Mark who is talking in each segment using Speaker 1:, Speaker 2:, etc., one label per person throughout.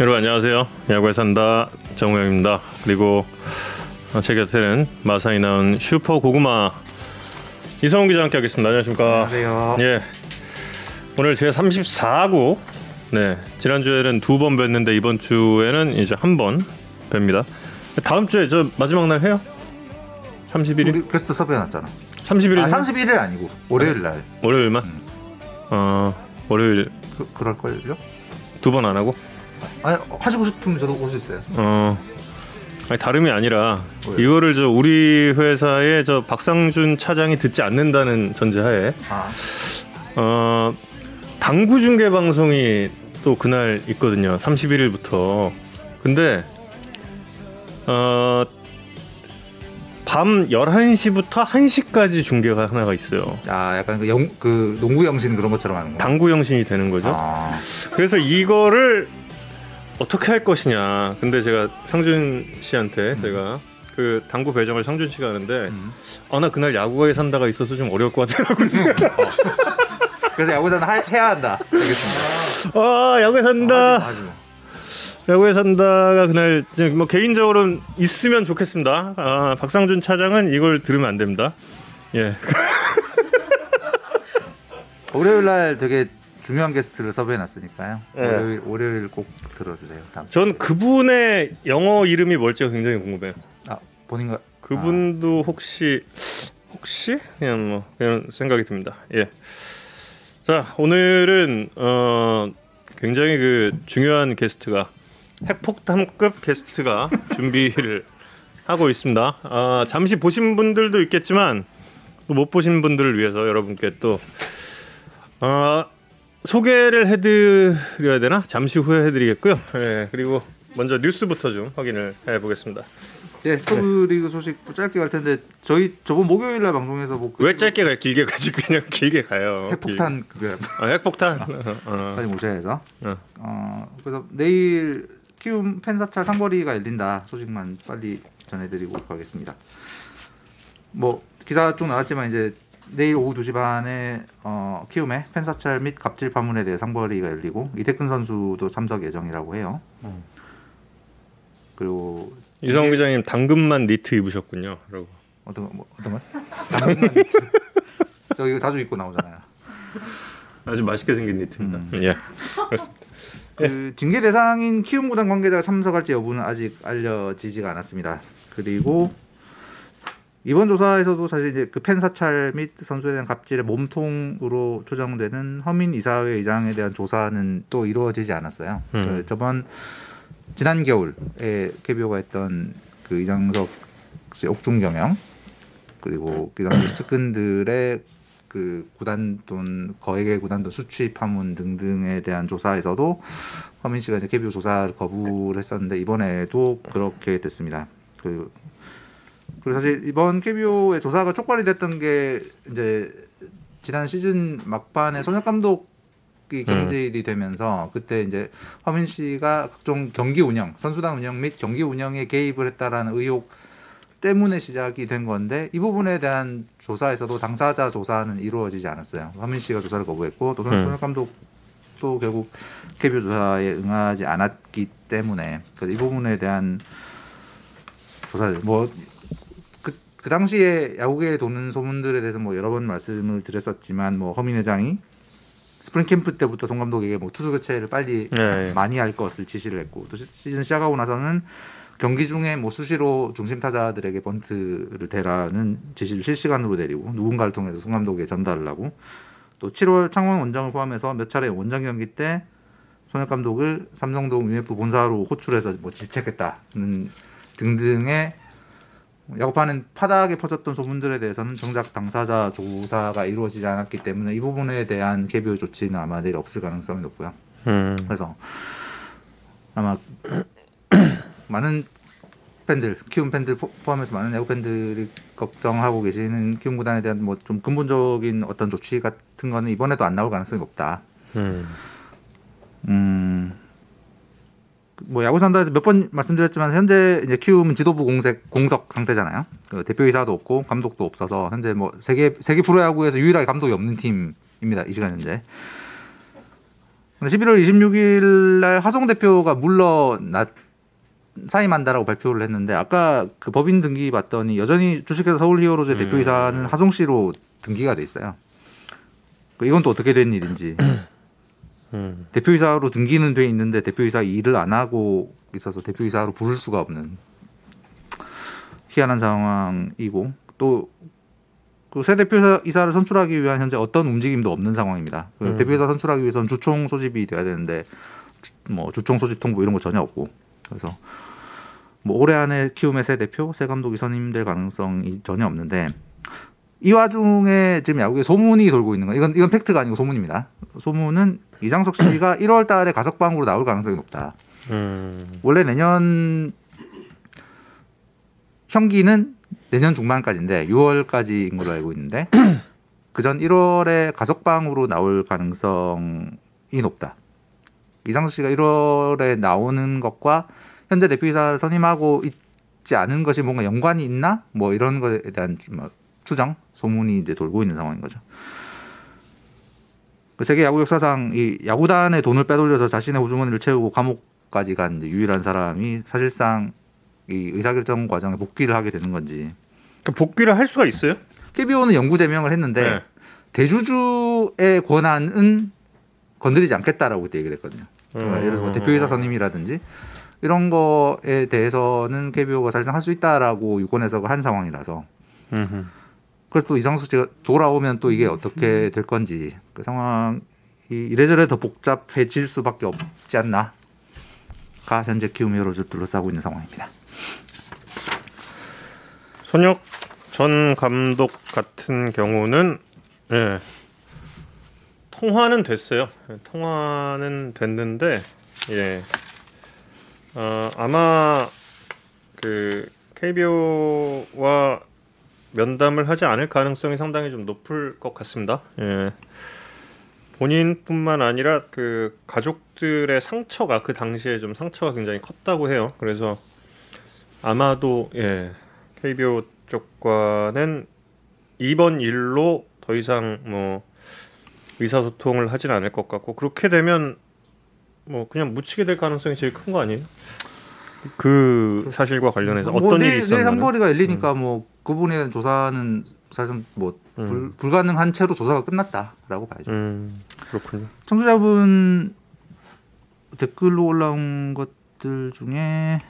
Speaker 1: 여러분 안녕하세요. 야구에 산다 정우영입니다. 그리고 제 곁에는 마산이 나온 슈퍼 고구마 이성훈 기자 함께 하겠습니다. 안녕하십니까?
Speaker 2: 안녕하세요.
Speaker 1: 예. 오늘 제 34구. 네. 지난주에는 두 번 뵀는데 이번 주에는 이제 한 번 뵙니다. 다음 주에 저 마지막 날 해요? 31일?
Speaker 2: 우리 게스트 섭외 났잖아.
Speaker 1: 31일?
Speaker 2: 아, 음. 31일 아니고 월요일 날
Speaker 1: 월요일만? 어, 월요일
Speaker 2: 그, 그럴 걸요?
Speaker 1: 두 번 안 하고?
Speaker 2: 아니 하시고 싶으면 저도 올 수 있어요.
Speaker 1: 어. 아니 다름이 아니라
Speaker 2: 왜요?
Speaker 1: 이거를 저 우리 회사의 저 박상준 차장이 듣지 않는다는 전제하에
Speaker 2: 아,
Speaker 1: 어 당구 중계 방송이 또 그날 있거든요. 31일부터. 근데 어밤 11시부터 1시까지 중계가 하나가 있어요.
Speaker 2: 아 약간 그, 영, 그 농구 영신 그런 것처럼 하는 거.
Speaker 1: 당구 영신이 되는 거죠.
Speaker 2: 아,
Speaker 1: 그래서 이거를 어떻게 할 것이냐. 근데 제가 상준 씨한테 제가 그 당구 배정을 상준 씨가 하는데
Speaker 2: 음.
Speaker 1: 아 나 그날 야구에 산다가 있어서 좀 어려울 것 같더라고요.
Speaker 2: 그래서 야구단 하, 해야 한다. 알겠습니다.
Speaker 1: 아 야구에 산다.
Speaker 2: 하지 마, 하지
Speaker 1: 야구에 산다가 그날 지금 뭐 개인적으로는 있으면 좋겠습니다. 아 박상준 차장은 이걸 들으면 안 됩니다. 예.
Speaker 2: 마. 월요일 날 되게 중요한 게스트를 섭외해 놨으니까요.
Speaker 1: 예.
Speaker 2: 월요일 월요일 꼭 들어주세요. 다음. 주.
Speaker 1: 전 그분의 영어 이름이 뭘지가 굉장히 궁금해요.
Speaker 2: 아 본인과
Speaker 1: 그분도 혹시 혹시 그냥 뭐 그런 생각이 듭니다. 예. 자 오늘은 어 굉장히 그 중요한 게스트가 핵폭탄급 게스트가 준비를 하고 있습니다. 아 잠시 보신 분들도 있겠지만 또 못 보신 분들을 위해서 여러분께 또 아, 소개를 해드려야 되나? 잠시 후에 해드리겠고요. 예, 그리고 먼저 뉴스부터 좀 확인을 해보겠습니다.
Speaker 2: 예 스토브리그 소식 짧게 갈 텐데 저희 저번 목요일 날 방송에서 뭐그
Speaker 1: 왜 짧게 가요? 길게 가지 그냥 길게 가요.
Speaker 2: 핵폭탄 그게
Speaker 1: 길- 아, 핵폭탄. 어, 어.
Speaker 2: 까지 모셔야 해서
Speaker 1: 어.
Speaker 2: 어 그래서 내일 키움 팬사찰 상거리가 열린다 소식만 빨리 전해드리고 가겠습니다. 뭐 기사 쭉 나왔지만 이제 내일 오후 2시 반에 어, 키움의 팬사찰 및 갑질 파문에 대해 상거리가 열리고 이태근 선수도 참석 예정이라고 해요. 그리고
Speaker 1: 이성훈 기자님 당근만 니트 입으셨군요. 그러고.
Speaker 2: 어떤 거- 뭐, 어떤 걸? 저 이거 자주 입고 나오잖아요.
Speaker 1: 아주 맛있게 생긴 니트입니다. 예. 그렇습니다.
Speaker 2: 그 징계 대상인 키움 구단 관계자가 참석할지 여부는 아직 알려지지가 않았습니다. 그리고 이번 조사에서도 사실 이제 그 팬 사찰 및 선수에 대한 갑질의 몸통으로 추정되는 허민 이사회 의장에 대한 조사는 또 이루어지지 않았어요.
Speaker 1: 음.
Speaker 2: 그 저번 지난 겨울에 KBO가 했던 그 이장석 씨 옥중 경영 그리고 이장석 씨 측근들의 그 구단 돈 거액의 구단 돈 수취 파문 등등에 대한 조사에서도 허민 씨가 이제 KBO 조사를 거부를 했었는데 이번에도 그렇게 됐습니다. 그 그리고 사실 이번 KBO의 조사가 촉발이 됐던 게 이제 지난 시즌 막판에 손혁 감독이 경질이 되면서 그때 이제 허민 씨가 각종 경기 운영, 선수단 운영 및 경기 운영에 개입을 했다라는 의혹 때문에 시작이 된 건데 이 부분에 대한 조사에서도 당사자 조사는 이루어지지 않았어요. 허민 씨가 조사를 거부했고 또 손-
Speaker 1: 음.
Speaker 2: 손혁 감독도 결국 KBO 조사에 응하지 않았기 때문에 그래서 이 부분에 대한 조사 뭐 그, 그 당시에 야구계에 도는 소문들에 대해서 뭐 여러 번 말씀을 드렸었지만 뭐 허민 회장이 스프링 캠프 때부터 송 감독에게 뭐 투수 교체를 빨리
Speaker 1: 예, 예.
Speaker 2: 많이 할 것을 지시를 했고 또 시- 시즌 시작하고 나서는 경기 중에 뭐 수시로 중심 타자들에게 번트를 대라는 지시를 실시간으로 내리고 누군가를 통해서 송 감독에게 전달을 하고 또 7월 창원 원정을 포함해서 몇 차례 원정 경기 때 손혁 감독을 삼성동 UF 본사로 호출해서 뭐 질책했다는 등등의 야구판은 파닥에 퍼졌던 소문들에 대해서는 정작 당사자 조사가 이루어지지 않았기 때문에 이 부분에 대한 KBO 조치는 아마 내일 없을 가능성이 높고요.
Speaker 1: 음.
Speaker 2: 그래서 아마 많은 팬들 키움 팬들 포- 포함해서 많은 야구 팬들이 걱정하고 계시는 키움 구단에 대한 뭐 좀 근본적인 어떤 조치 같은 거는 이번에도 안 나올 가능성이 높다.
Speaker 1: 음.
Speaker 2: 음. 뭐 야구 산다에서 몇 번 말씀드렸지만 현재 이제 키움 지도부 공색 공석 상태잖아요. 그 대표이사도 없고 감독도 없어서 현재 뭐 세계 세계 프로야구에서 유일하게 감독이 없는 팀입니다. 이 시간 현재. 근데 11월 26일 날 하성 대표가 물러났 사임한다라고 발표를 했는데 아까 그 법인 등기 봤더니 여전히 주식회사 서울히어로즈 의
Speaker 1: 음.
Speaker 2: 대표이사는 하성 씨로 등기가 돼 있어요. 그 이건 또 어떻게 된 일인지
Speaker 1: 음.
Speaker 2: 대표이사로 등기는 돼 있는데 대표이사 일을 안 하고 있어서 대표이사로 부를 수가 없는 희한한 상황이고 또그새 대표이사를 선출하기 위한 현재 어떤 움직임도 없는 상황입니다. 그
Speaker 1: 음.
Speaker 2: 대표이사 선출하기 위해서는 주총 소집이 돼야 되는데 주- 뭐 주총 소집 통보 이런 거 전혀 없고 그래서 뭐 올해 안에 키움의 새 대표, 새 감독이 선임될 가능성이 전혀 없는데 이 와중에 지금 야구에 소문이 돌고 있는 건 이건 이건 팩트가 아니고 소문입니다. 소문은 이장석 씨가 1월 달에 가석방으로 나올 가능성이 높다.
Speaker 1: 음.
Speaker 2: 원래 내년 형기는 내년 중반까지인데 6월까지인 걸로 알고 있는데 그전 1월에 가석방으로 나올 가능성이 높다. 이상수 씨가 1월에 나오는 것과 현재 대표이사를 선임하고 있지 않은 것이 뭔가 연관이 있나? 뭐 이런 것에 대한 좀뭐 추정, 소문이 이제 돌고 있는 상황인 거죠. 그 세계 야구 역사상 이 야구단의 돈을 빼돌려서 자신의 호주머니를 채우고 감옥까지 간 이제 유일한 사람이 사실상 이 의사결정 과정에 복귀를 하게 되는 건지
Speaker 1: 그러니까 복귀를 할 수가 있어요?
Speaker 2: KBO는 영구 제명을
Speaker 1: 네.
Speaker 2: 했는데 대주주의 권한은 건드리지 않겠다라고 그때 얘기를 했거든요.
Speaker 1: 음, 아,
Speaker 2: 그러니까 예를 들어서 뭐 대표이사 선임이라든지 이런 거에 대해서는 KBO가 사실상 할 수 있다라고 유권 해석을 한 상황이라서
Speaker 1: 음.
Speaker 2: 그래서 또 이상수 씨가 돌아오면 또 이게 어떻게 될 건지 그 상황이 이래저래 더 복잡해질 수밖에 없지 않나가 현재 키움 히어로즈 둘러싸고 있는 상황입니다.
Speaker 1: 손혁 전 감독 같은 경우는 예. 통화는 됐어요. 예, 통화는 됐는데 예. 어, 아마 그 KBO와 면담을 하지 않을 가능성이 상당히 좀 높을 것 같습니다. 예. 본인뿐만 아니라 그 가족들의 상처가 그 당시에 좀 상처가 굉장히 컸다고 해요. 그래서 아마도 예. KBO 쪽과는 이번 일로 더 이상 뭐 의사소통을 하진 않을 것 같고 그렇게 되면 뭐 그냥 묻히게 될 가능성이 제일 큰 거 아니에요? 그 사실과 관련해서
Speaker 2: 뭐
Speaker 1: 어떤
Speaker 2: 내-
Speaker 1: 일이
Speaker 2: 내
Speaker 1: 있었나요?
Speaker 2: 상벌이가 열리니까 뭐 그분에 대한 조사는 사실상 뭐 불,
Speaker 1: 음.
Speaker 2: 불가능한 채로 조사가 끝났다라고 봐야죠.
Speaker 1: 음 그렇군요.
Speaker 2: 청취자분 댓글로 올라온 것들 중에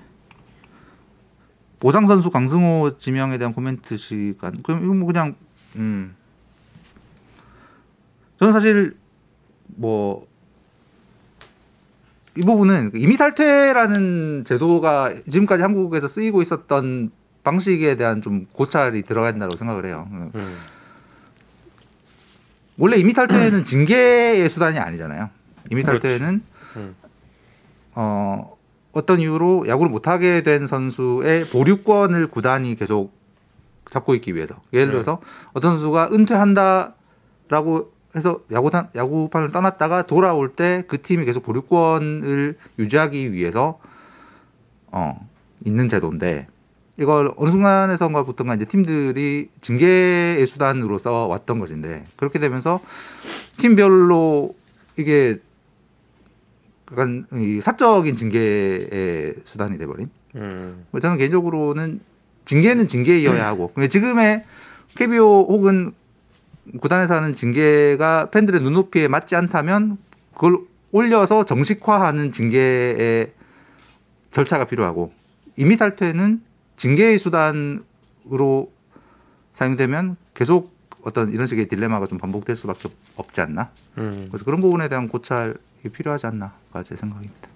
Speaker 2: 보상 선수 강승호 지명에 대한 코멘트 시간. 그럼 이건 뭐 그냥 음. 저는 사실 뭐 이 부분은 이미 탈퇴라는 제도가 지금까지 한국에서 쓰이고 있었던 방식에 대한 좀 고찰이 들어가야 된다고 생각을 해요.
Speaker 1: 음.
Speaker 2: 원래 임의 탈퇴는 징계의 수단이 아니잖아요. 임의
Speaker 1: 그렇죠.
Speaker 2: 탈퇴는
Speaker 1: 음.
Speaker 2: 어, 어떤 이유로 야구를 못하게 된 선수의 보류권을 구단이 계속 잡고 있기 위해서 예를
Speaker 1: 네.
Speaker 2: 들어서 어떤 선수가 은퇴한다라고 해서 야구단 야구판을 떠났다가 돌아올 때 그 팀이 계속 보류권을 유지하기 위해서 어, 있는 제도인데 이걸 어느 순간에선가 보통가 이제 팀들이 징계의 수단으로 써왔던 것인데 그렇게 되면서 팀별로 이게 약간 이 사적인 징계의 수단이 돼버린.
Speaker 1: 음.
Speaker 2: 뭐 저는 개인적으로는 징계는 징계이어야 하고 근데 지금의 KBO 혹은 구단에서 하는 징계가 팬들의 눈높이에 맞지 않다면 그걸 올려서 정식화하는 징계의 절차가 필요하고 임의 탈퇴는 징계의 수단으로 사용되면 계속 어떤 이런 식의 딜레마가 좀 반복될 수밖에 없지 않나
Speaker 1: 음.
Speaker 2: 그래서 그런 부분에 대한 고찰이 필요하지 않나가 제 생각입니다.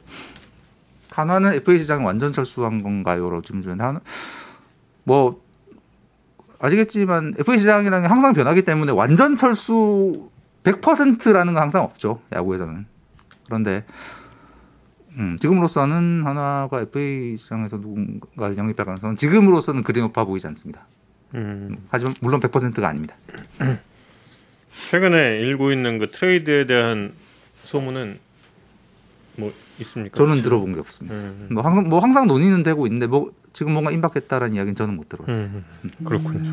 Speaker 2: 한화는 FA 시장 완전 철수한 건가요?로 질문주는 한, 뭐 아시겠지만 FA 시장이라는 게 항상 변하기 때문에 완전 철수 100%라는 건 항상 없죠 야구에서는. 그런데 음, 지금으로서는 한화가 FA 시장에서 누군가를 영입할 가능성은 지금으로서는 그리 높아 보이지 않습니다.
Speaker 1: 음.
Speaker 2: 하지만 물론 100%가 아닙니다.
Speaker 1: 최근에 읽고 있는 그 트레이드에 대한 소문은 뭐 있습니까?
Speaker 2: 저는 들어본 게 없습니다.
Speaker 1: 음.
Speaker 2: 뭐 항상 뭐 항상 논의는 되고 있는데 뭐 지금 뭔가 임박했다라는 이야기는 저는 못 들어요.
Speaker 1: 음, 그렇군요.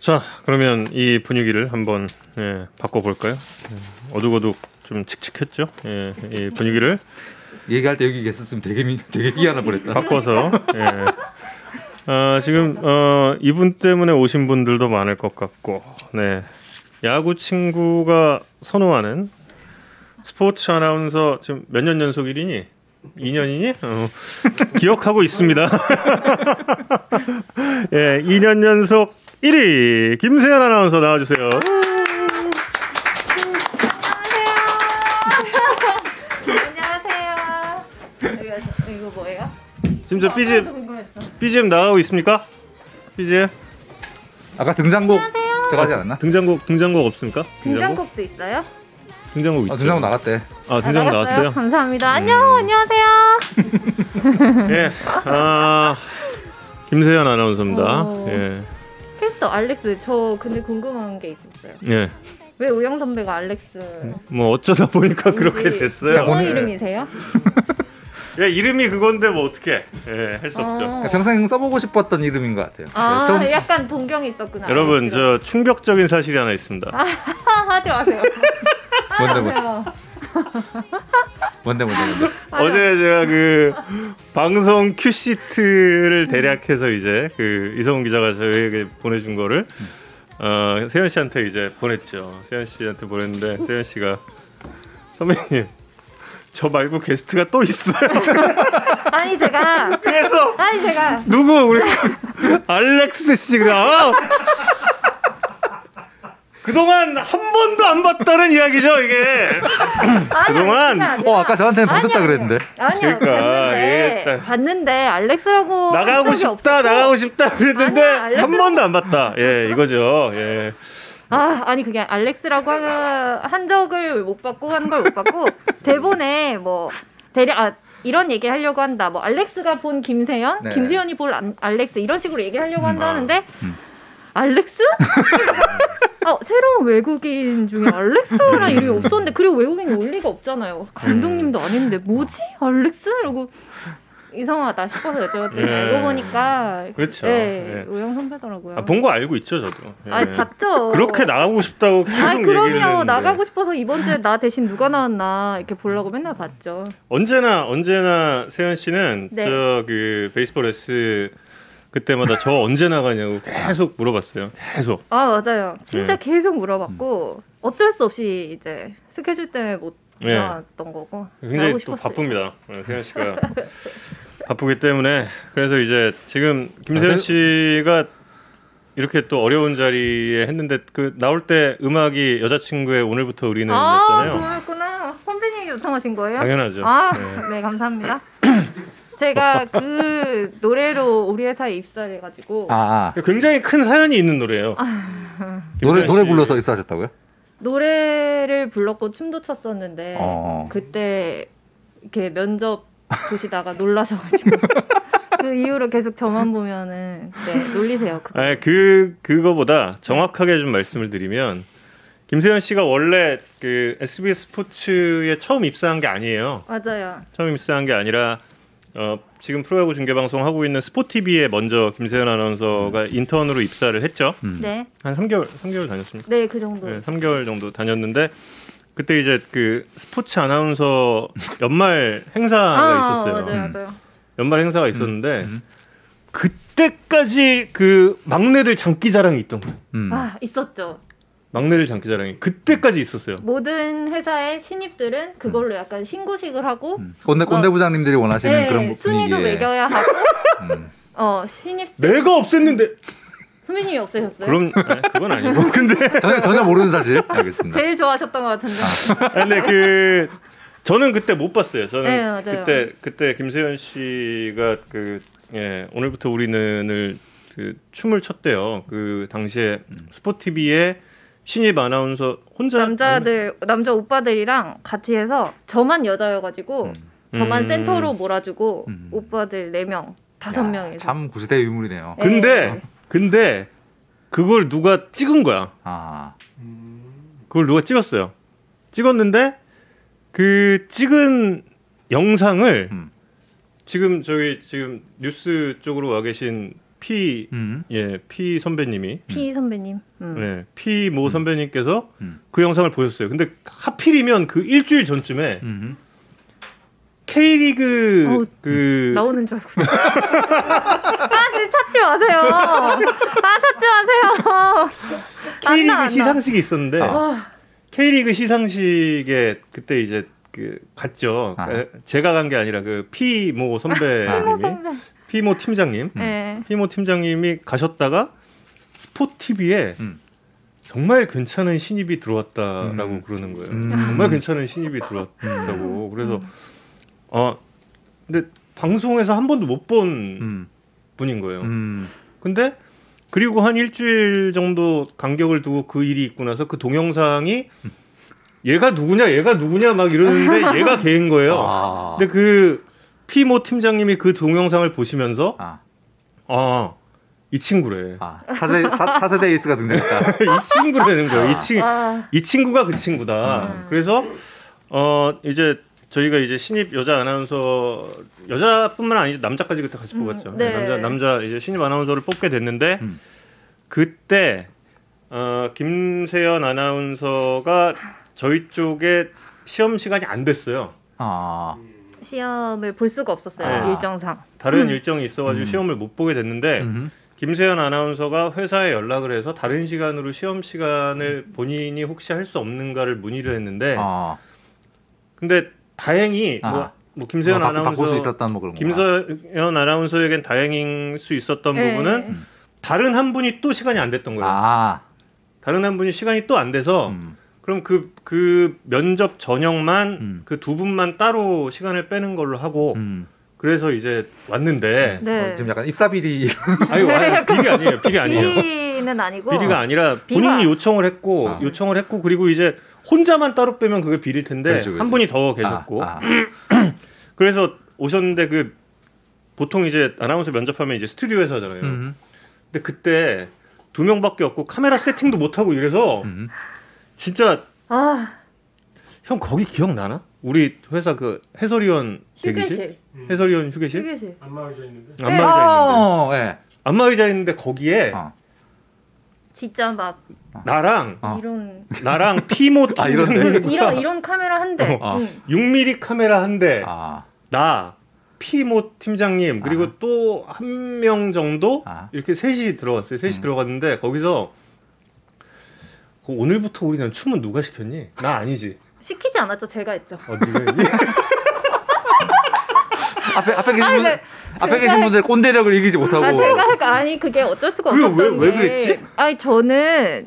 Speaker 1: 자, 그러면 이 분위기를 한번 예, 바꿔볼까요? 예, 어둑어둑 좀 칙칙했죠. 예, 이 분위기를
Speaker 2: 얘기할 때 여기 계셨으면 되게 미- 되게 희한해 버렸다.
Speaker 1: 바꿔서 예. 아, 지금 어, 이분 때문에 오신 분들도 많을 것 같고, 네 야구 친구가 선호하는 스포츠 아나운서 지금 몇 년 연속 1위니? 2년이니? 어, 기억하고 있습니다. 예, 2년 연속 1위 김세현 아나운서 나와주세요.
Speaker 3: 안녕하세요. 이거, 이거 뭐예요?
Speaker 1: 지금 저
Speaker 3: 이거 아까도
Speaker 1: BGM
Speaker 3: 궁금했어.
Speaker 1: BGM 나가고 있습니까? BGM
Speaker 2: 아까 등장곡
Speaker 3: 안녕하세요.
Speaker 2: 제가 하지 않았나? 아,
Speaker 1: 등장곡 등장곡 없습니까?
Speaker 3: 등장곡도 있어요?
Speaker 1: 등장곡 있죠.
Speaker 2: 아, 등장곡 나갔대.
Speaker 1: 아,
Speaker 3: 아,
Speaker 1: 등장곡 나왔어요. 음.
Speaker 3: 감사합니다. 안녕, 안녕하세요.
Speaker 1: 예. 아, 김세현 아나운서입니다.
Speaker 3: 오.
Speaker 1: 예.
Speaker 3: 필수 알렉스. 저 근데 궁금한 게 있었어요.
Speaker 1: 예.
Speaker 3: 왜 우영 선배가 알렉스?
Speaker 1: 뭐 어쩌다 보니까
Speaker 3: 왠지
Speaker 1: 그렇게 됐어요. 네.
Speaker 2: 야,
Speaker 3: 영어
Speaker 2: 오늘-
Speaker 3: 이름이세요?
Speaker 1: 예, 이름이 그건데 뭐 어떻게? 예, 할 수 없죠.
Speaker 3: 어.
Speaker 2: 그러니까 평생 써보고 싶었던 이름인 것 같아요. 네,
Speaker 3: 아,
Speaker 2: 처음
Speaker 3: 약간 동경이 있었구나.
Speaker 1: 여러분,
Speaker 3: 알렉스가.
Speaker 1: 저 충격적인 사실이 하나 있습니다.
Speaker 3: 아, 하, 하지 마세요.
Speaker 2: 뭔데 뭔데
Speaker 3: 하세요.
Speaker 2: 뭔데 뭔데.
Speaker 3: 아,
Speaker 2: 뭔데.
Speaker 1: 어제 제가 그 방송 큐 시트를 대략해서 이제 그 이성훈 기자가 저에게 보내준 거를 어, 세현 씨한테 이제 보냈죠. 세현 씨한테
Speaker 3: 어?
Speaker 1: 보냈는데 세현 씨가 선배님 저 말고 게스트가 또 있어요.
Speaker 3: 아니 제가
Speaker 1: 그래서
Speaker 3: 아니 제가
Speaker 1: 누구 우리 알렉스 씨가 어. 그동안 한 번도 안 봤다는 이야기죠 이게
Speaker 3: 아니,
Speaker 1: 그동안-
Speaker 3: 아니,
Speaker 2: 어 아까 저한테 봤었다
Speaker 3: 아니야.
Speaker 2: 그랬는데.
Speaker 3: 아니요
Speaker 1: 그러니까,
Speaker 3: 봤는데
Speaker 1: 예, 딱.
Speaker 3: 봤는데 알렉스라고
Speaker 1: 나가고
Speaker 3: 쓴 적이
Speaker 1: 싶다
Speaker 3: 어, 없었고.
Speaker 1: 나가고 싶다 그랬는데
Speaker 3: 아니야, 알렉스-
Speaker 1: 한 번도 안 봤다 예 이거죠 예
Speaker 3: 아 아니 그게 알렉스라고 하- 한 적을 못 받고 한 걸 못 받고 대본에 뭐 대략 아, 이런 얘기 하려고 한다 뭐 알렉스가 본 김세현
Speaker 2: 네.
Speaker 3: 김세현이 볼 안- 알렉스 이런 식으로 얘기하려고 한다
Speaker 1: 아,
Speaker 3: 하는데
Speaker 2: 음.
Speaker 3: 알렉스? 어, 새로운 외국인 중에 알렉스라는 이름이 없었는데 그리고 외국인이 올 리가 없잖아요.
Speaker 1: 음.
Speaker 3: 감독님도 아닌데 뭐지? 알렉스? 이러고 이상하다 싶어서 여쭤봤더니
Speaker 1: 예.
Speaker 3: 알고 보니까
Speaker 1: 그렇죠. 예.
Speaker 3: 네, 우영 선배더라고요.
Speaker 1: 아, 본 거 알고 있죠 저도 예.
Speaker 3: 아니, 봤죠.
Speaker 1: 그렇게 나가고 싶다고 계속
Speaker 3: 아
Speaker 1: 얘기를
Speaker 3: 그럼요
Speaker 1: 했는데
Speaker 3: 나가고 싶어서 이번 주에 나 대신 누가 나왔나 이렇게 보려고 맨날 봤죠.
Speaker 1: 언제나 언제나 세현 씨는
Speaker 3: 네.
Speaker 1: 저 그 베이스볼 S 그때마다 저 언제 나가냐고 계속 물어봤어요 계속
Speaker 3: 아 맞아요.
Speaker 1: 네.
Speaker 3: 진짜
Speaker 1: 음.
Speaker 3: 계속 물어봤고 어쩔 수 없이 이제 스케줄 때문에 못
Speaker 1: 예.
Speaker 3: 나왔던 거고
Speaker 1: 굉장히
Speaker 3: 나오고
Speaker 1: 또
Speaker 3: 싶었어요.
Speaker 1: 바쁩니다. 네, 세현 씨가 바쁘기 때문에 그래서 이제 지금 김세현
Speaker 2: 아,
Speaker 1: 씨가 이렇게 또 어려운 자리에 했는데 그 나올 때 음악이 여자친구의 오늘부터 우리는
Speaker 3: 아
Speaker 1: 했잖아요.
Speaker 3: 그랬구나 선배님이 요청하신 거예요?
Speaker 1: 당연하죠.
Speaker 3: 아네 감사합니다. 제가 그 노래로 우리 회사에 입사를 해가지고
Speaker 2: 아, 아.
Speaker 3: 그
Speaker 1: 굉장히 큰 사연이 있는 노래예요.
Speaker 3: 아.
Speaker 2: 노래
Speaker 1: 김세현
Speaker 2: 노래
Speaker 1: 씨.
Speaker 2: 불러서 입사하셨다고요?
Speaker 3: 노래를 불렀고 춤도 췄었는데
Speaker 2: 어.
Speaker 3: 네. 그때 이렇게 면접 보시다가 놀라셔가지고 그 이후로 계속 저만 보면은 네 놀리세요. 그거.
Speaker 1: 아니, 그 그거보다 정확하게 좀 말씀을 드리면 김세현 씨가 원래 그 SBS 스포츠에 처음 입사한 게 아니에요.
Speaker 3: 맞아요.
Speaker 1: 처음 입사한 게 아니라 어, 지금 프로야구 중계 방송 하고 있는 스포티비에 먼저 김세현 아나운서가 인턴으로 입사를 했죠.
Speaker 2: 음.
Speaker 3: 네,
Speaker 1: 한 3개월 3개월 다녔습니다.
Speaker 3: 네 그 정도.
Speaker 1: 네, 3개월 정도 다녔는데 그때 이제 그 스포츠 아나운서 연말 행사가 있었어요.
Speaker 3: 맞아요,
Speaker 2: 음.
Speaker 3: 맞아요.
Speaker 1: 연말 행사가 있었는데 그때까지 그 막내들 장기자랑이 있던 거예요.
Speaker 2: 음.
Speaker 3: 아 있었죠.
Speaker 1: 막내들 장기자랑이 그때까지 있었어요.
Speaker 3: 모든 회사의 신입들은 그걸로 약간 신고식을 하고
Speaker 2: 음. 꼰대 꼰대 부장님들이 원하시는 그런
Speaker 3: 어. 네,
Speaker 2: 분위기에.
Speaker 3: 순위도 매겨야 하고
Speaker 2: 음. 네?
Speaker 3: 어 신입
Speaker 1: 내가 없앴는데
Speaker 3: 선배님이 없으셨어요?
Speaker 1: 그럼 아니, 그건 아니고 근데
Speaker 2: 전혀 전혀 모르는 사실. 알겠습니다.
Speaker 3: 제일 좋아하셨던 것 같은데.
Speaker 1: 아니, 근데 그 저는 그때 못 봤어요. 저는
Speaker 3: 네, 맞아요.
Speaker 1: 그때 그때 김세현 씨가 그 예, 오늘부터 우리는을 그 춤을 췄대요. 그 당시에 스포티비에 신입 아나운서 혼자
Speaker 3: 남자들 남자 오빠들이랑 같이 해서 저만 여자여가지고 저만
Speaker 1: 음.
Speaker 3: 센터로 몰아주고
Speaker 2: 음.
Speaker 3: 오빠들 4명 다섯
Speaker 2: 야,
Speaker 3: 명이서
Speaker 2: 참 구시대 유물이네요.
Speaker 3: 네.
Speaker 1: 근데
Speaker 3: 네.
Speaker 1: 근데 그걸 누가 찍은 거야.
Speaker 2: 아.
Speaker 1: 그걸 누가 찍었어요. 찍었는데 그 찍은 영상을
Speaker 2: 음.
Speaker 1: 지금 저기 지금 뉴스 쪽으로 와 계신 피
Speaker 2: 음.
Speaker 1: 예, 피 선배님이
Speaker 3: 피 선배님. 음.
Speaker 1: 네, 피모 선배님께서
Speaker 2: 음.
Speaker 1: 그 영상을 보셨어요. 근데 하필이면 그 일주일 전쯤에
Speaker 2: 음.
Speaker 1: K리그
Speaker 3: 어우, 음.
Speaker 1: 그
Speaker 3: 나오는 줄 알고. 아, 진짜 찾지 마세요. 아, 찾지
Speaker 1: 아,
Speaker 3: 마세요. 안
Speaker 1: K리그
Speaker 3: 아, 나, 안 나.
Speaker 1: 시상식이 있었는데
Speaker 3: 아,
Speaker 1: K리그 시상식에 그때 이제 그 갔죠.
Speaker 2: 아.
Speaker 1: 에, 제가 간 게 아니라 그 피모
Speaker 3: 피모
Speaker 1: 선배님이
Speaker 3: 선배.
Speaker 1: 피모 팀장님,
Speaker 3: 네.
Speaker 1: 피모 팀장님이 가셨다가 스포티비에
Speaker 2: 음.
Speaker 1: 정말 괜찮은 신입이 들어왔다라고
Speaker 2: 음.
Speaker 1: 그러는 거예요.
Speaker 2: 음.
Speaker 1: 정말 괜찮은 신입이 들어왔다고. 그래서 아 근데 방송에서 한 번도 못 본
Speaker 2: 음.
Speaker 1: 분인 거예요.
Speaker 2: 음.
Speaker 1: 근데 그리고 한 일주일 정도 간격을 두고 그 일이 있고 나서 그 동영상이
Speaker 2: 음.
Speaker 1: 얘가 누구냐 얘가 누구냐 막 이러는데 얘가 걔인 거예요.
Speaker 2: 아.
Speaker 1: 근데 그 피모 팀장님이 그 동영상을 보시면서
Speaker 2: 아.
Speaker 1: 아 이 친구래.
Speaker 2: 아. 차세 차, 차세대 에이스가 등장했다.
Speaker 1: 이 친구라는 거예요. 이, 친,
Speaker 3: 아,
Speaker 1: 이 친구가 그 친구다.
Speaker 3: 음.
Speaker 1: 그래서 어 이제 저희가 이제 신입 여자 아나운서 여자뿐만 아니라 남자까지 그때 같이
Speaker 3: 음,
Speaker 1: 뽑았죠.
Speaker 3: 네.
Speaker 1: 남자 남자 이제 신입 아나운서를 뽑게 됐는데
Speaker 2: 음.
Speaker 1: 그때 어 김세연 아나운서가 저희 쪽에 시험 시간이 안 됐어요.
Speaker 2: 아.
Speaker 3: 시험을 볼 수가 없었어요.
Speaker 1: 네.
Speaker 3: 일정상.
Speaker 1: 다른 일정이 있어가지고
Speaker 2: 음.
Speaker 1: 시험을 못 보게 됐는데
Speaker 2: 음.
Speaker 1: 김세연 아나운서가 회사에 연락을 해서 다른 시간으로 시험 시간을 본인이 혹시 할 수 없는가를 문의를 했는데
Speaker 2: 아.
Speaker 1: 근데 다행히
Speaker 2: 아.
Speaker 1: 뭐, 뭐 김세연
Speaker 2: 바,
Speaker 1: 아나운서
Speaker 2: 바꿀 수 있었다 뭐 그런 거.
Speaker 1: 김세연 아나운서에겐 다행일 수 있었던
Speaker 3: 네.
Speaker 1: 부분은 다른 한 분이 또 시간이 안 됐던 거예요.
Speaker 2: 아.
Speaker 1: 다른 한 분이 시간이 또 안 돼서
Speaker 2: 음.
Speaker 1: 그럼 그 그 면접 저녁만
Speaker 2: 음.
Speaker 1: 그 두 분만 따로 시간을 빼는 걸로 하고
Speaker 2: 음.
Speaker 1: 그래서 이제 왔는데
Speaker 3: 네.
Speaker 2: 어, 지금 약간 입사비리
Speaker 1: 아니 와, 비리 아니에요. 비리 아니에요.
Speaker 3: 비는 아니고.
Speaker 1: 비리가 아니라
Speaker 3: 비리가-
Speaker 1: 본인이 요청을 했고
Speaker 2: 아.
Speaker 1: 요청을 했고 그리고 이제 혼자만 따로 빼면 그게 비릴 텐데
Speaker 2: 그렇죠, 그렇죠.
Speaker 1: 한 분이 더 계셨고 네.
Speaker 2: 아, 아.
Speaker 1: 그래서 오셨는데 그 보통 이제 아나운서 면접하면 이제 스튜디오에서 하잖아요.
Speaker 2: 음.
Speaker 1: 근데 그때 두 명밖에 없고 카메라 세팅도 못 하고 이래서
Speaker 2: 음.
Speaker 1: 진짜
Speaker 3: 아,
Speaker 1: 형 거기 기억나나? 우리 회사 그 해설위원 대기실?
Speaker 3: 휴게실. 음.
Speaker 1: 해설위원 휴게실?
Speaker 3: 휴게실.
Speaker 4: 안마의자 있는데
Speaker 1: 안마
Speaker 3: 네.
Speaker 1: 의자 있는데.
Speaker 2: 어, 예.
Speaker 1: 안마 의자 있는데 거기에
Speaker 2: 어.
Speaker 3: 진짜 막
Speaker 1: 나랑
Speaker 2: 어.
Speaker 3: 이런
Speaker 1: 나랑 피모
Speaker 2: 아, 이런 데?
Speaker 1: 팀장님과
Speaker 3: 이런 이런 카메라 한 대.
Speaker 2: 어.
Speaker 3: 응.
Speaker 1: 6mm 카메라 한 대,
Speaker 2: 아.
Speaker 1: 나 피모 팀장님 그리고
Speaker 2: 아.
Speaker 1: 또 한 명 정도
Speaker 2: 아.
Speaker 1: 이렇게 셋이 들어갔어요. 셋이
Speaker 2: 음.
Speaker 1: 들어갔는데 거기서 그 오늘부터 우리는 춤은 누가 시켰니? 나 아니지.
Speaker 3: 시키지 않았죠. 제가 했죠.
Speaker 1: 어, 네가 했니?
Speaker 2: 앞에 앞에 계신
Speaker 3: 아니,
Speaker 2: 분
Speaker 3: 네.
Speaker 2: 앞에
Speaker 3: 제가
Speaker 2: 계신 분들 꼰대력을 이기지 못하고
Speaker 3: 아 제가 할 거- 아니 그게 어쩔 수가
Speaker 1: 그게
Speaker 3: 없었던
Speaker 1: 왜- 왜
Speaker 3: 게
Speaker 1: 그랬지?
Speaker 3: 아니 저는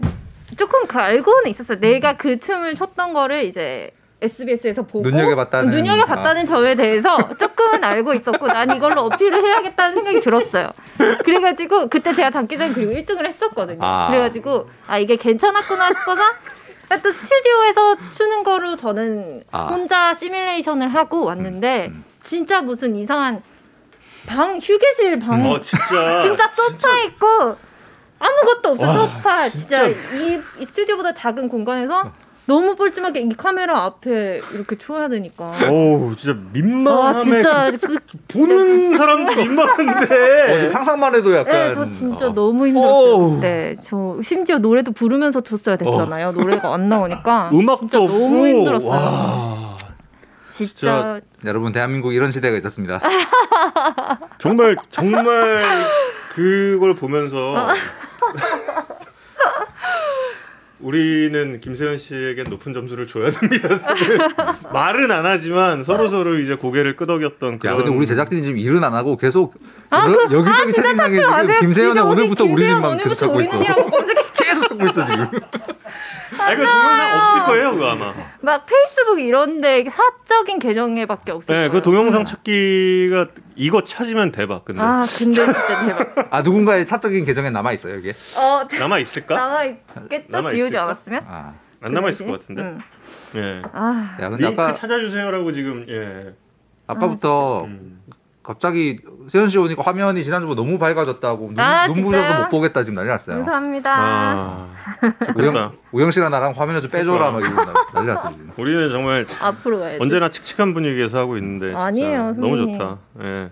Speaker 3: 조금 그 알고는 있었어요. 내가 그 춤을 췄던 거를 이제 SBS에서 보고
Speaker 2: 눈여겨봤다는- 아.
Speaker 3: 눈여겨봤다는 저에 대해서 조금은 알고 있었고 난 이걸로 어필을 해야겠다는 생각이 들었어요. 그래가지고 그때 제가 장기전 그리고 1등을 했었거든요.
Speaker 2: 아.
Speaker 3: 그래가지고 아 이게 괜찮았구나 싶어서 아, 또 스튜디오에서 추는 거로 저는
Speaker 2: 아.
Speaker 3: 혼자 시뮬레이션을 하고 왔는데
Speaker 2: 음, 음.
Speaker 3: 진짜 무슨 이상한 방 휴게실
Speaker 2: 음,
Speaker 3: 방
Speaker 1: 어 진짜.
Speaker 3: 진짜 소파 있고 아무것도 없어
Speaker 1: 와,
Speaker 3: 소파 진짜,
Speaker 1: 진짜.
Speaker 3: 이, 이 스튜디오보다 작은 공간에서 너무 뻘쭘하게 이 카메라 앞에 이렇게 추워야 되니까
Speaker 1: 어우 진짜
Speaker 3: 아
Speaker 1: 민망함에
Speaker 3: 진짜 그
Speaker 1: 보는 사람도
Speaker 2: 어, 지금
Speaker 1: 민망한데.
Speaker 2: 상상만 해도 약간
Speaker 3: 네, 저 진짜
Speaker 2: 어.
Speaker 3: 너무
Speaker 1: 어우.
Speaker 3: 힘들었어요. 네, 저 심지어 노래도 부르면서 줬어야 됐잖아요. 노래가 안 나오니까 진짜
Speaker 1: 음악도 없고.
Speaker 3: 너무 힘들었어요.
Speaker 1: 와.
Speaker 3: 진짜
Speaker 2: 여러분 대한민국 이런 시대가 있었습니다.
Speaker 3: 아,
Speaker 1: 정말 정말 그걸 보면서 우리는 김세현 씨에게 높은 점수를 줘야 됩니다. 말은 안 하지만 서로 서로 이제 고개를 끄덕였던 그런.
Speaker 2: 야 근데 우리 제작진이 지금 일은 안 하고 계속
Speaker 3: 아,
Speaker 2: 여러-
Speaker 3: 그-
Speaker 2: 여기저기
Speaker 3: 진짜
Speaker 2: 채팅창에
Speaker 3: 찾지 마세요.
Speaker 2: 지금 김세현의
Speaker 3: 진짜 우리
Speaker 2: 오늘부터
Speaker 3: 김세현
Speaker 2: 우리는만 계속
Speaker 3: 오늘부터
Speaker 2: 찾고 있어.
Speaker 3: 우리는이라고 검색해
Speaker 2: 계속 찾고 있어 지금.
Speaker 1: 아니 그 동영상 없을 거예요 그거
Speaker 2: 어,
Speaker 1: 아마.
Speaker 3: 막 페이스북 이런데 사적인 계정에밖에 없었어요.
Speaker 1: 네, 그
Speaker 2: 음.
Speaker 1: 동영상 찾기가 이거 찾으면 대박. 근데
Speaker 3: 아 근데 진짜 대박.
Speaker 2: 아 누군가의 사적인 계정에 남아 있어요 이게.
Speaker 3: 어
Speaker 1: 남아 있을까?
Speaker 3: 남아 있겠죠
Speaker 1: 남아있을까?
Speaker 3: 지우지 않았으면.
Speaker 2: 아,
Speaker 1: 안 남아 있을
Speaker 3: 그지?
Speaker 1: 것 같은데.
Speaker 3: 응.
Speaker 1: 예.
Speaker 3: 아
Speaker 2: 야 근데
Speaker 1: 링크
Speaker 2: 아까
Speaker 1: 찾아주세요라고 지금 예.
Speaker 2: 아까부터
Speaker 1: 음.
Speaker 2: 갑자기 세현 씨 오니까 화면이 지난주보다 너무 밝아졌다고 눈,
Speaker 3: 아,
Speaker 2: 눈 부셔서
Speaker 3: 진짜요?
Speaker 2: 못 보겠다 지금 난리 났어요.
Speaker 3: 감사합니다. 아,
Speaker 1: 아,
Speaker 2: 우영,
Speaker 1: 좋겠다.
Speaker 2: 우영 씨랑 나랑 화면을 좀 빼줘라
Speaker 1: 그러니까.
Speaker 2: 막 이러고 난- 난리 났어요 지금.
Speaker 1: 우리는 정말
Speaker 3: 앞으로 가야지.
Speaker 1: 언제나 칙칙한 분위기에서 하고 있는데 진짜
Speaker 3: 아니에요,
Speaker 1: 너무
Speaker 3: 선생님.
Speaker 1: 좋다. 예.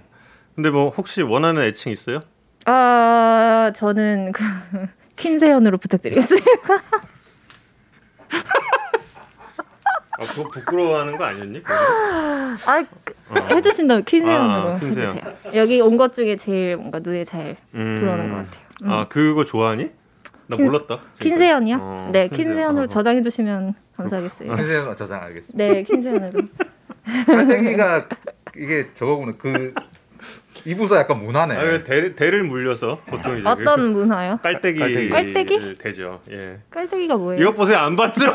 Speaker 1: 근데 뭐 혹시 원하는 애칭 있어요?
Speaker 3: 아 저는 그 퀸세연으로 부탁드리겠습니다.
Speaker 1: 아 그거 부끄러워하는 거 아니었니?
Speaker 3: 아 그- 해주신다면 퀸세연으로
Speaker 1: 어. 아, 퀸세연.
Speaker 3: 해주세요. 여기 온 것 중에 제일 뭔가 눈에 잘 들어오는 것 같아요. 음.
Speaker 1: 아 그거 좋아하니? 나
Speaker 3: 퀸-
Speaker 1: 몰랐다.
Speaker 3: 퀸세연이요?
Speaker 1: 어,
Speaker 3: 네,
Speaker 1: 퀸세연.
Speaker 3: 퀸세연으로
Speaker 1: 어.
Speaker 3: 저장해주시면 감사하겠습니다.
Speaker 2: 그래서 저장 알겠습니다.
Speaker 3: 네, 퀸세연으로.
Speaker 2: 깔때기가 이게 저거구나. 그 이부사 약간 문화네.
Speaker 1: 아, 그 대, 대를 물려서 보통 이제
Speaker 3: 어떤 문화요?
Speaker 1: 그 깔때기
Speaker 2: 깔때기.
Speaker 3: 깔때기? 네.
Speaker 1: 되죠. 예.
Speaker 3: 깔때기가 뭐예요?
Speaker 1: 이것 보세요 안 봤죠?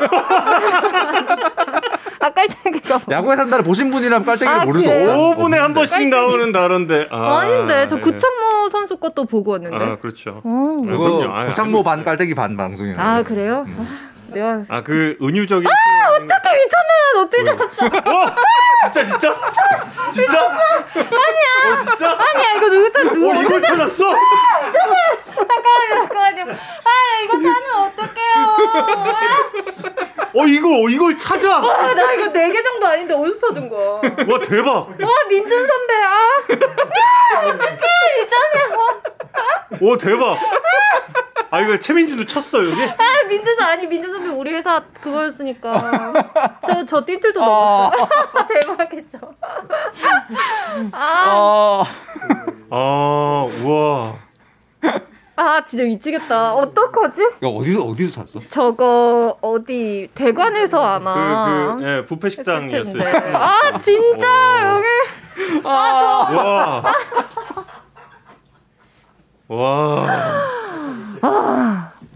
Speaker 3: 아 깔때기가 뭐?
Speaker 2: 야구에 산다를 보신 분이라면 깔때기를
Speaker 3: 아,
Speaker 2: 모르죠. 어?
Speaker 3: 그래요?
Speaker 1: 5분에 한 번씩
Speaker 3: 깔때기.
Speaker 1: 나오는 다른데. 아,
Speaker 3: 아닌데 저
Speaker 1: 예.
Speaker 3: 구창모 선수 것도 보고 왔는데.
Speaker 1: 아 그렇죠.
Speaker 3: 어.
Speaker 1: 네. 그럼요. 아,
Speaker 2: 그거
Speaker 1: 알고
Speaker 2: 부창모 반
Speaker 1: 있어요.
Speaker 2: 깔때기 반 방송이에요.
Speaker 1: 음,
Speaker 3: 아 그래요? 아, 내가
Speaker 1: 아 그 은유적인. 아 어떻게?
Speaker 3: 아, 미쳤나? 어떻게 잡...
Speaker 1: 어 진짜 진짜 진짜? 아니야. 어 진짜?
Speaker 3: 아니야 이거 누구 찾 누구?
Speaker 1: 어 이걸 찾았어?
Speaker 3: 잠깐만요, 잠깐만요. 아 이거 타면 어떡해요?
Speaker 1: 어 이거 이걸 찾아? 와
Speaker 3: 아, 나 이거 네 개 정도 아닌데 어디서 찾은 거야? 와
Speaker 1: 대박.
Speaker 3: 민준 선배, 아, 아 어떡해 미쳤냐?
Speaker 1: 오 대박. 아 이거 최민준도 쳤어 여기?
Speaker 3: 아 민준 선 아니 민준 선배 우리 회사 그거였으니까 저 저 띵틀도
Speaker 2: 아,
Speaker 3: 넣었어요. 대박이죠. 아,
Speaker 2: 아,
Speaker 1: 아 우와.
Speaker 3: 아 진짜 미치겠다. 어떡하지?
Speaker 2: 이거 어디서 어디서 샀어?
Speaker 3: 저거 어디 대관에서 아마
Speaker 1: 그, 그, 예, 부페
Speaker 3: 했을 텐데.
Speaker 1: 식당이었어요.
Speaker 3: 아
Speaker 1: 오.
Speaker 3: 진짜 여기 아,
Speaker 1: 와. 와.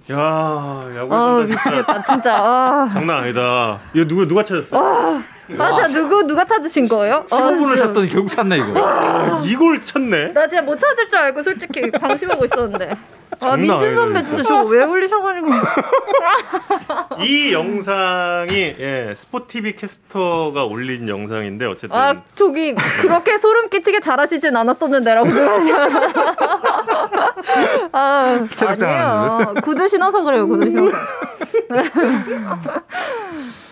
Speaker 1: 야,
Speaker 3: 아
Speaker 1: 야구 진짜
Speaker 3: 미치겠다 진짜. 아.
Speaker 1: 장난 아니다. 이거 누가 누가 찾았어?
Speaker 3: 맞아 누구 누가 찾으신 거예요?
Speaker 2: 15분을
Speaker 3: 아,
Speaker 2: 샀더니 결국 샀네 이거.
Speaker 1: 아, 이걸 찾네.
Speaker 3: 나 진짜 못 찾을 줄 알고 솔직히 방심하고 있었는데. 아
Speaker 1: 장난
Speaker 3: 민준
Speaker 1: 아니네,
Speaker 3: 선배 진짜 저거 왜 올리셔가지고.
Speaker 1: 이 영상이 예, 스포티비 캐스터가 올린 영상인데 어쨌든
Speaker 3: 아 저기 그렇게 소름 끼치게 잘하시진 않았었는데라고 생각해요. 아
Speaker 2: 체력장하는
Speaker 3: 아니에요. 구두 신어서 그래요 구두 신어서.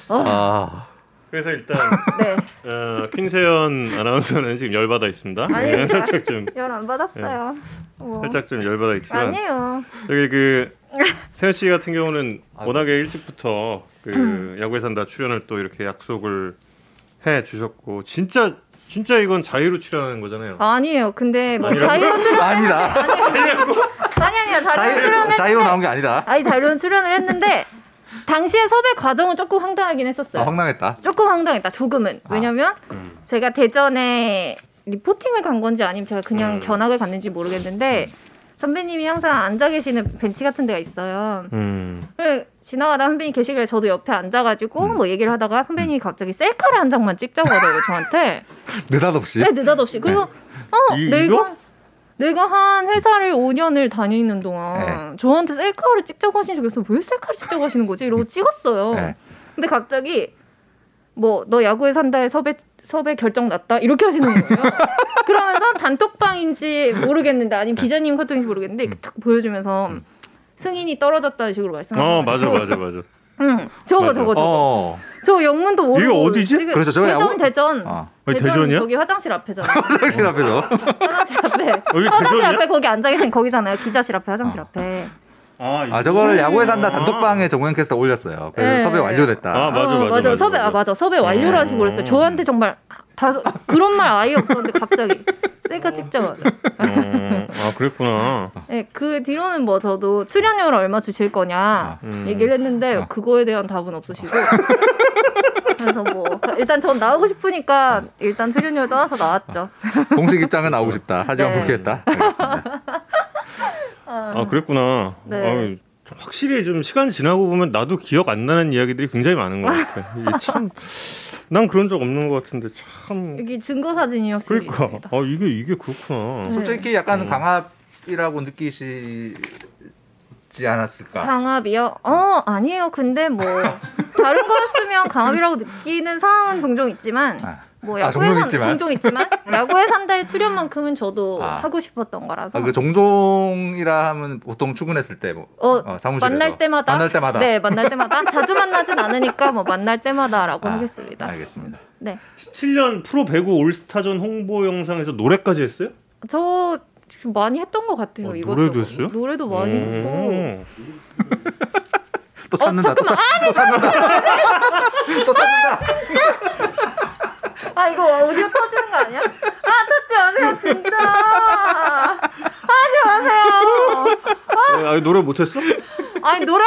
Speaker 2: 아,
Speaker 1: 그래서 일단
Speaker 3: 네.
Speaker 1: 어, 퀸세연 아나운서는 지금 열받아 있습니다.
Speaker 3: 아닙니다.
Speaker 1: 예, 살짝 좀
Speaker 3: 열 안 받았어요. 뭐.
Speaker 1: 네. 살짝 좀 열받아 있지만
Speaker 3: 아니에요.
Speaker 1: 여기 그 세현 씨 같은 경우는
Speaker 2: 아이고.
Speaker 1: 워낙에 일찍부터 그 야구에 산다 출연을 또 이렇게 약속을 해 주셨고 진짜 진짜 이건 자유로 출연하는 거잖아요.
Speaker 3: 아니에요. 근데 뭐
Speaker 1: 아니라고요?
Speaker 3: 자유로 출연
Speaker 2: 아니다.
Speaker 3: 아니 아니야 자유로
Speaker 2: 자유
Speaker 3: 출연했는데
Speaker 2: 자유로 나온 게 아니다.
Speaker 3: 아니 자유로운 출연을 했는데 당시에 섭외 과정은 조금 황당하긴
Speaker 2: 아,
Speaker 3: 했었어요.
Speaker 2: 황당했다.
Speaker 3: 조금 황당했다. 조금은
Speaker 2: 아.
Speaker 3: 왜냐면
Speaker 1: 음.
Speaker 3: 제가 대전에 리포팅을 간 건지 아니면 제가 그냥
Speaker 1: 음.
Speaker 3: 견학을 갔는지 모르겠는데 선배님이 항상 앉아 계시는 벤치 같은 데가 있어요.
Speaker 1: 음.
Speaker 3: 예, 지나가다 선배님 계시길래 저도 옆에 앉아가지고
Speaker 2: 음.
Speaker 3: 뭐 얘기를 하다가 선배님이 갑자기 셀카를 한 장만 찍자고 하더라고 요 저한테.
Speaker 2: 느닷없이.
Speaker 3: 네 느닷없이. 그래서 어
Speaker 1: 이-
Speaker 3: 내가
Speaker 1: 이거?
Speaker 3: 내가 한 회사를 5년을 다니는 동안
Speaker 1: 네.
Speaker 3: 저한테 셀카를 찍자고 하신 적이 없어서 왜 셀카를 찍자고 하시는 거지?
Speaker 1: 음.
Speaker 3: 이러고 찍었어요.
Speaker 2: 네.
Speaker 3: 근데 갑자기 뭐 너 야구에 산다에 섭외 섭외 결정 났다 이렇게 하시는 거예요. 그러면서 단톡방인지 모르겠는데
Speaker 1: 네.
Speaker 3: 아니면 기자님 카톡인지
Speaker 1: 음.
Speaker 3: 모르겠는데 이렇게 탁 보여주면서 승인이 떨어졌다는 식으로 말씀하시는
Speaker 1: 어 맞아 맞아 맞아.
Speaker 3: 응 저거
Speaker 1: 맞아.
Speaker 3: 저거 뭐 저거
Speaker 2: 어.
Speaker 3: 저 영문도 모르고
Speaker 1: 이거 어디지?
Speaker 3: 지금
Speaker 2: 그렇죠, 저거
Speaker 3: 대전
Speaker 2: 야구-
Speaker 3: 대전
Speaker 2: 아.
Speaker 1: 아니, 대전이야?
Speaker 3: 저기 화장실 앞에잖아.
Speaker 2: 화장실 앞에서.
Speaker 3: 화장실 앞에
Speaker 1: 어, 여기
Speaker 3: 화장실
Speaker 1: 대전이야?
Speaker 3: 앞에 거기 앉아 계신 거기잖아요. 기자실 앞에 화장실
Speaker 2: 어.
Speaker 3: 앞에.
Speaker 1: 아,
Speaker 2: 아 저거를 야구에 산다 단톡방에 정우영 캐스터 올렸어요. 그래서
Speaker 3: 네.
Speaker 2: 섭외 완료됐다.
Speaker 1: 아, 맞아,
Speaker 3: 어,
Speaker 1: 맞아, 맞아,
Speaker 3: 섭외 아
Speaker 1: 맞아.
Speaker 3: 맞아 섭외 완료라는 식으로 했어요.
Speaker 1: 음.
Speaker 3: 저한테 정말 다 그런 말 아예 없었는데 갑자기 셀카 찍자마자.
Speaker 1: 어, 아 그랬구나.
Speaker 3: 네, 그 뒤로는 뭐 저도 출연료를 얼마 주실 거냐
Speaker 1: 음.
Speaker 3: 얘기를 했는데
Speaker 2: 어.
Speaker 3: 그거에 대한 답은 없으시고 그래서 뭐 일단 전 나오고
Speaker 1: 음.
Speaker 3: 싶으니까 일단 출연료를 떠나서 나왔죠.
Speaker 2: 공식 입장은 나오고 싶다. 하지만
Speaker 3: 네.
Speaker 2: 불쾌했다. 알겠습니다.
Speaker 1: 아 그랬구나.
Speaker 3: 네.
Speaker 1: 아유, 좀 확실히 좀 시간 지나고 보면 나도 기억 안 나는 이야기들이 굉장히 많은 것 같아. 이게 참, 난 그런 적 없는 것 같은데 참.
Speaker 3: 여기 증거 사진이 확실히
Speaker 1: 그러니까, 아 이게 이게 그렇구나.
Speaker 3: 네.
Speaker 2: 솔직히 약간
Speaker 1: 음.
Speaker 2: 강압이라고 느끼시지 않았을까?
Speaker 3: 강압이요? 어 아니에요. 근데 뭐 다른 거였으면 강압이라고 느끼는 상황은 종종 있지만
Speaker 2: 아.
Speaker 3: 뭐
Speaker 2: 아,
Speaker 3: 야구에
Speaker 2: 종종
Speaker 3: 산
Speaker 2: 있지만.
Speaker 3: 종종 있지만 야구에 산다의 출연만큼은 저도
Speaker 2: 아.
Speaker 3: 하고 싶었던 거라서
Speaker 2: 아, 그 종종이라 하면 보통 출근했을 때 뭐.
Speaker 3: 어,
Speaker 2: 어, 사무실에서
Speaker 3: 만날 때마다
Speaker 2: 만날 때마다.
Speaker 3: 네 만날 때마다 자주 만나진 않으니까 뭐 만날 때마다라고
Speaker 2: 아,
Speaker 3: 하겠습니다.
Speaker 2: 알겠습니다.
Speaker 3: 네.
Speaker 1: 17년 프로 배구 올스타전 홍보 영상에서 노래까지 했어요?
Speaker 3: 저 좀 많이 했던 것 같아요.
Speaker 1: 어,
Speaker 3: 이것저것.
Speaker 1: 노래도 했어요?
Speaker 3: 노래도 많이 했고.
Speaker 1: 음.
Speaker 3: 어,
Speaker 2: 또 찾는다. 또, 찾, 또 찾는다. 또 찾는다.
Speaker 3: 아 이거 오디오 터지는 거 아니야? 아 터지 마세요 진짜. 하지 마세요.
Speaker 1: 어, 아, 노래 못했어?
Speaker 3: 아니 노래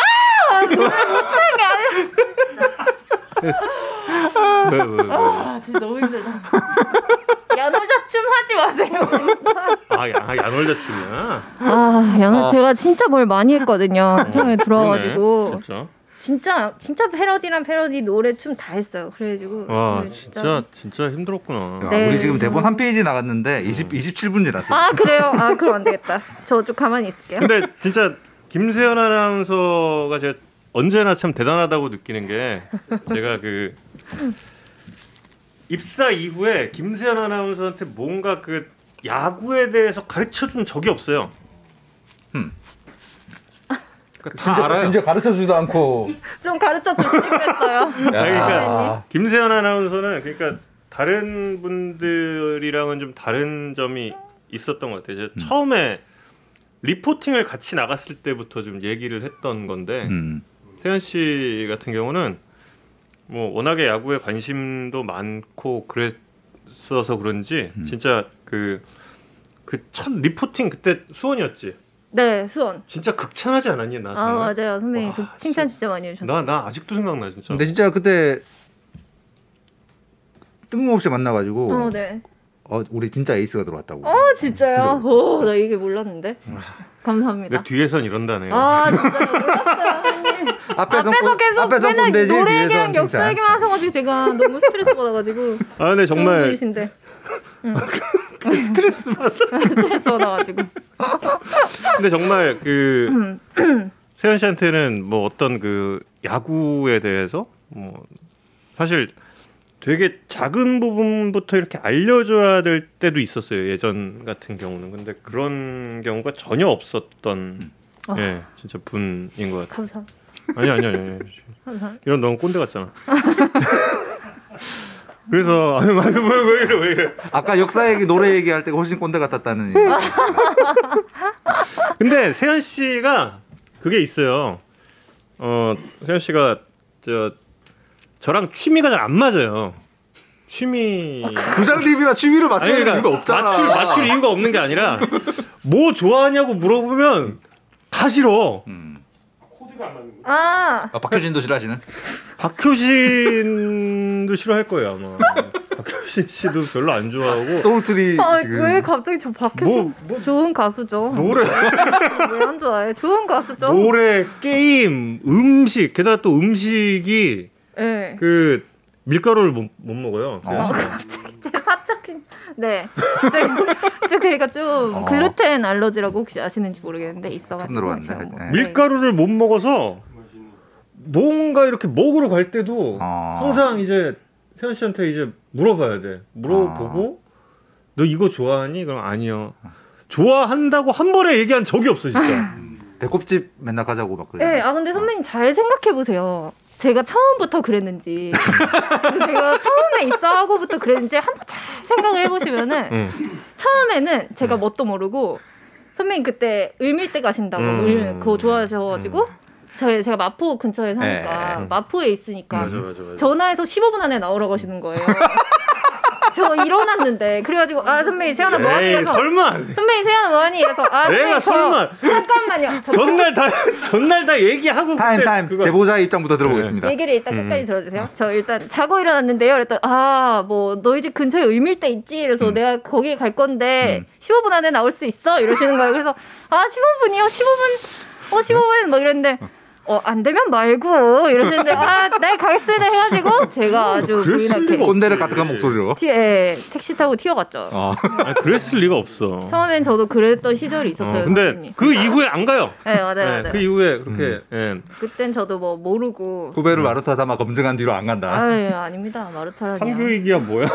Speaker 3: 노래 못하는 게 아니라.
Speaker 1: 왜, 왜, 왜.
Speaker 3: 아 진짜 너무 힘들다. 야놀자 춤 하지 마세요 진짜.
Speaker 1: 아, 야, 아, 양월자 춤이야.
Speaker 3: 아 양,
Speaker 2: 아.
Speaker 3: 제가 진짜 뭘 많이 했거든요. 처음에
Speaker 1: 어, 그러네,
Speaker 3: 들어와가지고
Speaker 1: 진짜.
Speaker 3: 진짜 진짜 패러디랑 패러디 노래 춤 다 했어요. 그래가지고
Speaker 1: 와,
Speaker 3: 네,
Speaker 1: 진짜 진짜 힘들었구나.
Speaker 2: 야,
Speaker 3: 네.
Speaker 2: 아, 우리 지금 대본 한 페이지 나갔는데 20 27분 지났어.
Speaker 3: 아 그래요? 아 그럼 안 되겠다. 저 좀 가만히 있을게요.
Speaker 1: 근데 진짜 김세현 아나운서가 제가 언제나 참 대단하다고 느끼는 게 제가 그 입사 이후에 김세현 아나운서한테 뭔가 그 야구에 대해서 가르쳐 준 적이 없어요.
Speaker 2: 음.
Speaker 1: 그러니까 다 알아요.
Speaker 2: 가르쳐 주지도 않고.
Speaker 3: 좀 가르쳐 주시면 했어요.
Speaker 1: 그러니까 김세현 아나운서는 그러니까 다른 분들이랑은 좀 다른 점이 있었던 것 같아요. 제가 처음에 리포팅을 같이 나갔을 때부터 좀 얘기를 했던 건데
Speaker 2: 음.
Speaker 1: 태현 씨 같은 경우는 뭐 워낙에 야구에 관심도 많고 그랬어서 그런지 진짜 그 그 첫 리포팅 그때 수원이었지.
Speaker 3: 네 수원.
Speaker 1: 진짜 극찬하지 않았니 나
Speaker 3: 아
Speaker 1: 정말?
Speaker 3: 맞아요 선배님
Speaker 1: 와,
Speaker 3: 그 칭찬 진짜 많이 해주셨어요.
Speaker 1: 나나 아직도 생각나 진짜.
Speaker 2: 근데 진짜 그때 뜬금없이 만나가지고
Speaker 3: 어
Speaker 2: 어,
Speaker 3: 네.
Speaker 2: 우리 진짜 에이스가 들어왔다고.
Speaker 3: 어
Speaker 2: 진짜
Speaker 3: 진짜요? 오 나 이게 몰랐는데.
Speaker 1: 음.
Speaker 3: 감사합니다.
Speaker 1: 내 뒤에선 이런다네요.
Speaker 3: 아 진짜 몰랐어요 선생님.
Speaker 2: 앞에서
Speaker 3: 앞에서
Speaker 2: 꼰-
Speaker 3: 계속
Speaker 2: 앞에서
Speaker 3: 맨날
Speaker 2: 꼰대지,
Speaker 3: 노래
Speaker 2: 뒤에선
Speaker 3: 얘기랑 역사
Speaker 2: 칭찬.
Speaker 3: 얘기만 하셔가지고 제가 너무 스트레스 받아가지고
Speaker 1: 아 근데
Speaker 3: 좋은
Speaker 1: 정말
Speaker 3: 분이신데
Speaker 1: 스트레스 받아.
Speaker 3: 스트레스 받아가지고
Speaker 1: 근데 정말 그
Speaker 3: 음.
Speaker 1: 세현 씨한테는 뭐 어떤 그 야구에 대해서 뭐 사실 되게 작은 부분부터 이렇게 알려줘야 될 때도 있었어요 예전 같은 경우는 근데 그런 경우가 전혀 없었던
Speaker 3: 아.
Speaker 1: 예 진짜 분인 것 같아
Speaker 3: 감사
Speaker 1: 아니 아니 아니, 아니.
Speaker 3: 감사
Speaker 1: 이런 너무 꼰대 같잖아 그래서 아니 아니 왜왜 이래 왜 이래
Speaker 2: 아까 역사 얘기 노래 얘기할 때가 훨씬 꼰대 같았다는. 얘기.
Speaker 1: 근데 세현 씨가 그게 있어요. 어 세현 씨가 저 저랑 취미가 잘 안 맞아요. 취미 그러니까
Speaker 2: 부장 리뷰나 취미를 아, 그 맞추는 이유가 없잖아.
Speaker 1: 맞출 맞출 이유가 없는 게 아니라 뭐 좋아하냐고 물어보면 다 싫어.
Speaker 2: 음.
Speaker 3: 아
Speaker 2: 아, 박효진도 싫어하시는?
Speaker 1: 박효신도 싫어할 거예요 아마. 박효신 씨도 별로 안 좋아하고
Speaker 2: 소울트리
Speaker 3: 아,
Speaker 2: 지금.
Speaker 3: 왜 갑자기 저 박효신
Speaker 1: 뭐-
Speaker 3: 좋은 가수죠.
Speaker 1: 노래
Speaker 3: 왜 안 좋아해? 좋은 가수죠.
Speaker 1: 노래 게임 음식 게다가 또 음식이
Speaker 3: 네.
Speaker 1: 그 밀가루를 못, 못 먹어요.
Speaker 2: 어.
Speaker 1: 세현 씨가.
Speaker 3: 제 사적인 네. 저, 저 그러니까 좀
Speaker 2: 어.
Speaker 3: 글루텐 알러지라고 혹시 아시는지 모르겠는데 있어가지고
Speaker 2: 처음 들어봤네.
Speaker 3: 제가 뭐-
Speaker 2: 네.
Speaker 1: 밀가루를 못 먹어서 뭔가 이렇게 먹으러 갈 때도
Speaker 2: 아.
Speaker 1: 항상 이제 세현 씨한테 이제 물어봐야 돼. 물어보고
Speaker 3: 아.
Speaker 1: 너 이거 좋아하니? 그럼 아니요. 좋아한다고 한 번에 얘기한 적이 없어 진짜.
Speaker 2: 배꼽집 맨날 가자고 막 그래.
Speaker 3: 네. 아
Speaker 1: 어.
Speaker 3: 근데 선배님 잘 생각해 보세요. 제가 처음부터 그랬는지 제가 처음에 입사하고부터 그랬는지 한번 잘 생각을 해보시면은
Speaker 1: 응.
Speaker 3: 처음에는 제가 뭣도 모르고 선배님 그때 을밀대 가신다고
Speaker 1: 음.
Speaker 3: 을 그거 좋아하셔가지고 저희 제가 마포 근처에 사니까
Speaker 1: 예.
Speaker 3: 마포에 있으니까
Speaker 1: 맞아 맞아 맞아.
Speaker 3: 전화해서 15분 안에 나오라고 하시는 거예요. 저 일어났는데 그래가지고 아 선배님 세연아 뭐하니?
Speaker 1: 에이
Speaker 3: 이래서
Speaker 1: 설마
Speaker 3: 선배님 세연아 뭐하니? 이래서 아 선배님
Speaker 1: 내가
Speaker 3: 저
Speaker 1: 설마
Speaker 3: 잠깐만요. 저
Speaker 1: 전날 다 전날 다 얘기하고
Speaker 2: 타임
Speaker 1: 그때
Speaker 2: 타임
Speaker 1: 네, 그거-
Speaker 2: 제보자의 입장부터 들어보겠습니다.
Speaker 3: 얘기를 일단 끝까지
Speaker 1: 음.
Speaker 3: 들어주세요. 저 일단 자고 일어났는데요. 그랬더니 아뭐 너희 집 근처에 을밀대 있지? 그래서
Speaker 2: 음.
Speaker 3: 내가 거기 갈 건데
Speaker 2: 음.
Speaker 3: 15분 안에 나올 수 있어? 이러시는 거예요. 그래서 아 15분이요? 15분? 어 15분? 막 이랬는데 어 안 되면 말고 이러시는데 아네 가겠습니다 해가지고 제가 아주
Speaker 1: 그랬을
Speaker 3: 부인한테
Speaker 1: 리가
Speaker 2: 꼰대를
Speaker 1: 없지.
Speaker 2: 가득한 목소리로.
Speaker 3: 티- 예, 택시 타고 튀어갔죠.
Speaker 2: 어.
Speaker 1: 아니, 그랬을 리가 없어.
Speaker 3: 처음엔 저도 그랬던 시절이 있었어요.
Speaker 1: 어, 근데
Speaker 3: 선생님.
Speaker 1: 그 이후에 안 가요.
Speaker 3: 네 맞아요
Speaker 1: 네,
Speaker 3: 맞아요.
Speaker 1: 그 이후에 그렇게 예.
Speaker 3: 그... 땐 저도 뭐 모르고
Speaker 1: 음.
Speaker 2: 후배를 마루타 삼아 검증한 뒤로 안 간다.
Speaker 3: 아유 아닙니다 마르타라니요.
Speaker 1: 한교익이야 뭐야?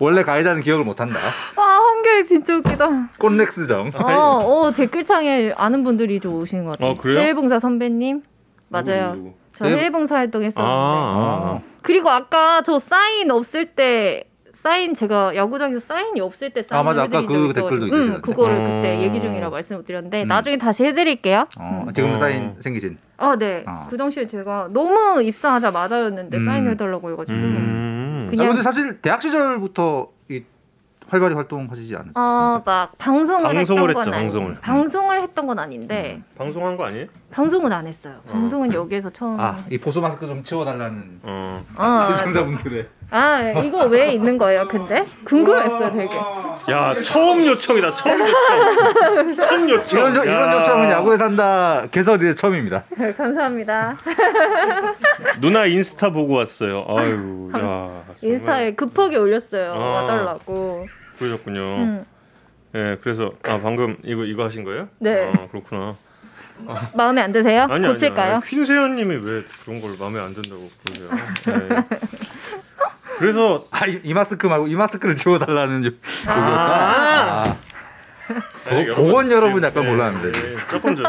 Speaker 2: 원래 가해자는 기억을 못 한다.
Speaker 3: 아 한교육 진짜 웃기다.
Speaker 2: 꼰렉스정.
Speaker 3: 어, 어 댓글창에 아는 분들이 좀 오시는 것 같아요.
Speaker 1: 어, 그래요?
Speaker 3: 해외봉사 선배님 맞아요.
Speaker 1: 누구, 누구?
Speaker 3: 저
Speaker 2: 해외-
Speaker 3: 해외봉사 활동
Speaker 1: 아, 아,
Speaker 3: 했었는데
Speaker 1: 아.
Speaker 2: 어.
Speaker 3: 그리고 아까 저 사인 없을 때 사인 제가 야구장에서 사인이 없을 때 사인
Speaker 2: 아, 맞아. 아까 그 댓글도 있었어요.
Speaker 3: 응, 그거를
Speaker 1: 음.
Speaker 3: 그때 얘기 중이라 말씀을 드렸는데
Speaker 2: 음.
Speaker 3: 나중에 다시 해드릴게요.
Speaker 2: 어,
Speaker 3: 음.
Speaker 2: 지금
Speaker 1: 어.
Speaker 2: 사인 생기진.
Speaker 3: 아, 네.
Speaker 2: 아.
Speaker 3: 그 당시에 제가 너무 입사하자마자였는데
Speaker 2: 음.
Speaker 3: 사인해달라고 해가지고.
Speaker 1: 음.
Speaker 2: 아
Speaker 3: 그냥-
Speaker 2: 근데 사실 대학 시절부터 이 활발히 활동하시지 않았어요?
Speaker 3: 어, 막 방송을,
Speaker 1: 방송을
Speaker 3: 했던
Speaker 1: 했죠,
Speaker 3: 건 아니-
Speaker 1: 방송을. 음.
Speaker 3: 방송을 했던 건 아닌데
Speaker 1: 방송한 거 아니에요?
Speaker 3: 방송은 안 했어요. 방송은 여기에서 처음.
Speaker 2: 아, 이 보수 마스크 좀 치워달라는
Speaker 1: 어.
Speaker 3: 아,
Speaker 2: 시청자분들의
Speaker 3: 아, 이거 왜 있는 거예요? 근데 궁금했어요, 되게.
Speaker 1: 야 처음 요청이다 처음 요청 처음 요청
Speaker 2: 이런 저, 이런
Speaker 1: 야.
Speaker 2: 요청은 야구에 산다 개설이 처음입니다.
Speaker 3: 감사합니다.
Speaker 1: 누나 인스타 보고 왔어요 아유 야 정말
Speaker 3: 인스타에 급하게 올렸어요.
Speaker 1: 아. 어.
Speaker 3: 와달라고.
Speaker 1: 그러셨군요
Speaker 3: 음.
Speaker 1: 예 그래서 아 방금 이거 이거 하신 거예요
Speaker 3: 네.
Speaker 1: 아, 그렇구나
Speaker 3: 마음에 안 드세요?
Speaker 1: 아니 아니,
Speaker 3: 고칠까요?
Speaker 1: 아니 퀸세연님이 왜 그런 걸 마음에 안 든다고 그러세요 예. 그래서
Speaker 2: 아, 이, 이 마스크 말고 이 마스크를 치워달라는 요-
Speaker 3: 아.
Speaker 2: 요구였다. 아,
Speaker 1: 아니,
Speaker 2: 고- 그건 여러분 약간 곤란합니다.
Speaker 1: 예, 조금 음.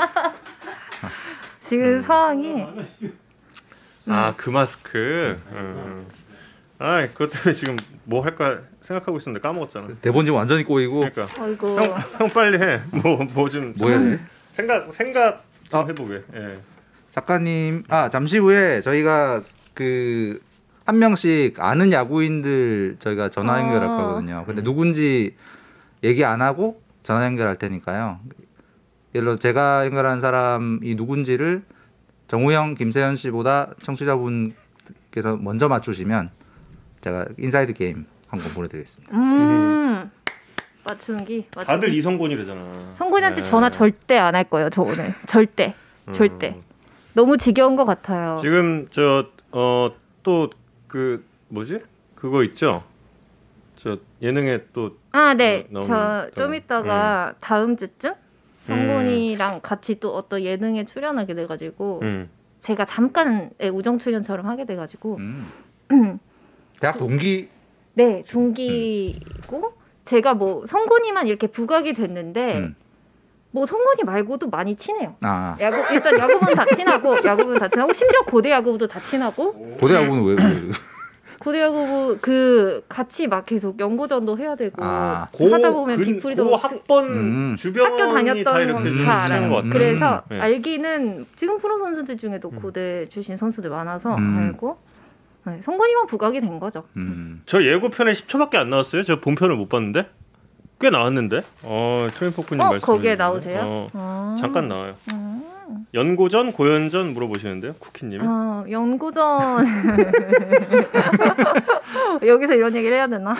Speaker 3: 지금 상황이
Speaker 1: 좀아그 마스크 음. 아 그것 때문에 지금 뭐 할까 생각하고 있었는데 까먹었잖아
Speaker 2: 대본 지금 완전히 꼬이고
Speaker 1: 그러니까
Speaker 3: 아이고.
Speaker 1: 형, 형 빨리 해. 뭐 뭐 좀
Speaker 2: 뭐 해야 되지?
Speaker 1: 생각 생각 좀
Speaker 2: 아.
Speaker 1: 해보게. 예.
Speaker 2: 작가님, 아 잠시 후에 저희가 그 한 명씩 아는 야구인들 저희가 전화 연결할
Speaker 3: 아.
Speaker 2: 거거든요. 근데 누군지 얘기 안 하고 전화 연결할 테니까요. 예를 들어 제가 연결한 사람이 누군지를 정우영, 김세현 씨보다 청취자분께서 먼저 맞추시면 제가 인사이드 게임 한 번 보내드리겠습니다.
Speaker 3: 음. 맞추기. 맞추기.
Speaker 1: 다들 이성곤이 되잖아.
Speaker 3: 아, 성군이한테
Speaker 1: 예.
Speaker 3: 전화 절대 안 할 거예요. 저 오늘 절대
Speaker 1: 음.
Speaker 3: 절대 너무 지겨운 것 같아요.
Speaker 1: 지금 어, 저어또 그 뭐지 그거 있죠. 저 예능에 또
Speaker 3: 아
Speaker 1: 어,
Speaker 3: 네,
Speaker 1: 너무-
Speaker 3: 저 좀
Speaker 1: 너무-
Speaker 3: 이따가 다음 주쯤 성곤이랑 같이 또 어떤 예능에 출연하게 돼가지고
Speaker 1: 음.
Speaker 3: 제가 잠깐의 우정 출연처럼 하게 돼가지고
Speaker 2: 음. 대학 동기 음.
Speaker 3: 네 동기고 제가 뭐 성곤이만 이렇게 부각이 됐는데
Speaker 2: 음.
Speaker 3: 뭐 성곤이 말고도 많이 친해요.
Speaker 2: 아
Speaker 3: 야구 일단 야구부는 다 친하고 야구부는 다 친하고 심지어 고대 야구부도 다 친하고
Speaker 2: 고대 야구는 왜, 왜
Speaker 3: 고대 야구부 그 같이 막 계속 연고전도 해야 되고
Speaker 2: 아,
Speaker 3: 하다 보면
Speaker 1: 근-
Speaker 3: 뒷풀이도 그
Speaker 1: 고 학번
Speaker 2: 음.
Speaker 1: 주변이
Speaker 3: 학교 다녔던
Speaker 1: 다 이렇게
Speaker 3: 건
Speaker 1: 좀
Speaker 2: 다
Speaker 1: 친한
Speaker 2: 알아요.
Speaker 1: 것 같아.
Speaker 2: 음.
Speaker 3: 그래서
Speaker 1: 네.
Speaker 3: 알기는 지금 프로 선수들 중에도
Speaker 1: 음.
Speaker 3: 고대 출신 선수들 많아서
Speaker 2: 음.
Speaker 3: 알고 네, 성권이만 부각이 된 거죠.
Speaker 2: 음.
Speaker 1: 저 예고편에 10초밖에 안 나왔어요. 저 본편을 못 봤는데 꽤 나왔는데. 어 트윈포크님
Speaker 3: 어
Speaker 1: 말씀.
Speaker 3: 거기에 나오세요?
Speaker 1: 어,
Speaker 3: 아.
Speaker 1: 잠깐 나와요.
Speaker 3: 음.
Speaker 1: 연고전 고연전 물어보시는데요, 쿠키님이.
Speaker 3: 아, 연고전 여기서 이런 얘기를 해야 되나?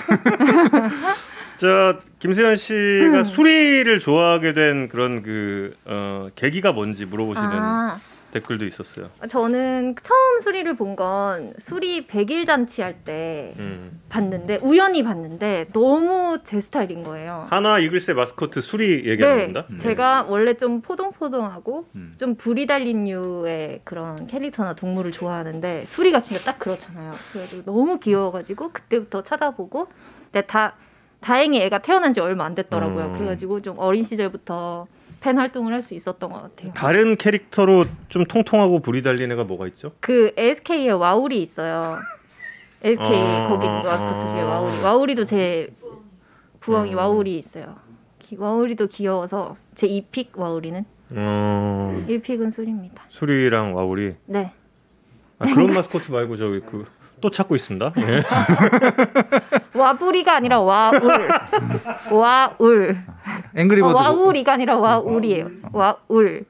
Speaker 1: 자 김세현
Speaker 3: 음.
Speaker 1: 씨가 수리를 좋아하게 된 그런 그 어, 계기가 뭔지 물어보시는
Speaker 3: 아,
Speaker 1: 댓글도 있었어요.
Speaker 3: 저는 처음 수리를 본 건 수리 100일 잔치 할 때
Speaker 1: 음.
Speaker 3: 봤는데 우연히 봤는데 너무 제 스타일인 거예요.
Speaker 1: 하나 이글스의 마스코트 수리
Speaker 3: 네,
Speaker 1: 얘기합니다.
Speaker 3: 제가 원래 좀 포동포동하고
Speaker 2: 음.
Speaker 3: 좀 불이 달린 류의 그런 캐릭터나 동물을 좋아하는데 수리가 진짜 딱 그렇잖아요. 그래가지고 너무 귀여워가지고 그때부터 찾아보고 근데 다 다행히 애가 태어난 지 얼마 안 됐더라고요.
Speaker 1: 음.
Speaker 3: 그래가지고 좀 어린 시절부터 팬 활동을 할 수 있었던 것 같아요.
Speaker 1: 다른 캐릭터로 좀 통통하고 불이 달린 애가 뭐가 있죠?
Speaker 3: 그 SK의 와우리 있어요. SK
Speaker 1: 아,
Speaker 3: 거기
Speaker 1: 아,
Speaker 3: 마스코트 중에
Speaker 1: 아.
Speaker 3: 와우리. 와우리도 제 부엉이
Speaker 1: 음.
Speaker 3: 와우리 있어요. 기- 와우리도 귀여워서 제 2픽 와우리는
Speaker 1: 어,
Speaker 3: 1픽은 수리입니다.
Speaker 1: 수리랑 와우리.
Speaker 3: 네.
Speaker 1: 아, 그런 마스코트 말고 저기 그 또 찾고 있습니다. 예.
Speaker 3: 와부리가 아니라 와울. 와울.
Speaker 2: 앵그리버드
Speaker 3: 어, 와울이가 아니라 와울이에요. 와울.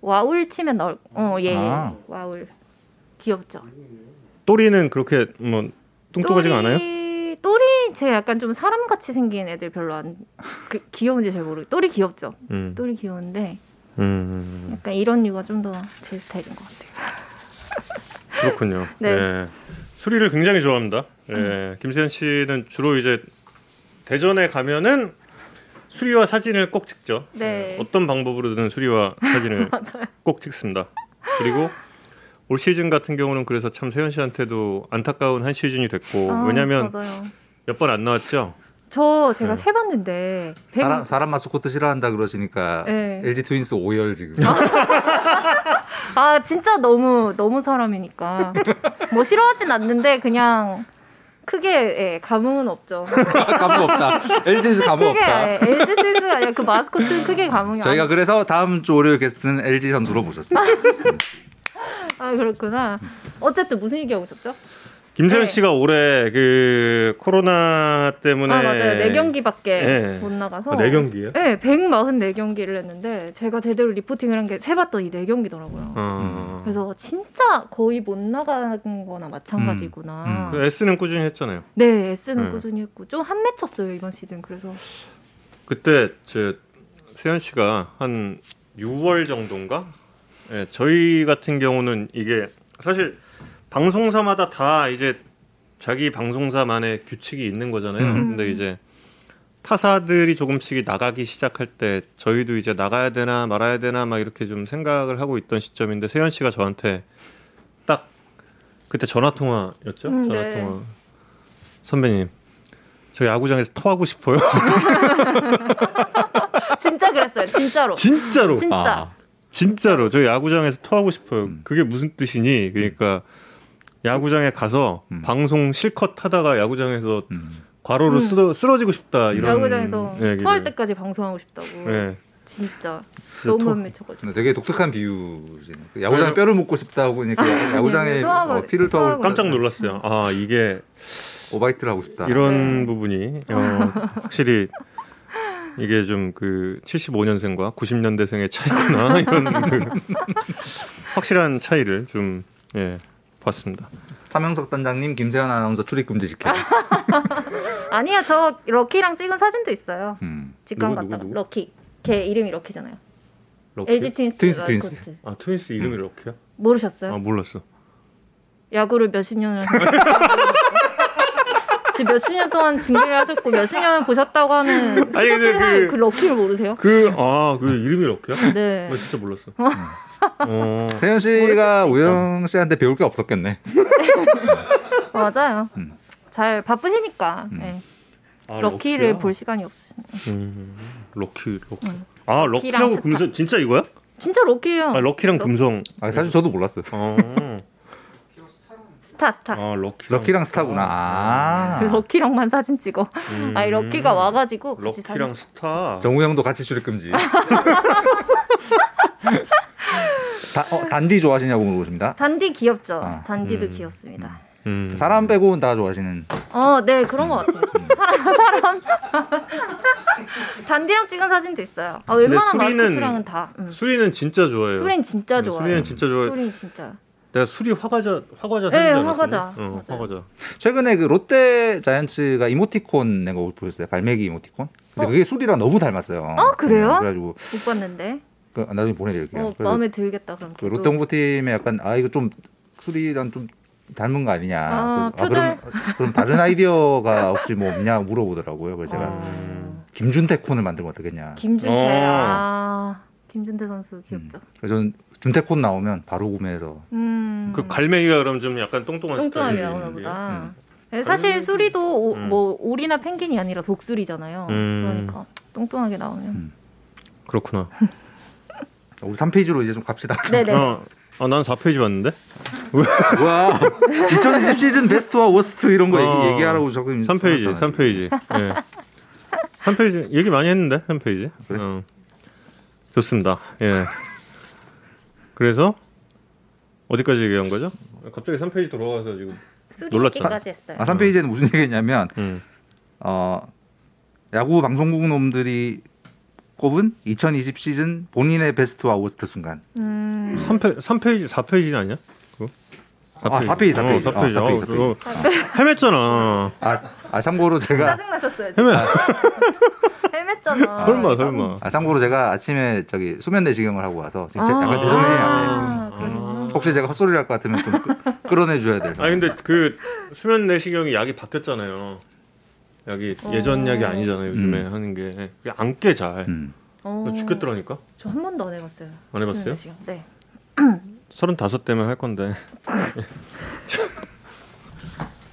Speaker 3: 와울 치면 나올. 어, 예. 예.
Speaker 2: 아.
Speaker 3: 와울. 귀엽죠.
Speaker 1: 또리는 그렇게 뭐 뚱뚱하지가 않아요?
Speaker 3: 또리 또리 제 약간 좀 사람 같이 생긴 애들 별로 안 그, 귀여운지 잘 모르. 또리 귀엽죠.
Speaker 1: 음.
Speaker 3: 또리 귀여운데
Speaker 1: 음,
Speaker 3: 약간 이런 류가 좀 더 제 스타일인 것 같아요.
Speaker 1: 그렇군요.
Speaker 3: 네. 음.
Speaker 1: 예. 수리를 굉장히 좋아합니다. 예. 김세현 씨는 주로 이제 대전에 가면은 수리와 사진을 꼭 찍죠.
Speaker 3: 네.
Speaker 1: 어떤 방법으로든 수리와 사진을
Speaker 3: 맞아요.
Speaker 1: 꼭 찍습니다. 그리고 올 시즌 같은 경우는 그래서 참 세현 씨한테도 안타까운 한 시즌이 됐고
Speaker 3: 아,
Speaker 1: 어, 왜냐하면
Speaker 3: 맞아요.
Speaker 1: 몇 번 안 나왔죠.
Speaker 3: 저 제가
Speaker 1: 네.
Speaker 3: 세봤는데 백-
Speaker 2: 사람 사람 마스코트 싫어한다 그러시니까
Speaker 3: 네.
Speaker 2: LG 트윈스 5열 지금.
Speaker 3: 아 진짜 너무 너무 사람이니까 뭐 싫어하진 않는데 그냥 크게 예, 감흥은 없죠.
Speaker 2: 감흥 없다. LG팀스 감흥
Speaker 3: 크게
Speaker 2: 없다.
Speaker 3: 예, LG 선수가 아니라 그 마스코트는 크게 감흥이
Speaker 2: 저희가
Speaker 3: 안-
Speaker 2: 그래서 다음 주 월요일 게스트는 LG 선수로 모셨습니다.
Speaker 3: 아 그렇구나. 어쨌든 무슨 얘기하고 있었죠?
Speaker 1: 김세현
Speaker 3: 네.
Speaker 1: 씨가 올해 그 코로나 때문에
Speaker 3: 아 맞아요. 네 경기밖에
Speaker 1: 예.
Speaker 3: 못 나가서.
Speaker 1: 아, 네 경기요?
Speaker 3: 네, 144경기를 했는데 제가 제대로 리포팅을 한 게 세봤더니 4경기더라고요.
Speaker 1: 어.
Speaker 3: 그래서 진짜 거의 못 나간 거나 마찬가지구나.
Speaker 2: 음,
Speaker 1: 그 S는 꾸준히 했잖아요.
Speaker 3: 네, S는
Speaker 1: 네.
Speaker 3: 꾸준히 했고 좀 한 맺혔어요 이번 시즌. 그래서
Speaker 1: 그때 제 세현 씨가 한 6월 정도인가? 예, 저희 같은 경우는 이게 사실 방송사마다 다 이제 자기 방송사만의 규칙이 있는 거잖아요.
Speaker 2: 음.
Speaker 1: 근데 이제 타사들이 조금씩 나가기 시작할 때 저희도 이제 나가야 되나 말아야 되나 막 이렇게 좀 생각을 하고 있던 시점인데 세현 씨가 저한테 딱 그때 전화 통화였죠.
Speaker 3: 음,
Speaker 1: 전화
Speaker 3: 네.
Speaker 1: 통화 선배님 저 야구장에서 토하고 싶어요.
Speaker 3: 진짜 그랬어요. 진짜로.
Speaker 1: 진짜로
Speaker 3: 진짜.
Speaker 2: 아.
Speaker 1: 진짜로 저 야구장에서 토하고 싶어요.
Speaker 2: 음.
Speaker 1: 그게 무슨 뜻이니? 그러니까 야구장에 가서
Speaker 2: 음.
Speaker 1: 방송 실컷 하다가 야구장에서
Speaker 2: 음.
Speaker 1: 과로로
Speaker 3: 음.
Speaker 1: 쓰러, 쓰러지고 싶다 이런 예,
Speaker 3: 야구장에서
Speaker 1: 얘기를.
Speaker 3: 토할 때까지 네. 방송하고 싶다고.
Speaker 1: 예.
Speaker 3: 진짜
Speaker 1: 진짜
Speaker 3: 너무
Speaker 1: 토-
Speaker 3: 맺혀가지고.
Speaker 2: 근데 되게 독특한 비유지네요. 그 야구장에
Speaker 1: 그래서-
Speaker 2: 뼈를 묻고 싶다고 하니까 야구장에
Speaker 3: 네, 토하고-
Speaker 2: 어, 피를 토하고
Speaker 3: 토하고
Speaker 1: 깜짝 놀랐어요. 아 이게
Speaker 2: 오바이트를 하고 싶다.
Speaker 1: 이런
Speaker 3: 네.
Speaker 1: 부분이 어, 확실히 이게 좀 그 75년생과 90년대생의 차이구나 이런 그 확실한 차이를 좀 예, 봤습니다.
Speaker 2: 차명석 단장님, 김세현 아나운서 출입 금지 지켜.
Speaker 3: 아니야 저 럭키랑 찍은 사진도 있어요.
Speaker 2: 음.
Speaker 3: 직관
Speaker 1: 누구,
Speaker 3: 갔다가
Speaker 1: 누구, 누구?
Speaker 3: 럭키. 걔 이름이 럭키잖아요.
Speaker 1: 럭키?
Speaker 3: LG 네. 트윈스.
Speaker 2: 트윈스,
Speaker 3: 마스코트.
Speaker 2: 트윈스.
Speaker 1: 아 트윈스 이름이 럭키야?
Speaker 3: 모르셨어요?
Speaker 1: 아 몰랐어.
Speaker 3: 야구를 몇십 년을 지금 몇십 년 동안 준비를 하셨고 몇십 년 보셨다고 하는
Speaker 1: 아니, 근데
Speaker 3: 스포츠를
Speaker 1: 그-
Speaker 3: 그 럭키를 모르세요?
Speaker 1: 그 아 그 이름이 럭키야?
Speaker 3: 네.
Speaker 1: 나 진짜 몰랐어. 어.
Speaker 2: 세현 씨가 우영 씨한테 배울 게 없었겠네.
Speaker 3: 맞아요.
Speaker 2: 음.
Speaker 3: 잘 바쁘시니까
Speaker 2: 음.
Speaker 3: 네.
Speaker 1: 아,
Speaker 3: 럭키를
Speaker 1: 럭키야?
Speaker 3: 볼 시간이 없으시네요.
Speaker 1: 음, 럭키 럭키.
Speaker 3: 응.
Speaker 1: 아
Speaker 3: 럭키랑
Speaker 1: 럭키하고
Speaker 3: 스타.
Speaker 1: 금성 진짜 이거야?
Speaker 3: 진짜 럭키예요.
Speaker 1: 아 럭키랑
Speaker 3: 럭-
Speaker 1: 금성.
Speaker 2: 아, 사실 저도 몰랐어요.
Speaker 1: 어.
Speaker 3: 스타 스타.
Speaker 1: 아 럭키.
Speaker 2: 럭키랑 스타구나. 아.
Speaker 3: 럭키랑만 사진 찍어.
Speaker 1: 음.
Speaker 3: 아니 럭키가 와가지고 같이
Speaker 1: 럭키랑
Speaker 3: 사진.
Speaker 1: 스타.
Speaker 2: 정우영도 같이 출입 금지. 다, 어, 단디 좋아하시냐고 물어보십니다.
Speaker 3: 단디 귀엽죠.
Speaker 2: 아,
Speaker 3: 단디도
Speaker 1: 음.
Speaker 3: 귀엽습니다.
Speaker 1: 음.
Speaker 2: 사람 빼고는 다 좋아하시는.
Speaker 3: 어, 네 그런 것 같아요.
Speaker 2: 음.
Speaker 3: 사람 사람 단디랑 찍은 사진도 있어요. 아, 웬만한
Speaker 1: 수리는-
Speaker 3: 마스코트랑은 다. 음.
Speaker 1: 수리는 진짜 좋아해요.
Speaker 3: 수린 진짜
Speaker 1: 네,
Speaker 3: 좋아요.
Speaker 1: 수리는 진짜 좋아해.
Speaker 3: 소린 진짜.
Speaker 1: 내가 수리 화과자 화과자
Speaker 3: 네,
Speaker 1: 사는 줄
Speaker 3: 화과자.
Speaker 1: 알았어. 어,
Speaker 3: 맞아요.
Speaker 1: 화과자.
Speaker 2: 최근에 그 롯데 자이언츠가 이모티콘 낸거 보셨어요? 갈매기 이모티콘? 근데
Speaker 3: 어.
Speaker 2: 그게 술이랑 너무 닮았어요.
Speaker 3: 어, 그래요?
Speaker 2: 네, 그래가지고
Speaker 3: 못 봤는데.
Speaker 2: 그, 나중에
Speaker 1: 네,
Speaker 2: 보내드릴게요.
Speaker 3: 어,
Speaker 2: 그래서
Speaker 3: 마음에 들겠다 그럼.
Speaker 2: 그
Speaker 3: 저도.
Speaker 2: 롯데 홍보팀에 약간 아 이거 좀 술이랑 좀 닮은 거 아니냐.
Speaker 3: 아,
Speaker 2: 그래서 그럼 그럼 다른 아이디어가 혹시 뭐 없냐 물어보더라고요. 그래서 제가
Speaker 3: 어.
Speaker 2: 김준태 콘을 만들면 어떻겠냐.
Speaker 3: 김준태.
Speaker 1: 어.
Speaker 3: 아. 김준태 선수 귀엽죠.
Speaker 2: 그래서 저는 준태 콘 나오면 바로 구매해서
Speaker 3: 음.
Speaker 1: 그 갈매기가 그럼 좀 약간 똥똥한
Speaker 3: 뚱뚱하게
Speaker 1: 스타일이 예.
Speaker 3: 나오나
Speaker 1: 있는데.
Speaker 3: 보다.
Speaker 2: 음.
Speaker 3: 네, 사실
Speaker 1: 아니면-
Speaker 3: 수리도 오,
Speaker 1: 음.
Speaker 3: 뭐 오리나 펭귄이 아니라 독수리잖아요.
Speaker 1: 음.
Speaker 3: 그러니까 뚱뚱하게 나오면.
Speaker 1: 그렇구나.
Speaker 2: 우리 3페이지로 이제 좀 갑시다.
Speaker 3: 네네.
Speaker 1: 어, 아, 난 4페이지 봤는데.
Speaker 2: 와, 2020 시즌 베스트와 워스트 이런 거
Speaker 1: 어.
Speaker 2: 얘기, 얘기하라고 적금
Speaker 1: 3페이지, 3페이지. 예. 3페이지 얘기 많이 했는데 3페이지.
Speaker 2: 아, 그래?
Speaker 1: 어. 좋습니다. 예. 그래서 어디까지 얘기한 거죠? 갑자기 3페이지 돌아가서 지금.
Speaker 3: 수리
Speaker 1: 놀랐죠.
Speaker 3: 얘기까지 했어요.
Speaker 2: 아, 3페이지에는 무슨 얘기냐면
Speaker 1: 음.
Speaker 2: 어, 야구 방송국 놈들이 꼽은 2020 시즌 본인의 베스트와 워스트 순간.
Speaker 3: 음.
Speaker 1: 3페 3페이지, 4페이지 아니야? 그거?
Speaker 2: 아, 4페이지, 4페이지.
Speaker 1: 어, 4페이지.
Speaker 2: 아, 4페이지,
Speaker 1: 아, 그거 헤맸잖아.
Speaker 2: 아, 아 참고로 제가
Speaker 3: 짜증 나셨어요.
Speaker 1: 헤매.
Speaker 3: 헤맸잖아.
Speaker 1: 설마 설마.
Speaker 2: 아, 참고로 제가 아침에 저기 수면 내시경을 하고 와서 지금 제- 약간
Speaker 3: 아.
Speaker 2: 그 제정신이 안 돼요.
Speaker 3: 아, 그러구나.
Speaker 2: 혹시 제가 헛소리를 할 것 같으면 좀 끄- 끌어내줘야 돼요.
Speaker 1: 아 근데 그 수면 내시경이 약이 바뀌었잖아요. 약이 예전
Speaker 3: 어.
Speaker 1: 약이 아니잖아요. 요즘에
Speaker 2: 음.
Speaker 1: 하는 게 그게 안깨 잘.
Speaker 2: 음.
Speaker 1: 나
Speaker 3: 어.
Speaker 1: 죽겠더라니까.
Speaker 3: 저한 번도 안 해봤어요.
Speaker 1: 안 해봤어요?
Speaker 3: 수면 내시경. 네.
Speaker 1: 35 되면 할 건데.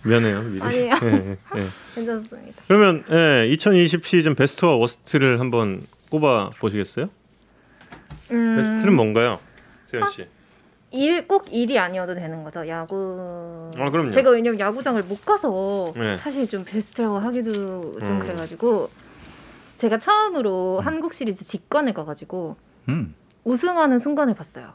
Speaker 1: 미안해요. 미리.
Speaker 3: 아니에요.
Speaker 1: 예, 예, 예.
Speaker 3: 괜찮습니다.
Speaker 1: 그러면 예, 2020 시즌 베스트와 워스트를 한번 꼽아 보시겠어요?
Speaker 3: 음,
Speaker 1: 뭐? 베스트는 뭔가요? 세현 씨.
Speaker 3: 일, 꼭 일이 아니어도 되는 거죠. 야구
Speaker 1: 아, 그럼요.
Speaker 3: 제가 왜냐면 야구장을 못 가서
Speaker 1: 네.
Speaker 3: 사실 좀 베스트라고 하기도 좀
Speaker 1: 음.
Speaker 3: 그래가지고 제가 처음으로 한국 시리즈 직관을 가가지고
Speaker 2: 음.
Speaker 3: 우승하는 순간을 봤어요.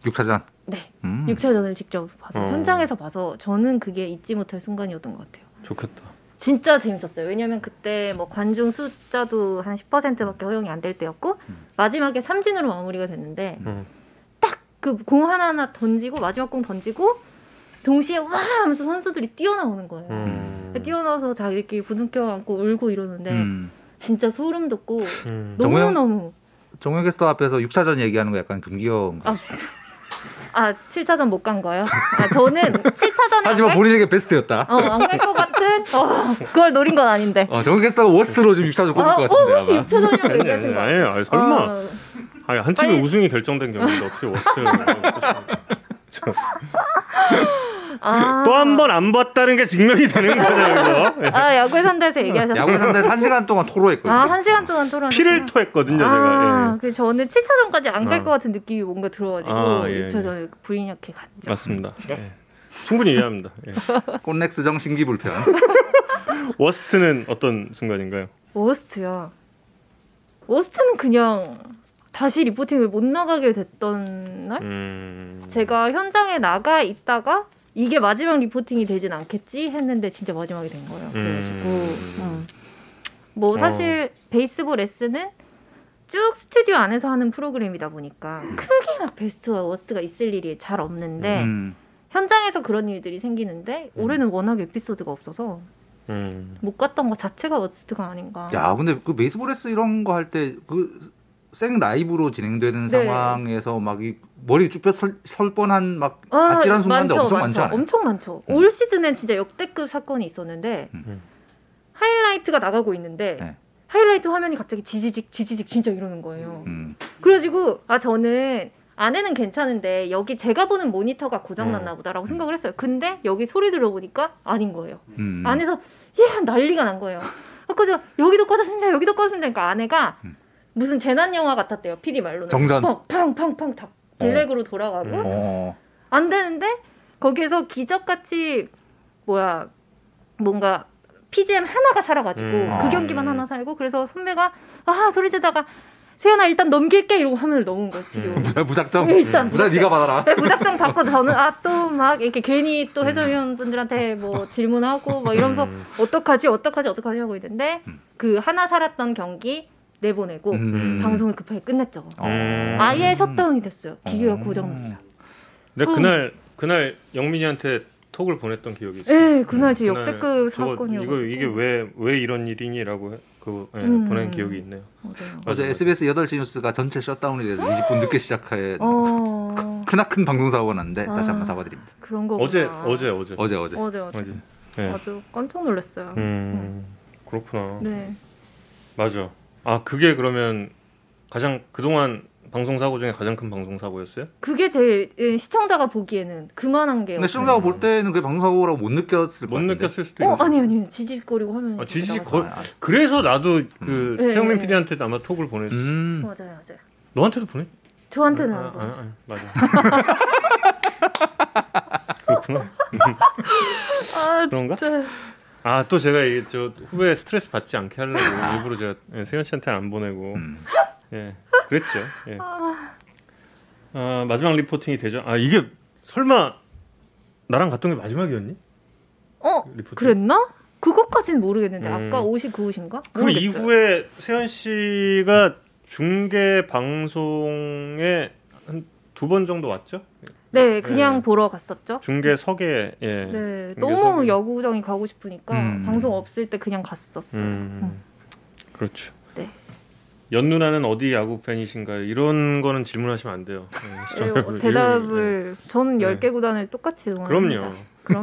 Speaker 2: 6차전.
Speaker 3: 네,
Speaker 2: 음.
Speaker 3: 6차전을 직접 봐서
Speaker 1: 어.
Speaker 3: 현장에서 봐서 저는 그게 잊지 못할 순간이었던 것 같아요.
Speaker 1: 좋겠다.
Speaker 3: 진짜 재밌었어요. 왜냐면 그때 뭐 관중 숫자도 한 10%밖에 허용이 안 될 때였고
Speaker 2: 음.
Speaker 3: 마지막에 삼진으로 마무리가 됐는데
Speaker 1: 음.
Speaker 3: 딱 그 공 하나 하나 던지고 마지막 공 던지고 동시에 와 하면서 선수들이 뛰어나오는 거예요. 아,
Speaker 1: 음.
Speaker 3: 뛰어나와서 자기들끼리 부둥켜 안고 울고 이러는데
Speaker 2: 음.
Speaker 3: 진짜 소름 돋고
Speaker 1: 음.
Speaker 3: 너무
Speaker 2: 정우영?
Speaker 3: 너무
Speaker 2: 정우영 스터 앞에서 6차전 얘기하는 거 약간 금기영.
Speaker 3: 아, 아 7차전 못 간 거예요. 아 저는 7차전에
Speaker 2: 하지만 본인에게 베스트였다.
Speaker 3: 어안갈것 같은 어 그걸 노린 건 아닌데.
Speaker 2: 어, 정우영 스터가 워스트로 지금 6차전 꼽을
Speaker 3: 아,
Speaker 2: 것
Speaker 3: 어, 혹시
Speaker 2: 같은데 아마.
Speaker 3: 6차전이라고
Speaker 1: 아니
Speaker 3: 얘기하신
Speaker 1: 아니
Speaker 3: 거예요?
Speaker 1: 아니, 아니 설마
Speaker 3: 어,
Speaker 1: 아니, 한 팀의
Speaker 3: 빨리-
Speaker 1: 우승이 결정된 경기인데 어떻게 워스트를
Speaker 3: 아.
Speaker 1: 또 한 번 안 봤다는 게 증명이 되는 거죠 예. 이거
Speaker 3: 아 야구의 산대에서 얘기하셨어요.
Speaker 2: 야구 상대 1시간 동안 토로했거든요.
Speaker 3: 아, 한 시간 동안 토론.
Speaker 1: 피를 토했거든요
Speaker 3: 아,
Speaker 1: 제가 예.
Speaker 3: 그 저는 7차전까지 안 갈
Speaker 1: 어.
Speaker 3: 것 같은 느낌이 뭔가 들어가지고
Speaker 1: 아, 예,
Speaker 3: 6차전에 부인역해 갔죠.
Speaker 1: 예. 맞습니다 예. 충분히 이해합니다 예.
Speaker 2: 꼰넥스 정 신기 불편.
Speaker 1: 워스트는 어떤 순간인가요?
Speaker 3: 워스트야. 워스트는 그냥 다시 리포팅을 못 나가게 됐던 날?
Speaker 1: 음...
Speaker 3: 제가 현장에 나가 있다가 이게 마지막 리포팅이 되진 않겠지 했는데 진짜 마지막이 된 거예요. 그래가지고
Speaker 1: 음.
Speaker 3: 음. 뭐 사실 베이스볼 레슨은 쭉 스튜디오 안에서 하는 프로그램이다 보니까 크게 막 베스트와 워스트가 있을 일이 잘 없는데
Speaker 2: 음.
Speaker 3: 현장에서 그런 일들이 생기는데
Speaker 1: 음.
Speaker 3: 올해는 워낙 에피소드가 없어서
Speaker 1: 음.
Speaker 3: 못 갔던 것 자체가 워스트가 아닌가.
Speaker 2: 야, 근데 그 베이스볼에스 이런 거 할 때 그 생 라이브로 진행되는
Speaker 3: 네.
Speaker 2: 상황에서 막 이 머리 쭈뼛 설, 설 뻔한 막
Speaker 3: 아,
Speaker 2: 아찔한 순간들 엄청 많지 않아요?
Speaker 3: 엄청 많죠.
Speaker 2: 음.
Speaker 3: 올 시즌엔 진짜 역대급 사건이 있었는데
Speaker 1: 음.
Speaker 3: 하이라이트가 나가고 있는데
Speaker 2: 네.
Speaker 3: 하이라이트 화면이 갑자기 지지직 지지직 진짜 이러는 거예요.
Speaker 2: 음.
Speaker 3: 그래가지고 아 저는 안에는 괜찮은데 여기 제가 보는 모니터가 고장났나
Speaker 1: 음.
Speaker 3: 보다라고 생각을 했어요. 근데 여기 소리 들어보니까 아닌 거예요.
Speaker 2: 음.
Speaker 3: 안에서 예 난리가 난 거예요. 아, 그래서 여기도 꺼졌습니다. 여기도 꺼졌습니다. 그러니까 아내가
Speaker 2: 음.
Speaker 3: 무슨 재난 영화 같았대요. PD 말로는
Speaker 2: 정전.
Speaker 3: 팡팡팡팡 다 블랙으로 돌아가고
Speaker 1: 음.
Speaker 2: 어.
Speaker 3: 안 되는데 거기에서 기적같이 뭐야 뭔가 PGM 하나가 살아가지고
Speaker 1: 음.
Speaker 3: 그
Speaker 2: 아.
Speaker 3: 경기만 하나 살고 그래서 선배가 아 소리 지다가 세연아 일단 넘길게 이러고 화면을 넘은 거야 스튜디오
Speaker 1: 음.
Speaker 2: 무사 무작정.
Speaker 3: 일단
Speaker 2: 무사 네가 받아라.
Speaker 3: 네, 무작정 받고 저는 아 또 막 이렇게 괜히
Speaker 2: 음.
Speaker 3: 또 해설위원분들한테 뭐 질문하고 막 이러면서
Speaker 1: 음.
Speaker 3: 어떡하지 어떡하지 어떡하지 하고 있는데
Speaker 2: 음.
Speaker 3: 그 하나 살았던 경기 내보내고
Speaker 2: 음.
Speaker 3: 방송을 급하게 끝냈죠
Speaker 2: 어.
Speaker 3: 아예 셧다운이 됐어요 기계가
Speaker 2: 음.
Speaker 3: 고장났어요
Speaker 1: 근데
Speaker 3: 처음-
Speaker 1: 그날 그날 영민이한테 톡을 보냈던 기억이 있어요.
Speaker 3: 네, 그날 제
Speaker 1: 그날
Speaker 3: 역대급
Speaker 1: 저거
Speaker 3: 사건이어서.
Speaker 1: 이거 이게 왜 왜 이런 일이니라고 해- 그 예,
Speaker 3: 음.
Speaker 1: 보낸 기억이 있네요.
Speaker 3: 맞아요.
Speaker 2: 어제 SBS 8시 뉴스가 전체 셧다운이 돼서 20분 늦게 시작해
Speaker 3: 어
Speaker 2: 크나큰 방송 사고가 났는데 다시
Speaker 3: 아.
Speaker 2: 한번 사과드립니다.
Speaker 3: 그런 거구나.
Speaker 1: 어제 어제 어제
Speaker 2: 어제 어제.
Speaker 3: 어제 어제
Speaker 1: 어제. 예.
Speaker 3: 아주 깜짝 놀랐어요.
Speaker 1: 음 그렇구나.
Speaker 3: 네.
Speaker 1: 맞아. 아 그게 그러면 가장 그동안 방송 사고 중에 가장 큰 방송 사고였어요?
Speaker 3: 그게 제 예, 시청자가 보기에는 그만한 게.
Speaker 2: 근데 시청자가 볼 때는 그게 방송 사고라고 못 느꼈을 것
Speaker 1: 네. 못
Speaker 2: 같은데.
Speaker 1: 느꼈을 수도
Speaker 3: 어
Speaker 1: 있고.
Speaker 3: 아니 아니 지지직거리고 하면.
Speaker 1: 네. 아, 지지직
Speaker 3: 나와서.
Speaker 1: 거- 그래서 나도 그
Speaker 3: 음.
Speaker 1: 최영민
Speaker 3: 네,
Speaker 1: PD한테 아마 톡을 보냈어.
Speaker 2: 음.
Speaker 3: 맞아요 맞아요.
Speaker 1: 너한테도 보냈?
Speaker 3: 저한테는
Speaker 1: 아,
Speaker 3: 안
Speaker 1: 아,
Speaker 3: 봐.
Speaker 1: 아, 맞아. 그렇구나.
Speaker 3: 아
Speaker 1: 그런가?
Speaker 3: 진짜.
Speaker 1: 아 또 제가 이 저 후배 스트레스 받지 않게 하려고 일부러 제가 예, 세현 씨한테 안 보내고
Speaker 2: 아. 음.
Speaker 1: 예 그랬죠. 예. 아 마지막 리포팅이 되죠. 아 이게 설마 나랑 갔던 게 마지막이었니?
Speaker 3: 어
Speaker 1: 리포팅.
Speaker 3: 그랬나? 그것까진 모르겠는데
Speaker 1: 음.
Speaker 3: 아까 59호신가?
Speaker 1: 그 이후에 세현 씨가 중계 방송에 한 두 번 정도 왔죠?
Speaker 3: 네 그냥
Speaker 1: 네.
Speaker 3: 보러 갔었죠.
Speaker 1: 중계석에 예. 중계석에.
Speaker 3: 네 너무 여구정이 가고 싶으니까
Speaker 2: 음.
Speaker 3: 방송 없을 때 그냥 갔었어요.
Speaker 1: 음, 그렇죠.
Speaker 3: 네.
Speaker 1: 연누나는 어디 야구 팬이신가요? 이런 거는 질문하시면 안 돼요. 예, 시청자
Speaker 3: 예,
Speaker 1: 여러분. 이런-
Speaker 3: 대답을 저는
Speaker 1: 네.
Speaker 3: 10개 구단을 똑같이 응원합니다.
Speaker 1: 그럼요.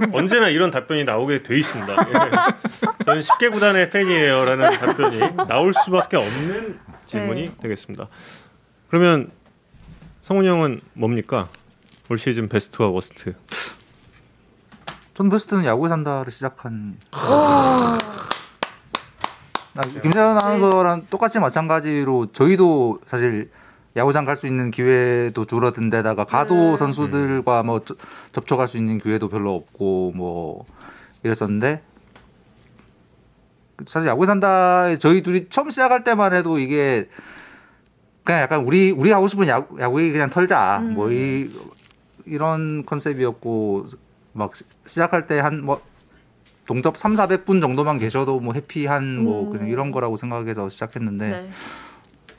Speaker 3: 그럼요.
Speaker 1: 언제나 이런 답변이 나오게 돼 있습니다. 예. 저는 10개 구단의 팬이에요라는 답변이 나올 수밖에 없는 질문이
Speaker 3: 네.
Speaker 1: 되겠습니다. 그러면 성훈이 형은 뭡니까? 올 시즌 베스트와 워스트.
Speaker 2: 전 베스트는 야구에 산다를 시작한
Speaker 3: 와. 네.
Speaker 2: 아, 김세현 아나운서랑 똑같이 마찬가지로 저희도 사실 야구장 갈 수 있는 기회도 줄어든 데다가 가도
Speaker 3: 음.
Speaker 2: 선수들과 뭐 저- 접촉할 수 있는 기회도 별로 없고 뭐 이랬었는데 사실 야구 산다 저희 둘이 처음 시작할 때만 해도 이게 그냥 약간 우리 우리 하고 싶은 야구 야구 얘기 그냥 털자
Speaker 3: 음.
Speaker 2: 뭐 이 이런 컨셉이었고 막 시- 시작할 때 한 뭐 동접 3, 400분 정도만 계셔도 뭐 해피한 뭐
Speaker 3: 오.
Speaker 2: 그냥 이런 거라고 생각해서 시작했는데
Speaker 3: 음. 네.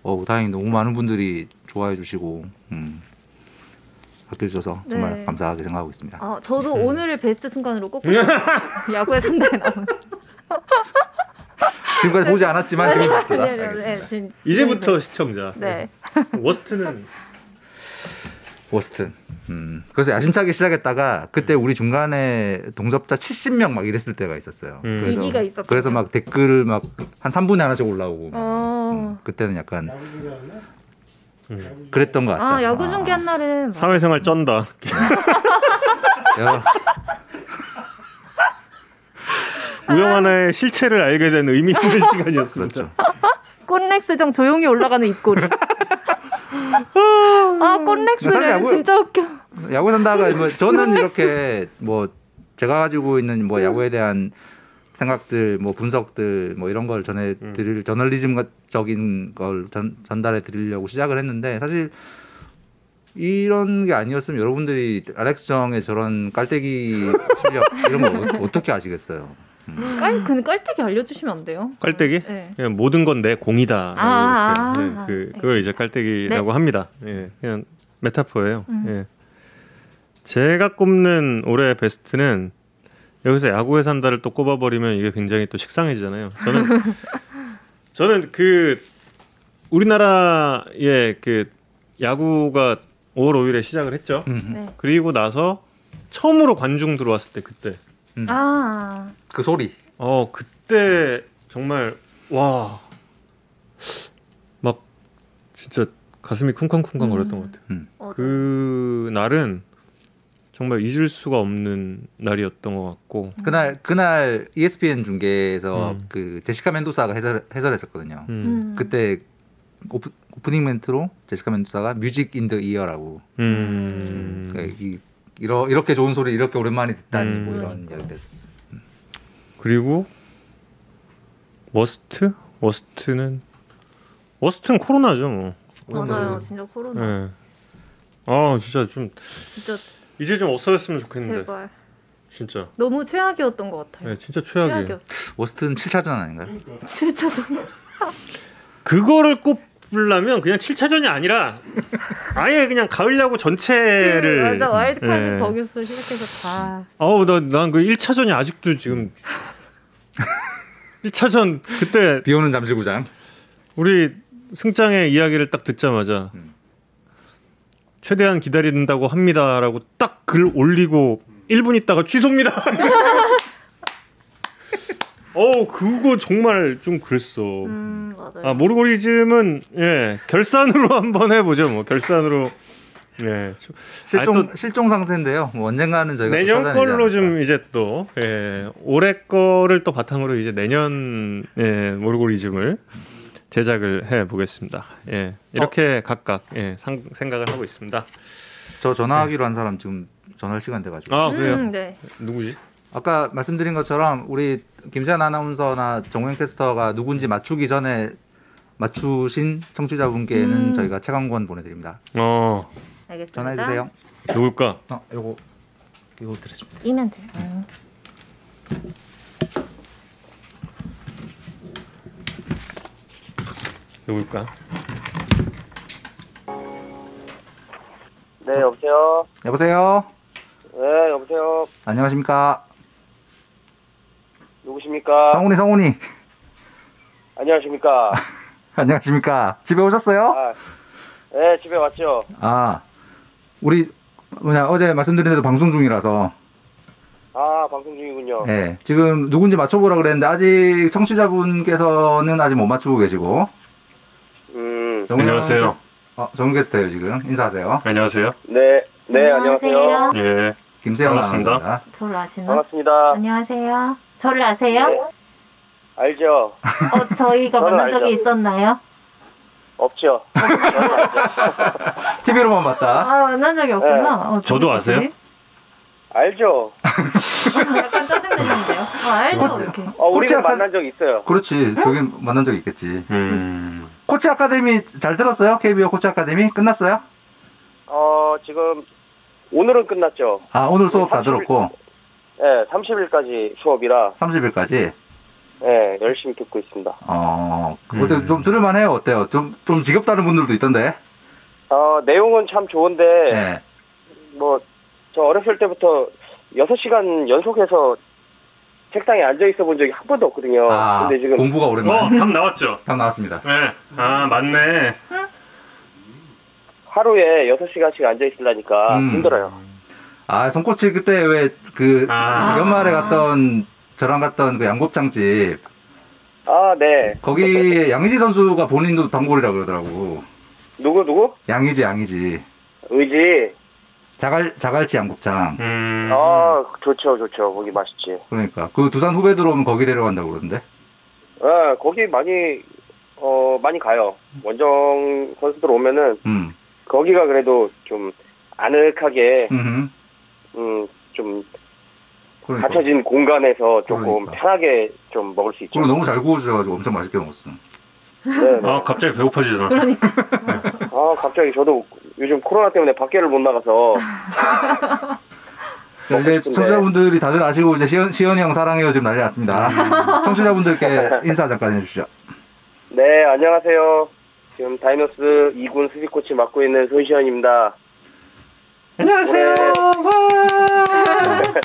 Speaker 2: 어 다행히 너무 많은 분들이 좋아해 주시고 음, 아껴 주셔서 정말
Speaker 3: 네.
Speaker 2: 감사하게 생각하고 있습니다.
Speaker 3: 아, 저도
Speaker 1: 음.
Speaker 3: 오늘을 베스트 순간으로 꼽고 싶어요. 야구의 상대에 나온.
Speaker 2: 지금까지 보지 않았지만 지금 봤구나.
Speaker 3: 네, 네, 네,
Speaker 2: 알겠습니다.
Speaker 3: 지금-
Speaker 1: 이제부터 시청자.
Speaker 3: 네.
Speaker 1: 워스트는
Speaker 2: 워스트. 음. 그래서 야심차게 시작했다가 그때 우리 중간에 동접자 70명 막 이랬을 때가 있었어요.
Speaker 1: 음.
Speaker 3: 위기가 있었구나.
Speaker 2: 그래서 막 댓글 막 한 3분에 하나씩 올라오고 막.
Speaker 3: 어.
Speaker 2: 음, 그때는 약간
Speaker 4: 야구 중계하나?
Speaker 1: 음.
Speaker 2: 그랬던 것 같아요.
Speaker 3: 아, 야구 중계한 날은 막
Speaker 1: 사회생활 쩐다.
Speaker 2: 아, 여-
Speaker 1: 우영하나의 실체를 알게 된 의미 있는
Speaker 2: 그렇죠.
Speaker 1: 시간이었습니다.
Speaker 3: 꽃렉스정 조용히 올라가는 입꼬리. 아,
Speaker 2: 사실
Speaker 3: 꽃렉스는
Speaker 2: 야구-
Speaker 3: 진짜 웃겨.
Speaker 2: 야구 산다가 뭐 저는 이렇게 뭐 제가 가지고 있는 뭐 야구에 대한 생각들 뭐 분석들 뭐 이런 걸 전해
Speaker 4: 음.
Speaker 2: 드릴 저널리즘적인 걸 전, 전달해 드리려고 시작을 했는데 사실 이런 게 아니었으면 여러분들이 알렉스 정의 저런 깔때기 실력 이런 거 어- 어떻게 아시겠어요?
Speaker 3: 깔, 그 깔때기 알려주시면 안 돼요?
Speaker 1: 깔때기?
Speaker 3: 네.
Speaker 1: 그냥 모든 건 내 공이다.
Speaker 3: 아,
Speaker 1: 이렇게.
Speaker 3: 아,
Speaker 1: 네, 그
Speaker 3: 아,
Speaker 1: 그걸 이제 깔때기라고 합니다. 예, 그냥 메타포예요.
Speaker 3: 음.
Speaker 1: 예. 제가 꼽는 올해 베스트는 여기서 야구에 산다를 또 꼽아버리면 이게 굉장히 또 식상해지잖아요. 저는 저는 그 우리나라의 그 야구가 5월 5일에 시작을 했죠.
Speaker 2: 음.
Speaker 3: 네.
Speaker 1: 그리고 나서 처음으로 관중 들어왔을 때 그때
Speaker 3: 아,
Speaker 2: 그 소리.
Speaker 1: 어 그때 정말 와 막 진짜 가슴이 쿵쾅쿵쾅 거렸던 것 같아요.
Speaker 2: 음.
Speaker 3: 어,
Speaker 1: 그 날은 정말 잊을 수가 없는 날이었던 것 같고
Speaker 2: 그날 그날 E ESPN 중계에서
Speaker 1: 음.
Speaker 2: 그 제시카 멘도사가 해설 해설했었거든요.
Speaker 1: 음,
Speaker 3: 음.
Speaker 2: 그때 오프, 오프닝 멘트로 제시카 멘도사가 뮤직 인 더 이어라고
Speaker 1: 음.
Speaker 2: 그러니까 이, 이러, 이렇게 좋은 소리 이렇게 오랜만에 듣다니 뭐
Speaker 1: 음.
Speaker 2: 이런 이야기를 했었어요
Speaker 1: 그리고 워스트 워스트는 워스트는 코로나죠 뭐.
Speaker 3: 맞아요, 진짜 코로나.
Speaker 1: 예. 아 진짜 좀
Speaker 3: 진짜
Speaker 1: 이제 좀 없어졌으면 좋겠는데
Speaker 3: 제발.
Speaker 1: 진짜
Speaker 3: 너무 최악이었던 것 같아요.
Speaker 1: 예, 진짜 최악이에요.
Speaker 3: 최악이었어.
Speaker 2: 워스트는 7차전 아닌가요?
Speaker 1: 음.
Speaker 3: 진짜 정말.
Speaker 1: 그거를 꼽으려면 그냥 7차전이 아니라 아예 그냥 가을 야구 전체를
Speaker 3: 음, 맞아 와일드카드
Speaker 1: 예.
Speaker 3: 거기서 시작해서 다.
Speaker 1: 아우 난난그 1차전이 아직도 지금 1차전 그때
Speaker 2: 비오는 잠실구장
Speaker 1: 우리 승장의 이야기를 딱 듣자마자
Speaker 2: 음.
Speaker 1: 최대한 기다린다고 합니다라고 딱 글 올리고 1분 있다가 취소입니다. 어 그거 정말 좀 그랬어.
Speaker 3: 음 맞아요.
Speaker 1: 아 모르고리즘은 예 결산으로 한번 해보죠 뭐 결산으로 예 좀-
Speaker 2: 실종
Speaker 1: 아니, 또
Speaker 2: 실종 상태인데요 뭐 언젠가는 저희가 또
Speaker 1: 내년
Speaker 2: 찾아내지
Speaker 1: 걸로
Speaker 2: 않을까.
Speaker 1: 좀 이제 또 예, 올해 거를 또 바탕으로 이제 내년 예, 모르고리즘을 제작을 해 보겠습니다. 예 이렇게 각각 예 상, 생각을 하고 있습니다.
Speaker 2: 저
Speaker 1: 네.
Speaker 2: 전화하기로 한 사람 지금 전화 시간 돼가지고
Speaker 1: 아 그래요
Speaker 3: 음, 네.
Speaker 1: 누구지?
Speaker 2: 아까 말씀드린 것처럼 우리 김재한 아나운서나 정우영 캐스터가 누군지 맞추기 전에 맞추신 청취자분께는
Speaker 3: 음.
Speaker 2: 저희가 책한권 보내드립니다
Speaker 1: 어
Speaker 3: 알겠습니다.
Speaker 2: 전화해 주세요
Speaker 1: 누굴까?
Speaker 2: 어 요거 이거 드렸습니다
Speaker 3: 이면 돼. 요 음.
Speaker 1: 누굴까?
Speaker 5: 네, 여보세요.
Speaker 2: 여보세요
Speaker 5: 네, 여보세요.
Speaker 2: 안녕하십니까
Speaker 5: 누구십니까?
Speaker 2: 성훈이 성훈이
Speaker 5: 안녕하십니까?
Speaker 2: 안녕하십니까 집에 오셨어요?
Speaker 5: 아, 네, 집에 왔죠.
Speaker 2: 아 우리 뭐냐 어제 말씀드린 대로 방송 중이라서
Speaker 5: 아, 방송 중이군요.
Speaker 2: 예 지금 누군지 맞춰보라 그랬는데 아직 청취자분께서는 아직 못 맞추고 계시고
Speaker 5: 음,
Speaker 2: 정훈이
Speaker 1: 안녕하세요.
Speaker 2: 형께서- 어, 정훈 게스트예요 지금 인사하세요
Speaker 1: 안녕하세요.
Speaker 5: 네, 네, 안녕하세요.
Speaker 3: 안녕하세요.
Speaker 1: 예
Speaker 2: 김세영
Speaker 1: 반갑습니다.
Speaker 2: 아나운서입니다
Speaker 3: 저를 아시나?
Speaker 5: 반갑습니다.
Speaker 3: 안녕하세요. 저를 아세요?
Speaker 5: 네, 알죠?
Speaker 3: 어 저희가
Speaker 5: 저를
Speaker 3: 만난 적이
Speaker 5: 알죠.
Speaker 3: 있었나요?
Speaker 6: 없죠.
Speaker 2: TV로만 봤다.
Speaker 3: 아 만난 적이
Speaker 5: 네.
Speaker 3: 없구나. 어,
Speaker 1: 저도
Speaker 3: 정수 씨.
Speaker 1: 아세요?
Speaker 6: 알죠.
Speaker 3: 아, 약간 짜증내는데요. 아,
Speaker 1: 뭐,
Speaker 3: 알죠 이렇게.
Speaker 6: 어,
Speaker 5: 그
Speaker 6: 우리는
Speaker 2: 꽃이 약간-
Speaker 6: 만난 적 있어요.
Speaker 2: 그렇지. 저기 만난 적 있겠지.
Speaker 1: 음.
Speaker 2: 코치 아카데미 잘 들었어요? KBO 코치 아카데미 끝났어요?
Speaker 6: 어, 지금 오늘은 끝났죠.
Speaker 2: 아 오늘 수업 다
Speaker 6: 30일
Speaker 2: 들었고
Speaker 5: 네,
Speaker 6: 예, 30일까지 수업이라
Speaker 2: 30일까지.
Speaker 5: 네,
Speaker 6: 예, 열심히 듣고 있습니다.
Speaker 2: 어,
Speaker 1: 음.
Speaker 2: 어때 좀 들을만해요? 어때요? 좀 좀 지겹다는 분들도 있던데.
Speaker 6: 어, 내용은 참 좋은데
Speaker 2: 네.
Speaker 6: 뭐, 저 어렸을 때부터 6시간 연속해서 책상에 앉아 있어 본 적이 한 번도 없거든요.
Speaker 2: 아
Speaker 6: 근데 지금,
Speaker 2: 공부가 오랜만.
Speaker 1: 어, 답 나왔죠.
Speaker 2: 답 나왔습니다.
Speaker 1: 네. 아, 맞네.
Speaker 6: 하루에 6시간씩 앉아 있으려니까
Speaker 2: 음.
Speaker 6: 힘들어요.
Speaker 2: 아 손코치 그때 왜 그
Speaker 1: 아.
Speaker 2: 연말에 갔던 저랑 갔던 그 양곱창집
Speaker 6: 아, 네.
Speaker 2: 거기 양의지 선수가 본인도 단골이라 그러더라고.
Speaker 6: 누구, 누구?
Speaker 2: 양의지 양의지
Speaker 6: 의지.
Speaker 2: 자갈 자갈치 양곱창.
Speaker 1: 음.
Speaker 6: 아, 좋죠, 좋죠. 거기 맛있지.
Speaker 2: 그러니까 그 두산 후배 들어오면 거기 데려간다고 그러는데.
Speaker 6: 예, 거기 많이, 어, 많이 가요. 원정 선수들 오면은,
Speaker 2: 음.
Speaker 6: 거기가 그래도 좀, 아늑하게,
Speaker 2: 음.
Speaker 6: 음, 좀,
Speaker 2: 그러니까.
Speaker 6: 갇혀진 공간에서 조금
Speaker 2: 그러니까.
Speaker 6: 편하게 좀 먹을 수 있죠.
Speaker 2: 그리고 너무 잘 구워주셔가지고 엄청 맛있게 먹었어.
Speaker 6: 네, 네.
Speaker 1: 아, 갑자기 배고파지잖아.
Speaker 3: 그러니까
Speaker 6: 아, 갑자기 저도 요즘 코로나 때문에 밖에를 못 나가서,
Speaker 2: 자 이제
Speaker 6: 먹었는데.
Speaker 2: 청취자분들이 다들 아시고 이제 시연 시연이 형 사랑해요 지금 난리
Speaker 6: 음.
Speaker 2: 났습니다. 청취자분들께 인사 잠깐 해주시죠.
Speaker 6: 네, 안녕하세요. 지금 다이노스 2군 수비코치 맡고 있는 손시현입니다. 안녕하세요.
Speaker 1: 네.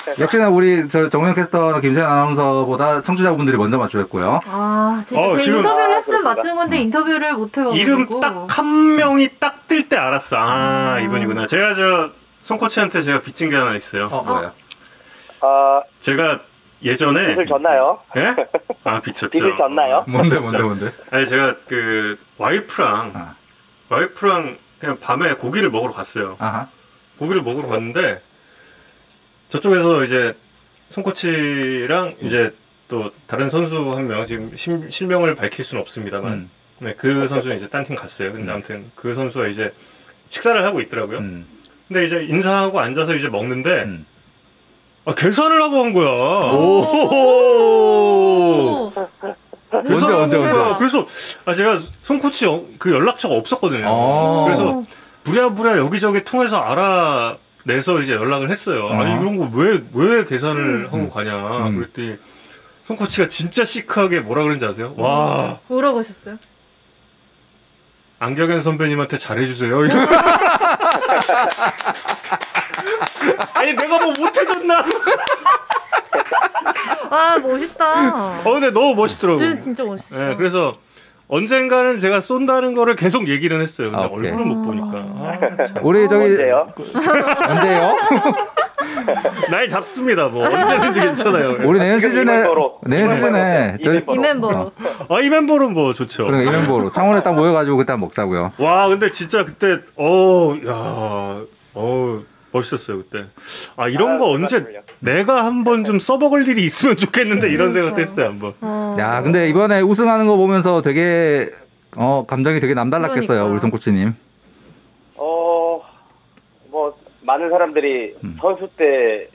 Speaker 6: 네.
Speaker 2: 역시나 우리 저 정우영 캐스터나 김세현 아나운서보다 청취자분들이 먼저 맞추셨고요.
Speaker 3: 아 진짜
Speaker 1: 어,
Speaker 3: 제가
Speaker 1: 지금-
Speaker 3: 인터뷰를
Speaker 6: 아,
Speaker 3: 했으면
Speaker 6: 그렇구나.
Speaker 3: 맞춘 건데 인터뷰를 못 해가지고
Speaker 1: 이름 딱 한 명이 딱 뜰 때 알았어. 아, 이분이구나. 제가 저 손코치한테 제가 빚진 게 하나 있어요.
Speaker 2: 어, 뭐예요?
Speaker 6: 아,
Speaker 1: 제가 예전에
Speaker 6: 빚을 졌나요?
Speaker 1: 예? 아, 빚졌죠.
Speaker 6: 빚을 졌나요?
Speaker 2: 뭔데 뭔데 뭔데?
Speaker 1: 아니 제가 그 와이프랑
Speaker 2: 아.
Speaker 1: 와이프랑 그냥 밤에 고기를 먹으러 갔어요.
Speaker 2: 아하.
Speaker 1: 고기를 먹으러 갔는데 저쪽에서 이제 손코치랑 이제 또 다른 선수 한 명 지금 심- 실명을 밝힐 수는 없습니다만
Speaker 2: 음,
Speaker 1: 네, 그 선수는 이제 딴 팀 갔어요. 근데
Speaker 2: 음.
Speaker 1: 아무튼 그 선수가 이제 식사를 하고 있더라고요.
Speaker 2: 음,
Speaker 1: 근데 이제 인사하고 앉아서 이제
Speaker 6: 네.
Speaker 1: 먹는데
Speaker 2: 음.
Speaker 1: 아, 계산을 하고 한 거야.
Speaker 3: 오.
Speaker 2: 언제
Speaker 1: 계산을
Speaker 2: 언제
Speaker 1: 하고 한 거야.
Speaker 2: 언제?
Speaker 1: 그래서 아, 제가 손코치 영- 그 연락처가 없었거든요.
Speaker 2: 어.
Speaker 1: 그래서 부랴부랴 여기저기 통해서 알아내서 이제 연락을 했어요. 아니
Speaker 2: 어.
Speaker 1: 이런 거 왜 왜 계산을
Speaker 2: 음.
Speaker 1: 하고 가냐.
Speaker 2: 음.
Speaker 1: 그랬더니 손코치가 진짜 시크하게 뭐라 그러는지 아세요?
Speaker 2: 음.
Speaker 1: 와
Speaker 3: 뭐라고 하셨어요?
Speaker 1: 안경현 선배님한테 잘해주세요. 이런. 아니 내가 뭐 못해줬나?
Speaker 3: 아 멋있다.
Speaker 1: 어 근데 너무 멋있더라고.
Speaker 3: 진- 진짜 멋있어.
Speaker 1: 네, 그래서 언젠가는 제가 쏜다는 거를 계속 얘기는 했어요. 근데
Speaker 2: 아, 오케이.
Speaker 1: 얼굴은 못 보니까 아, 참.
Speaker 2: 우리 저기
Speaker 6: 언제요?
Speaker 2: 음. 언제요?
Speaker 1: 아, 날 잡습니다. 뭐 언제든지 괜찮아요.
Speaker 2: 우리 내년
Speaker 6: 지금
Speaker 2: 시즌에
Speaker 6: 이멤버로.
Speaker 2: 내년 시즌에
Speaker 6: 이멤버로.
Speaker 2: 저희
Speaker 3: 이 멤버로.
Speaker 2: 어.
Speaker 1: 아 이 멤버는 뭐 좋죠.
Speaker 2: 그러니까 이멤로 창원에 딱 모여가지고 그때 한번 먹자고요.
Speaker 1: 와 근데 진짜 그때 어야어 멋있었어요 그때 아 이런
Speaker 6: 아,
Speaker 1: 거 언제
Speaker 6: 맞습니다.
Speaker 1: 내가 한번 좀 써먹을 일이 있으면 좋겠는데 이런 생각도
Speaker 3: 그러니까요.
Speaker 1: 했어요 한번
Speaker 3: 어.
Speaker 2: 야 근데 이번에 우승하는 거 보면서 되게 어 감정이 되게 남달랐겠어요
Speaker 3: 그러니까.
Speaker 2: 우리 손코치님.
Speaker 6: 어, 뭐, 많은 사람들이
Speaker 2: 음.
Speaker 6: 선수 때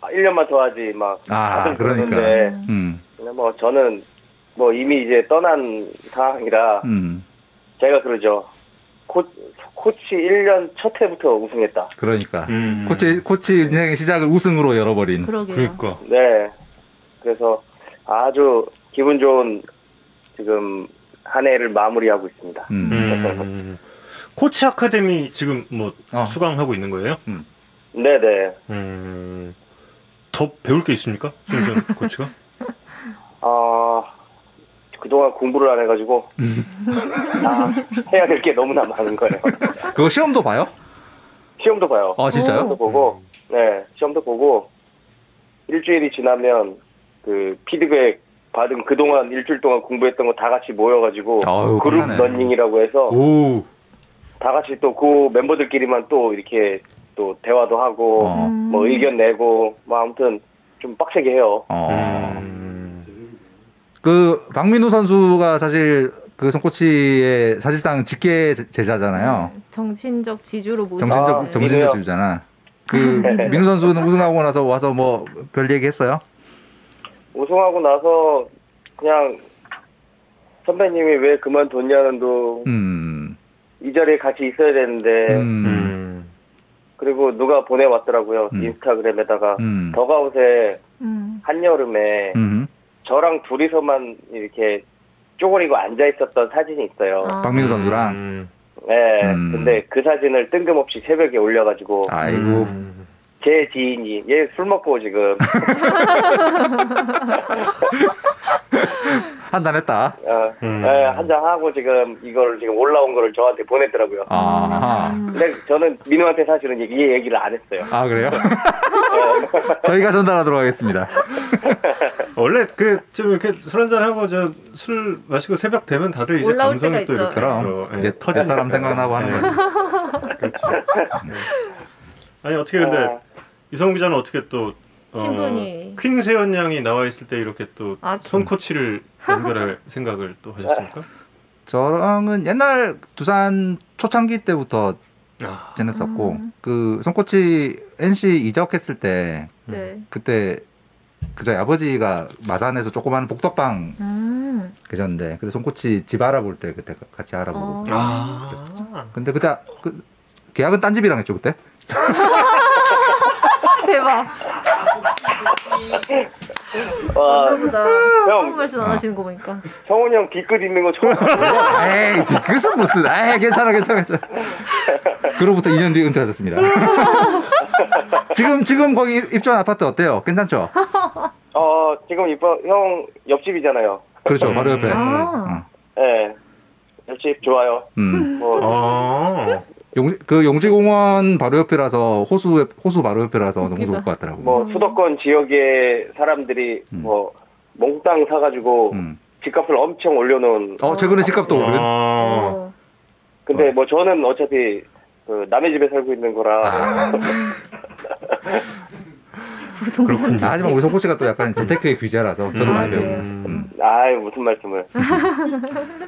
Speaker 6: 1년만 더 하지, 막.
Speaker 2: 아,
Speaker 6: 다들
Speaker 2: 그러니까.
Speaker 6: 그러는데,
Speaker 2: 음,
Speaker 6: 근데 뭐, 저는 뭐, 이미 이제 떠난 상황이라,
Speaker 2: 음
Speaker 6: 제가 그러죠. 코, 코치 1년 첫 해부터 우승했다.
Speaker 2: 그러니까
Speaker 1: 음.
Speaker 2: 코치 코치 인생의 시작을 우승으로 열어버린.
Speaker 3: 음, 그러게요.
Speaker 1: 그러니까
Speaker 6: 네. 그래서 아주 기분 좋은 지금 한 해를 마무리하고 있습니다.
Speaker 2: 음.
Speaker 1: 음. 코치 아카데미 지금 뭐
Speaker 2: 어.
Speaker 1: 수강하고 있는 거예요?
Speaker 6: 네네.
Speaker 1: 음. 더 배울 게 있습니까? 손희선 코치가?
Speaker 6: 아, 그동안 공부를 안 해가지고,
Speaker 2: 음.
Speaker 6: 아, 해야 될 게 너무나 많은 거예요.
Speaker 2: 그거 시험도 봐요?
Speaker 6: 시험도 봐요.
Speaker 2: 아 진짜요?
Speaker 6: 시험도 보고, 네, 시험도 보고, 일주일이 지나면, 그, 피드백 받은 그동안 일주일 동안 공부했던 거 다 같이 모여가지고,
Speaker 2: 아유,
Speaker 6: 어. 그룹
Speaker 2: 어, 괜찮아요.
Speaker 6: 러닝이라고 해서,
Speaker 1: 오.
Speaker 6: 다 같이 또 그 멤버들끼리만 또 이렇게 또 대화도 하고,
Speaker 2: 어.
Speaker 3: 음.
Speaker 6: 뭐 의견 내고, 뭐 아무튼 좀
Speaker 2: 아.
Speaker 6: 빡세게 해요.
Speaker 2: 어.
Speaker 1: 음.
Speaker 2: 그 박민우 선수가 사실 그 손코치의 사실상 직계 제- 제자잖아요.
Speaker 3: 음, 정신적 지주로 모셔.
Speaker 2: 정신적
Speaker 6: 아,
Speaker 2: 정신적
Speaker 6: 이래요. 네.
Speaker 2: 지주잖아. 그 민우 선수는 우승하고 나서 와서 뭐 별 얘기했어요?
Speaker 6: 우승하고 나서 그냥 선배님이 왜 그만뒀냐는 둥 이
Speaker 2: 음.
Speaker 6: 자리에 같이 있어야 되는데
Speaker 2: 음.
Speaker 1: 음.
Speaker 6: 그리고 누가 보내왔더라고요
Speaker 2: 음.
Speaker 6: 인스타그램에다가
Speaker 2: 음.
Speaker 6: 더가웃에
Speaker 3: 음.
Speaker 6: 한여름에
Speaker 2: 음.
Speaker 6: 저랑 둘이서만 이렇게 쪼그리고 앉아 있었던 사진이 있어요.
Speaker 3: 아.
Speaker 2: 박민우 그 선수랑
Speaker 1: 음.
Speaker 6: 네,
Speaker 2: 음.
Speaker 6: 근데 그 사진을 뜬금없이 새벽에 올려가지고
Speaker 2: 아이고
Speaker 1: 음.
Speaker 6: 제 지인이 얘 술 먹고 지금
Speaker 2: 판단했다.
Speaker 6: 어,
Speaker 1: 음.
Speaker 6: 네, 한잔 하고 지금 이걸 지금 올라온 거를 저한테 보냈더라고요.
Speaker 2: 아.
Speaker 3: 음.
Speaker 6: 근데 저는 민우한테 사실은 얘기- 이 얘기를 안 했어요.
Speaker 2: 아 그래요? 저희가 전달하도록 하겠습니다.
Speaker 1: 원래 그 좀 이렇게 술 한잔 하고 저 술 마시고 새벽 되면 다들 이제
Speaker 3: 올라올
Speaker 1: 감성이
Speaker 3: 때가
Speaker 1: 또
Speaker 3: 있죠.
Speaker 1: 이렇게
Speaker 2: 그럼
Speaker 1: 또, 예,
Speaker 2: 이제 터질 사람 생각나고 하는 거죠.
Speaker 1: 네. 그렇죠. 아니 어떻게 근데
Speaker 6: 어,
Speaker 1: 이성훈 기자는 어떻게 또 어,
Speaker 3: 친분이.
Speaker 1: 퀸 세연 양이 나와 있을 때 이렇게 또
Speaker 3: 아, 퀸.
Speaker 1: 손코치를 연결할 생각을 또 하셨습니까?
Speaker 2: 저랑은 옛날 두산 초창기 때부터
Speaker 1: 아,
Speaker 2: 지냈었고
Speaker 3: 음.
Speaker 2: 그 손코치 NC 이적했을 때
Speaker 3: 네.
Speaker 2: 음. 그때 그 저희 아버지가 마산에서 조그만 복덕방
Speaker 3: 음.
Speaker 2: 계셨는데 그때 손코치 집 알아볼 때 그때 같이 알아보고
Speaker 3: 어.
Speaker 1: 아,
Speaker 2: 근데 그때 아- 그 계약은 딴집이랑 했죠 그때
Speaker 3: 아, 대박.
Speaker 6: 와,
Speaker 3: 보다
Speaker 6: 형.
Speaker 3: 아무 말씀 안 하시는 거 보니까.
Speaker 6: 어, 성훈이 형 뒤끝 있는 거 처음 봤어요.
Speaker 2: 에이 그것은 무슨 에이 괜찮아 괜찮아 괜찮아 그로부터 2년 뒤에 은퇴하셨습니다 지금 지금 거기 입주한 아파트 어때요 괜찮죠
Speaker 6: 어, 지금 이뻐, 형 옆집이잖아요.
Speaker 2: 그렇죠 바로 옆에
Speaker 3: 아.
Speaker 2: 어.
Speaker 6: 예. 옆집 좋아요.
Speaker 2: 음.
Speaker 6: 뭐,
Speaker 1: 아,
Speaker 2: 용, 그 용지공원 바로 옆이라서 호수 옆- 호수 바로 옆이라서 너무
Speaker 3: 웃기다.
Speaker 2: 좋을 것 같더라고.
Speaker 6: 뭐 수도권 지역의 사람들이
Speaker 2: 음.
Speaker 6: 뭐 몽땅 사가지고
Speaker 2: 음.
Speaker 6: 집값을 엄청 올려놓은.
Speaker 2: 어 최근에 집값도 오르는.
Speaker 1: 아,
Speaker 3: 어.
Speaker 6: 근데 뭐 저는 어차피 그 남의 집에 살고 있는 거라.
Speaker 2: 아.
Speaker 1: 그렇군요.
Speaker 2: 아, 하지만 우리 성코 씨가 또 약간 재테크의 귀재라서 저도
Speaker 1: 음.
Speaker 3: 아,
Speaker 2: 많이 배우고.
Speaker 3: 네.
Speaker 1: 음.
Speaker 2: 음.
Speaker 6: 아유 무슨 말씀을.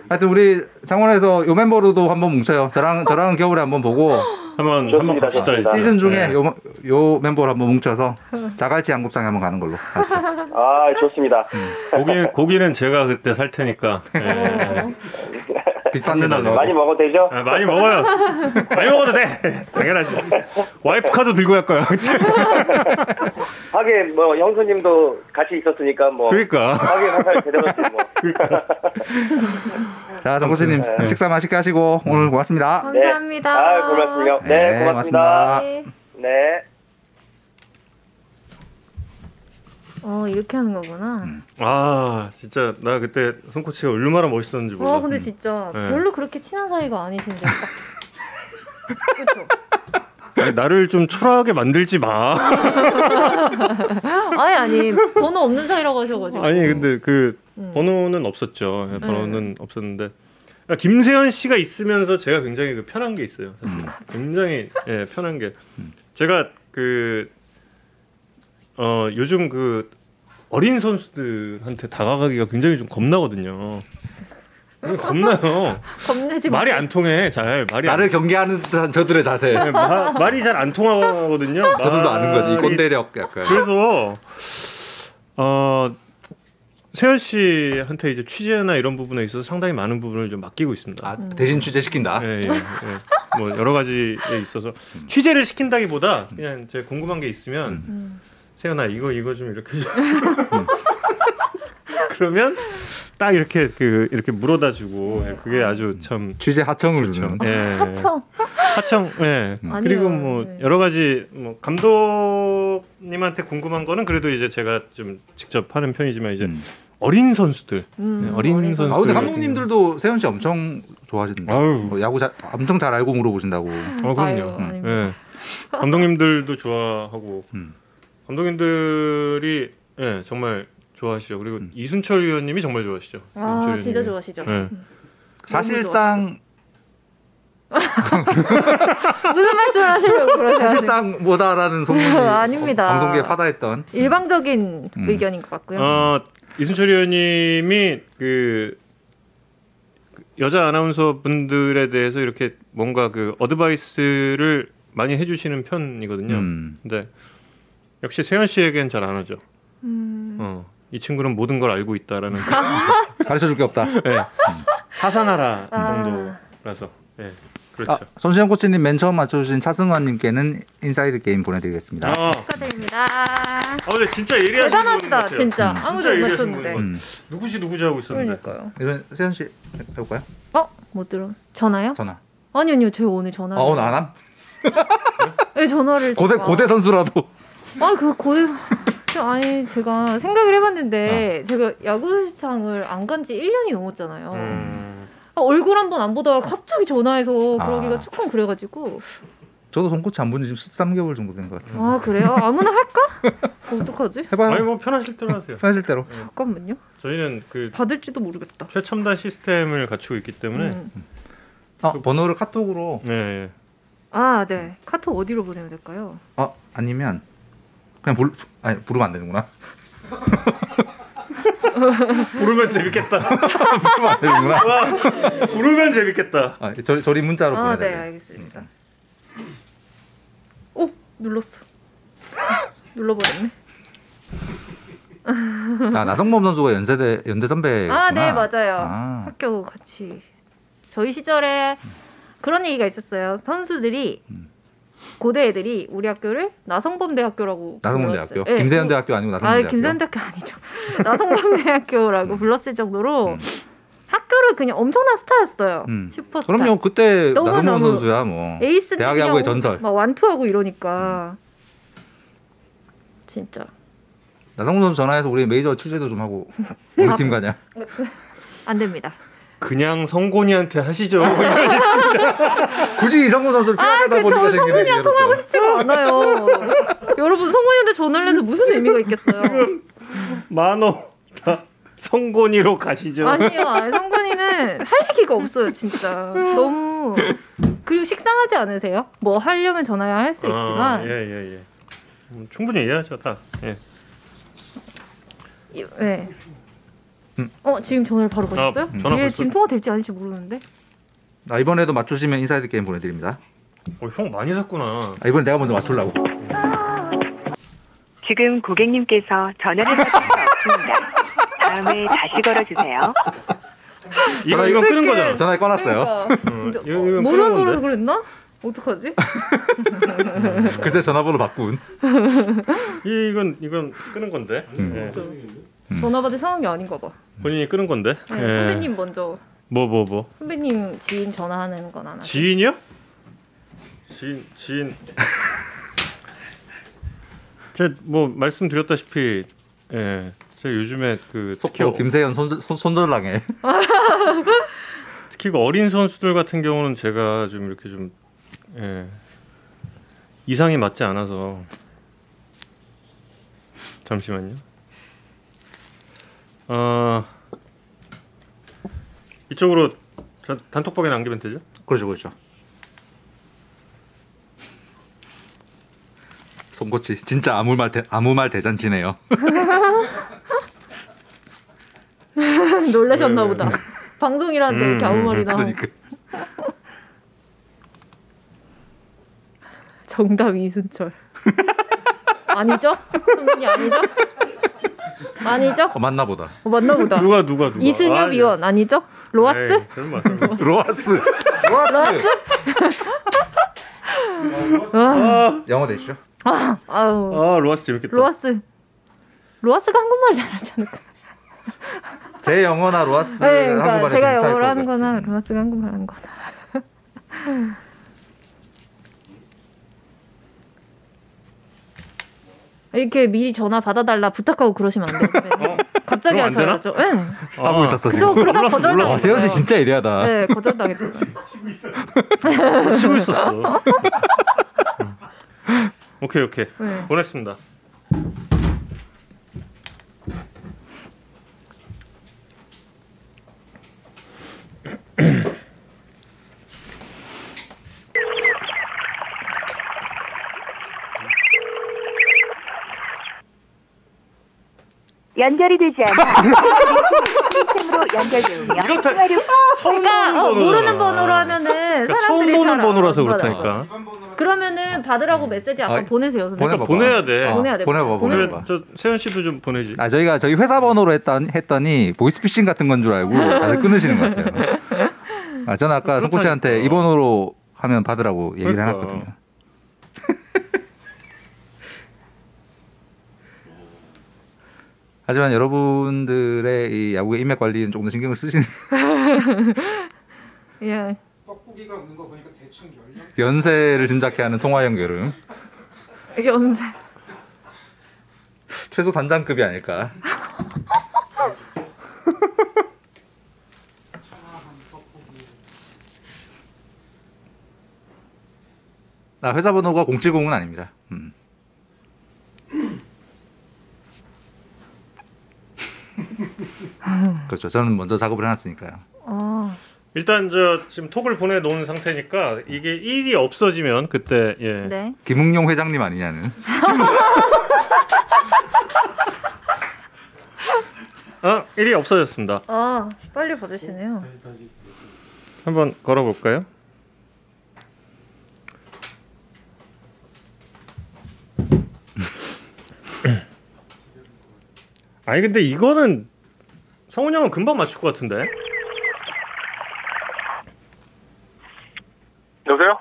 Speaker 2: 하여튼 우리 창원에서 요 멤버로도 한번 뭉쳐요. 저랑 저랑 겨울에 한번 보고
Speaker 1: 한번 한번
Speaker 6: 좋습니다,
Speaker 1: 갑시다
Speaker 6: 좋습니다.
Speaker 1: 이제.
Speaker 2: 시즌 중에
Speaker 1: 네.
Speaker 2: 요, 요 멤버로 한번 뭉쳐서 자갈치 양곱상에 한번 가는 걸로. 하시죠.
Speaker 6: 아 좋습니다.
Speaker 2: 음.
Speaker 1: 고기 고기는 제가 그때 살 테니까
Speaker 3: 어.
Speaker 1: 예.
Speaker 2: 비싼 데 달러.
Speaker 6: 많이 먹어도 되죠?
Speaker 1: 아, 많이 먹어요. 많이 먹어도 돼. 당연하지. 와이프 카드 들고 갈 거야.
Speaker 6: 하긴 뭐 형수님도 같이 있었으니까 뭐.
Speaker 1: 그러니까.
Speaker 6: 하긴 한살 제대로 했지 뭐.
Speaker 2: 자, 정코 씨님
Speaker 6: 네.
Speaker 2: 식사 맛있게 하시고 오늘 고맙습니다.
Speaker 3: 감사합니다.
Speaker 6: 아 고맙습니다. 네,
Speaker 2: 네,
Speaker 6: 고맙습니다.
Speaker 3: 네.
Speaker 6: 네.
Speaker 3: 어 이렇게 하는 거구나.
Speaker 1: 아 진짜 나 그때 손코치가 얼마나 멋있었는지 몰라.
Speaker 3: 와 어, 근데 진짜
Speaker 1: 네.
Speaker 3: 별로 그렇게 친한 사이가 아니신데. 그렇죠.
Speaker 1: 아니, 나를 좀 초라하게 만들지 마.
Speaker 3: 아니 아니 번호 없는 사이라고 하셔가지고.
Speaker 1: 아니 근데 그
Speaker 3: 음.
Speaker 1: 번호는 없었죠. 예, 번호는 없었는데 아, 김세현 씨가 있으면서 제가 굉장히 그 편한 게 있어요. 사실.
Speaker 3: 음.
Speaker 1: 굉장히 예, 편한 게
Speaker 2: 음.
Speaker 1: 제가 그 어, 요즘 그 어린 선수들한테 다가가기가 굉장히 좀 겁나거든요. 겁나요.
Speaker 3: 겁내지
Speaker 1: 말이
Speaker 3: 마.
Speaker 1: 안 통해. 잘 말이
Speaker 2: 네. 나를 경계하는 듯한 저들의 자세.
Speaker 1: 안, 예, 마- 말이 잘 안 통하거든요.
Speaker 2: 저들도 네. 아는 거지. 이
Speaker 1: 말이
Speaker 2: 꼰대력 약간.
Speaker 1: 그래서 어 세현 씨한테 이제 취재나 이런 부분에 있어서 상당히 많은 부분을 좀 맡기고 있습니다.
Speaker 2: 아, 대신 취재시킨다.
Speaker 1: 예, 예, 예. 뭐 여러 가지에 있어서
Speaker 2: 음.
Speaker 1: 취재를 시킨다기보다 그냥 제 궁금한 게 있으면
Speaker 3: 음.
Speaker 1: 세연아 이거 이거 좀 이렇게 좀.
Speaker 2: 음.
Speaker 1: 그러면 딱 이렇게 그 이렇게 물어다주고 예, 그게 아주 참
Speaker 2: 취재 하청을 주는.
Speaker 1: 예.
Speaker 3: 하청.
Speaker 1: 하청 예
Speaker 2: 음.
Speaker 1: 그리고
Speaker 3: 아니에요.
Speaker 1: 뭐
Speaker 3: 네.
Speaker 1: 여러 가지 뭐 감독님한테 궁금한 거는 그래도 이제 제가 좀 직접 하는 편이지만 이제
Speaker 2: 음.
Speaker 1: 어린 선수들
Speaker 3: 음,
Speaker 1: 네, 어린
Speaker 3: 어린
Speaker 1: 선수.
Speaker 2: 아
Speaker 1: 선수들
Speaker 2: 근데 감독님들도 세훈 씨 엄청
Speaker 1: 아유.
Speaker 2: 좋아하시던데 어, 야구 잘 엄청 잘 알고 물어보신다고.
Speaker 1: 어
Speaker 3: 아유,
Speaker 1: 그럼요
Speaker 3: 아닙니다.
Speaker 1: 예 감독님들도 좋아하고
Speaker 2: 음.
Speaker 1: 감독님들이 예 정말 좋아하시죠 그리고
Speaker 2: 음.
Speaker 1: 이순철 위원님이 정말 좋아하시죠
Speaker 3: 아
Speaker 1: 이순철
Speaker 3: 진짜
Speaker 1: 위원님이.
Speaker 3: 좋아하시죠.
Speaker 2: 네.
Speaker 1: 예.
Speaker 2: 사실상
Speaker 3: 무슨 말씀을 하시려고 그러세요?
Speaker 2: 사실상 뭐다라는 소문이
Speaker 3: 네,
Speaker 2: 어,
Speaker 3: 아닙니다.
Speaker 2: 방송계에 파다했던.
Speaker 3: 일방적인
Speaker 2: 음.
Speaker 3: 의견인 것 같고요.
Speaker 1: 어 이순철 위원님이 그 여자 아나운서 분들에 대해서 이렇게 뭔가 그 어드바이스를 많이 해주시는 편이거든요.
Speaker 2: 음.
Speaker 1: 근데 역시 세현 씨에겐 잘 안 하죠.
Speaker 3: 음.
Speaker 1: 어, 이 친구는 모든 걸 알고 있다라는
Speaker 2: 가르쳐 줄 게 없다.
Speaker 1: 그, 예. 하산하라
Speaker 3: 아.
Speaker 1: 정도라서 예.
Speaker 2: 아,
Speaker 1: 그렇죠.
Speaker 2: 손시영 코치님 맨 처음 맞춰주신 차승원님께는 인사이드 게임 보내드리겠습니다.
Speaker 1: 아,
Speaker 3: 축하드립니다.
Speaker 1: 아 근데 진짜 예리하신 분
Speaker 3: 대단하시다,
Speaker 1: 같아요.
Speaker 3: 진짜.
Speaker 2: 음.
Speaker 3: 아무도
Speaker 1: 진짜
Speaker 3: 못
Speaker 1: 얘기하신
Speaker 3: 맞췄는데.
Speaker 1: 분 같아요.
Speaker 2: 음.
Speaker 1: 누구지 누구지 하고 있었는데.
Speaker 3: 그러니까요.
Speaker 2: 이건 세현 씨 해볼까요?
Speaker 3: 어? 못 들어. 전화요?
Speaker 2: 전화.
Speaker 3: 아니 아니요. 제가 오늘 전화.
Speaker 2: 아 오늘 안 함?
Speaker 3: 왜 전화를
Speaker 2: 고대
Speaker 3: 제가-
Speaker 2: 고대 선수라도.
Speaker 3: 아, 그 고대 저- 아니 제가 생각을 해
Speaker 2: 아.
Speaker 3: 봤는데 제가 야구 시장을 안 간 지 1년이 넘었잖아요.
Speaker 1: 음.
Speaker 3: 아, 얼굴 한 번 안 보다가 갑자기 전화해서 그러기가
Speaker 2: 아.
Speaker 3: 조금 그래 가지고.
Speaker 2: 저도 손코치 안 본지 지금 13개월 정도 된 것 같아요.
Speaker 3: 아, 그래요? 아무나 할까? 어떡하지?
Speaker 2: 해봐요.
Speaker 1: 아니 뭐 편하실 대로 하세요.
Speaker 2: 편하실 대로.
Speaker 3: 잠깐만요.
Speaker 1: 저희는 그
Speaker 3: 받을지도 모르겠다.
Speaker 1: 최첨단 시스템을 갖추고 있기 때문에
Speaker 3: 음.
Speaker 2: 아, 번호를 카톡으로.
Speaker 1: 예, 예.
Speaker 3: 아, 네. 카톡 어디로 보내면 될까요?
Speaker 2: 아 아니면 그냥 불 아니 부르면 안 되는구나.
Speaker 1: 부르면 재밌겠다.
Speaker 2: 부르면 안 되는구나.
Speaker 1: 와, 부르면 재밌겠다.
Speaker 2: 아, 저, 저리 문자로
Speaker 3: 아, 네,
Speaker 2: 보내드려요.
Speaker 3: 알겠습니다. 오, 눌렀어. 눌러버렸네.
Speaker 2: 아, 나성범 선수가 연세대 연대 선배구나.
Speaker 3: 아, 네, 맞아요.
Speaker 2: 아,
Speaker 3: 학교 같이 저희 시절에 그런 얘기가 있었어요. 선수들이
Speaker 2: 음.
Speaker 3: 고대 애들이 우리 학교를 나성범대학교라고
Speaker 2: 나성범대학교.
Speaker 3: 불렀어요. 네,
Speaker 2: 김세현대학교 아니고
Speaker 3: 아,
Speaker 2: 나성범대학교.
Speaker 3: 김세현대학교 아니죠. 나성범대학교라고 불렀을 정도로
Speaker 2: 음.
Speaker 3: 학교를 그냥 엄청난 스타였어요.
Speaker 2: 음.
Speaker 3: 슈퍼스타.
Speaker 2: 그럼요. 그때
Speaker 3: 너무,
Speaker 2: 나성범
Speaker 3: 너무
Speaker 2: 선수야 뭐.
Speaker 3: 에이스
Speaker 2: 대학 야구의 전설. 음.
Speaker 3: 막 완투하고 이러니까 진짜
Speaker 2: 나성범 선수 전화해서 우리 메이저 취재도 좀 하고 우리 팀 가냐.
Speaker 3: 안 됩니다.
Speaker 1: 그냥 성곤이한테 하시죠.
Speaker 2: 굳이 이성훈 선수를
Speaker 3: 아,
Speaker 2: 피하다
Speaker 3: 그쵸.
Speaker 2: 보니까 그렇죠? 생기는
Speaker 3: 성훈이랑
Speaker 2: 일이었죠.
Speaker 3: 통하고 싶지가 않아요. 여러분, 성훈이한테 전화를 해서 무슨 의미가 있겠어요?
Speaker 1: 만호 다 성곤이로 가시죠.
Speaker 3: 아니요, 아니, 성훈이는 할 얘기가 없어요, 진짜. 너무. 그리고 식상하지 않으세요? 뭐 하려면 전화야 할 수 있지만.
Speaker 1: 예, 예, 예. 음, 충분히 이해하죠, 다. 예.
Speaker 3: 이- 네.
Speaker 2: 음.
Speaker 3: 어, 지금 전화를 바로 걸었어요?
Speaker 1: 전화
Speaker 3: 얘
Speaker 1: 벌써-
Speaker 3: 지금 통화될지 아닐지 모르는데.
Speaker 2: 아, 이번에도 맞추시면 인사이드 게임 보내드립니다.
Speaker 1: 어, 형 많이 샀구나.
Speaker 2: 아, 이번엔 내가 먼저 맞추려고.
Speaker 4: 지금 고객님께서 전화를 받을 수 없습니다. 다음에 다시 걸어주세요.
Speaker 1: 이거
Speaker 2: 전화
Speaker 1: 이건
Speaker 3: 이렇게-
Speaker 1: 끄는 거잖아.
Speaker 2: 전화에 꺼놨어요. 음,
Speaker 1: 어,
Speaker 3: 그러니까. 근데,
Speaker 1: 이거- 이건
Speaker 3: 어,
Speaker 1: 끄는
Speaker 3: 모르는 걸로
Speaker 1: 건데.
Speaker 3: 그랬나? 어떡하지? 그러니까.
Speaker 2: 글쎄 전화번호 바꾼.
Speaker 1: 이- 이건 이건 끄는 건데.
Speaker 2: 음.
Speaker 1: 예.
Speaker 3: 전화 받을 상황이 아닌가 봐.
Speaker 1: 본인이 끄는 건데.
Speaker 3: 네,
Speaker 1: 예.
Speaker 3: 선배님 먼저.
Speaker 1: 뭐 뭐 뭐.
Speaker 3: 선배님 지인 전화하는 건 안 하죠.
Speaker 1: 지인이요? 지인 지인. 제뭐 말씀드렸다시피 예. 제가 요즘에 그 특히,
Speaker 2: 속보 김세현 손, 손, 손절랑에.
Speaker 1: 특히 그 어린 선수들 같은 경우는 제가 좀 이렇게 좀 예. 이상이 맞지 않아서 잠시만요. 어 이쪽으로 저 단톡방에 남기면 되죠?
Speaker 2: 그렇죠, 그렇죠. 손코치 진짜 아무 말 대, 아무 말 대잔치네요.
Speaker 3: 놀라셨나
Speaker 1: 네.
Speaker 3: 보다. 방송이라는데 이렇게 아무
Speaker 1: 음,
Speaker 3: 말이나
Speaker 2: 그러니까
Speaker 3: 정답 이순철. 아니죠? 선배님 아니죠? 아니죠?
Speaker 2: 어, 맞나 보다.
Speaker 3: 어, 맞나 보다.
Speaker 1: 누가 누가 누가
Speaker 3: 이승엽
Speaker 2: 네.
Speaker 1: 아, 예.
Speaker 3: 위원 아니죠? 로아스?
Speaker 1: 에이, 설마 설마.
Speaker 2: 로하스, 로하스.
Speaker 3: 아,
Speaker 1: 아,
Speaker 2: 영어 되시죠?
Speaker 3: 아우
Speaker 1: 아 로아스 재밌겠다.
Speaker 3: 로아스. 로아스가 한국말 잘하지 않을까?
Speaker 2: 제 영어나 로하스
Speaker 3: 네, 그러니까
Speaker 2: 한국말에
Speaker 3: 제가
Speaker 2: 비슷할
Speaker 3: 영어를
Speaker 2: 것
Speaker 3: 하는
Speaker 2: 같아요.
Speaker 3: 거나 로아스가 한국말 하는 거나. 이렇게 미리 전화 받아달라 부탁하고 그러시면 안 돼요.
Speaker 1: 어?
Speaker 3: 선배님. 아, 갑자기
Speaker 1: 그럼 안 되나?
Speaker 3: 하셔야죠. 예.
Speaker 2: 하고 있었어
Speaker 3: 그죠?
Speaker 2: 지금.
Speaker 3: 그러다
Speaker 2: 아,
Speaker 3: 거절당했어요.
Speaker 2: 세현 씨 진짜 이래하다.
Speaker 3: 네, 거절당했잖아요.
Speaker 1: 치고 있었어. 음. 오케이 오케이
Speaker 3: 네.
Speaker 1: 보냈습니다.
Speaker 4: 연결이 되지 않아 시스템으로 연결되며
Speaker 1: 이렇다.
Speaker 4: 사료
Speaker 1: 처음
Speaker 3: 그러니까 어,
Speaker 1: 보는 번호잖아.
Speaker 3: 모르는 번호로 하면은
Speaker 1: 그러니까 처음
Speaker 3: 사람들이
Speaker 1: 보는
Speaker 3: 잘
Speaker 1: 번호라서
Speaker 3: 안 음. 받아.
Speaker 1: 그렇다니까.
Speaker 3: 그러면은 받으라고 메시지 아까
Speaker 2: 아이,
Speaker 3: 보내세요. 선생님.
Speaker 1: 보내봐. 보내야 돼.
Speaker 3: 보내야 돼.
Speaker 2: 어,
Speaker 1: 그래,
Speaker 2: 보내봐 그러니까 보내봐.
Speaker 1: 저 세현 씨도 좀 보내지.
Speaker 2: 아 저희가 저희 회사 번호로 했던 했더니 보이스피싱 같은 건 줄 알고 다들 끊으시는 것 같아요. 아 저는 아까 성구 씨한테
Speaker 1: 그렇다니까.
Speaker 2: 이 번호로 하면 받으라고 얘기를
Speaker 1: 그러니까.
Speaker 2: 해놨거든요. 하지만 여러분들의 이 야구의 인맥 관리는 조금 더 신경을 쓰시는
Speaker 3: 예.
Speaker 7: 떡국이가 없는 거 보니까 대충 연령
Speaker 2: 연세를 짐작케 하는 통화 연결은
Speaker 3: 이게 언제?
Speaker 2: 최소 단장급이 아닐까.
Speaker 7: 천하한 떡국이
Speaker 2: 아, 회사 번호가 070은 아닙니다. 음. 그렇죠. 저는 먼저 작업을 해놨으니까요.
Speaker 3: 아,
Speaker 1: 일단 저 지금 톡을 보내 놓은 상태니까 이게 일이 없어지면 그때 예.
Speaker 3: 네.
Speaker 2: 김웅용 회장님 아니냐는.
Speaker 1: 아, 일이 없어졌습니다.
Speaker 3: 아, 빨리 받으시네요.
Speaker 1: 한번 걸어 볼까요? 아니 근데 이거는 성훈 형은 금방 맞출 것 같은데.
Speaker 6: 여보세요?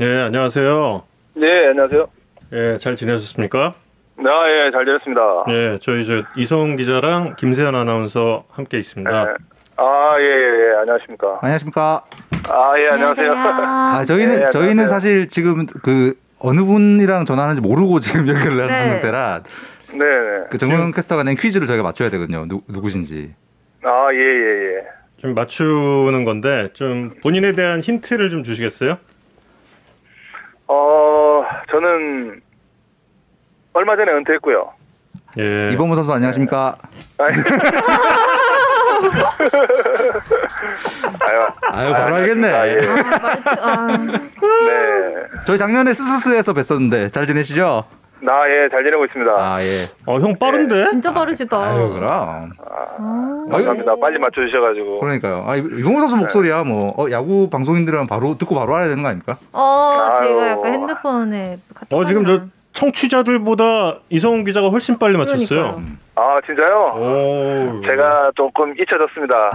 Speaker 1: 예, 안녕하세요.
Speaker 6: 네, 안녕하세요.
Speaker 1: 예, 잘 지내셨습니까?
Speaker 6: 아, 예, 잘 지냈습니다.
Speaker 1: 예, 저희 저 이성훈 기자랑 김세현 아나운서 함께 있습니다.
Speaker 6: 네. 아, 예, 예, 예, 안녕하십니까.
Speaker 2: 안녕하십니까?
Speaker 6: 아, 예, 안녕하세요.
Speaker 2: 아, 저희는
Speaker 6: 네,
Speaker 2: 저희는
Speaker 6: 안녕하세요.
Speaker 2: 사실 지금 그 어느 분이랑 전화하는지 모르고 지금 연결을 한
Speaker 3: 네.
Speaker 2: 상태라
Speaker 6: 네, 네.
Speaker 2: 그 정훈 캐스터가 낸 퀴즈를 저희가 맞춰야 되거든요. 누, 누구신지.
Speaker 6: 아, 예, 예, 예.
Speaker 1: 좀 맞추는 건데 좀 본인에 대한 힌트를 좀 주시겠어요?
Speaker 6: 어, 저는 얼마 전에 은퇴했고요. 네.
Speaker 1: 예.
Speaker 2: 이범우 선수 안녕하십니까?
Speaker 6: 아이. 아유,
Speaker 2: 아유 바로 알겠네.
Speaker 6: 아, 예.
Speaker 3: 아,
Speaker 6: 네.
Speaker 2: 저희 작년에 스스스에서 뵀었는데 잘 지내시죠?
Speaker 6: 나, 예, 잘 지내고 있습니다.
Speaker 2: 아 예.
Speaker 1: 어, 형 빠른데?
Speaker 3: 진짜 빠르시다.
Speaker 2: 아유 그럼.
Speaker 3: 아.
Speaker 6: 감사합니다. 빨리 맞춰주셔가지고.
Speaker 2: 그러니까요. 아, 이봉호 선수 목소리야 뭐 어, 야구 방송인들은 바로 듣고 바로 알아야 되는 거 아닙니까?
Speaker 3: 어,
Speaker 6: 아유.
Speaker 3: 제가 약간 핸드폰에 카톡
Speaker 1: 어, 지금 저
Speaker 3: 하느라.
Speaker 1: 청취자들보다 이성훈 기자가 훨씬 빨리 맞췄어요.
Speaker 3: 그러니까요.
Speaker 6: 아, 진짜요?
Speaker 1: 오.
Speaker 6: 제가 조금 잊혀졌습니다.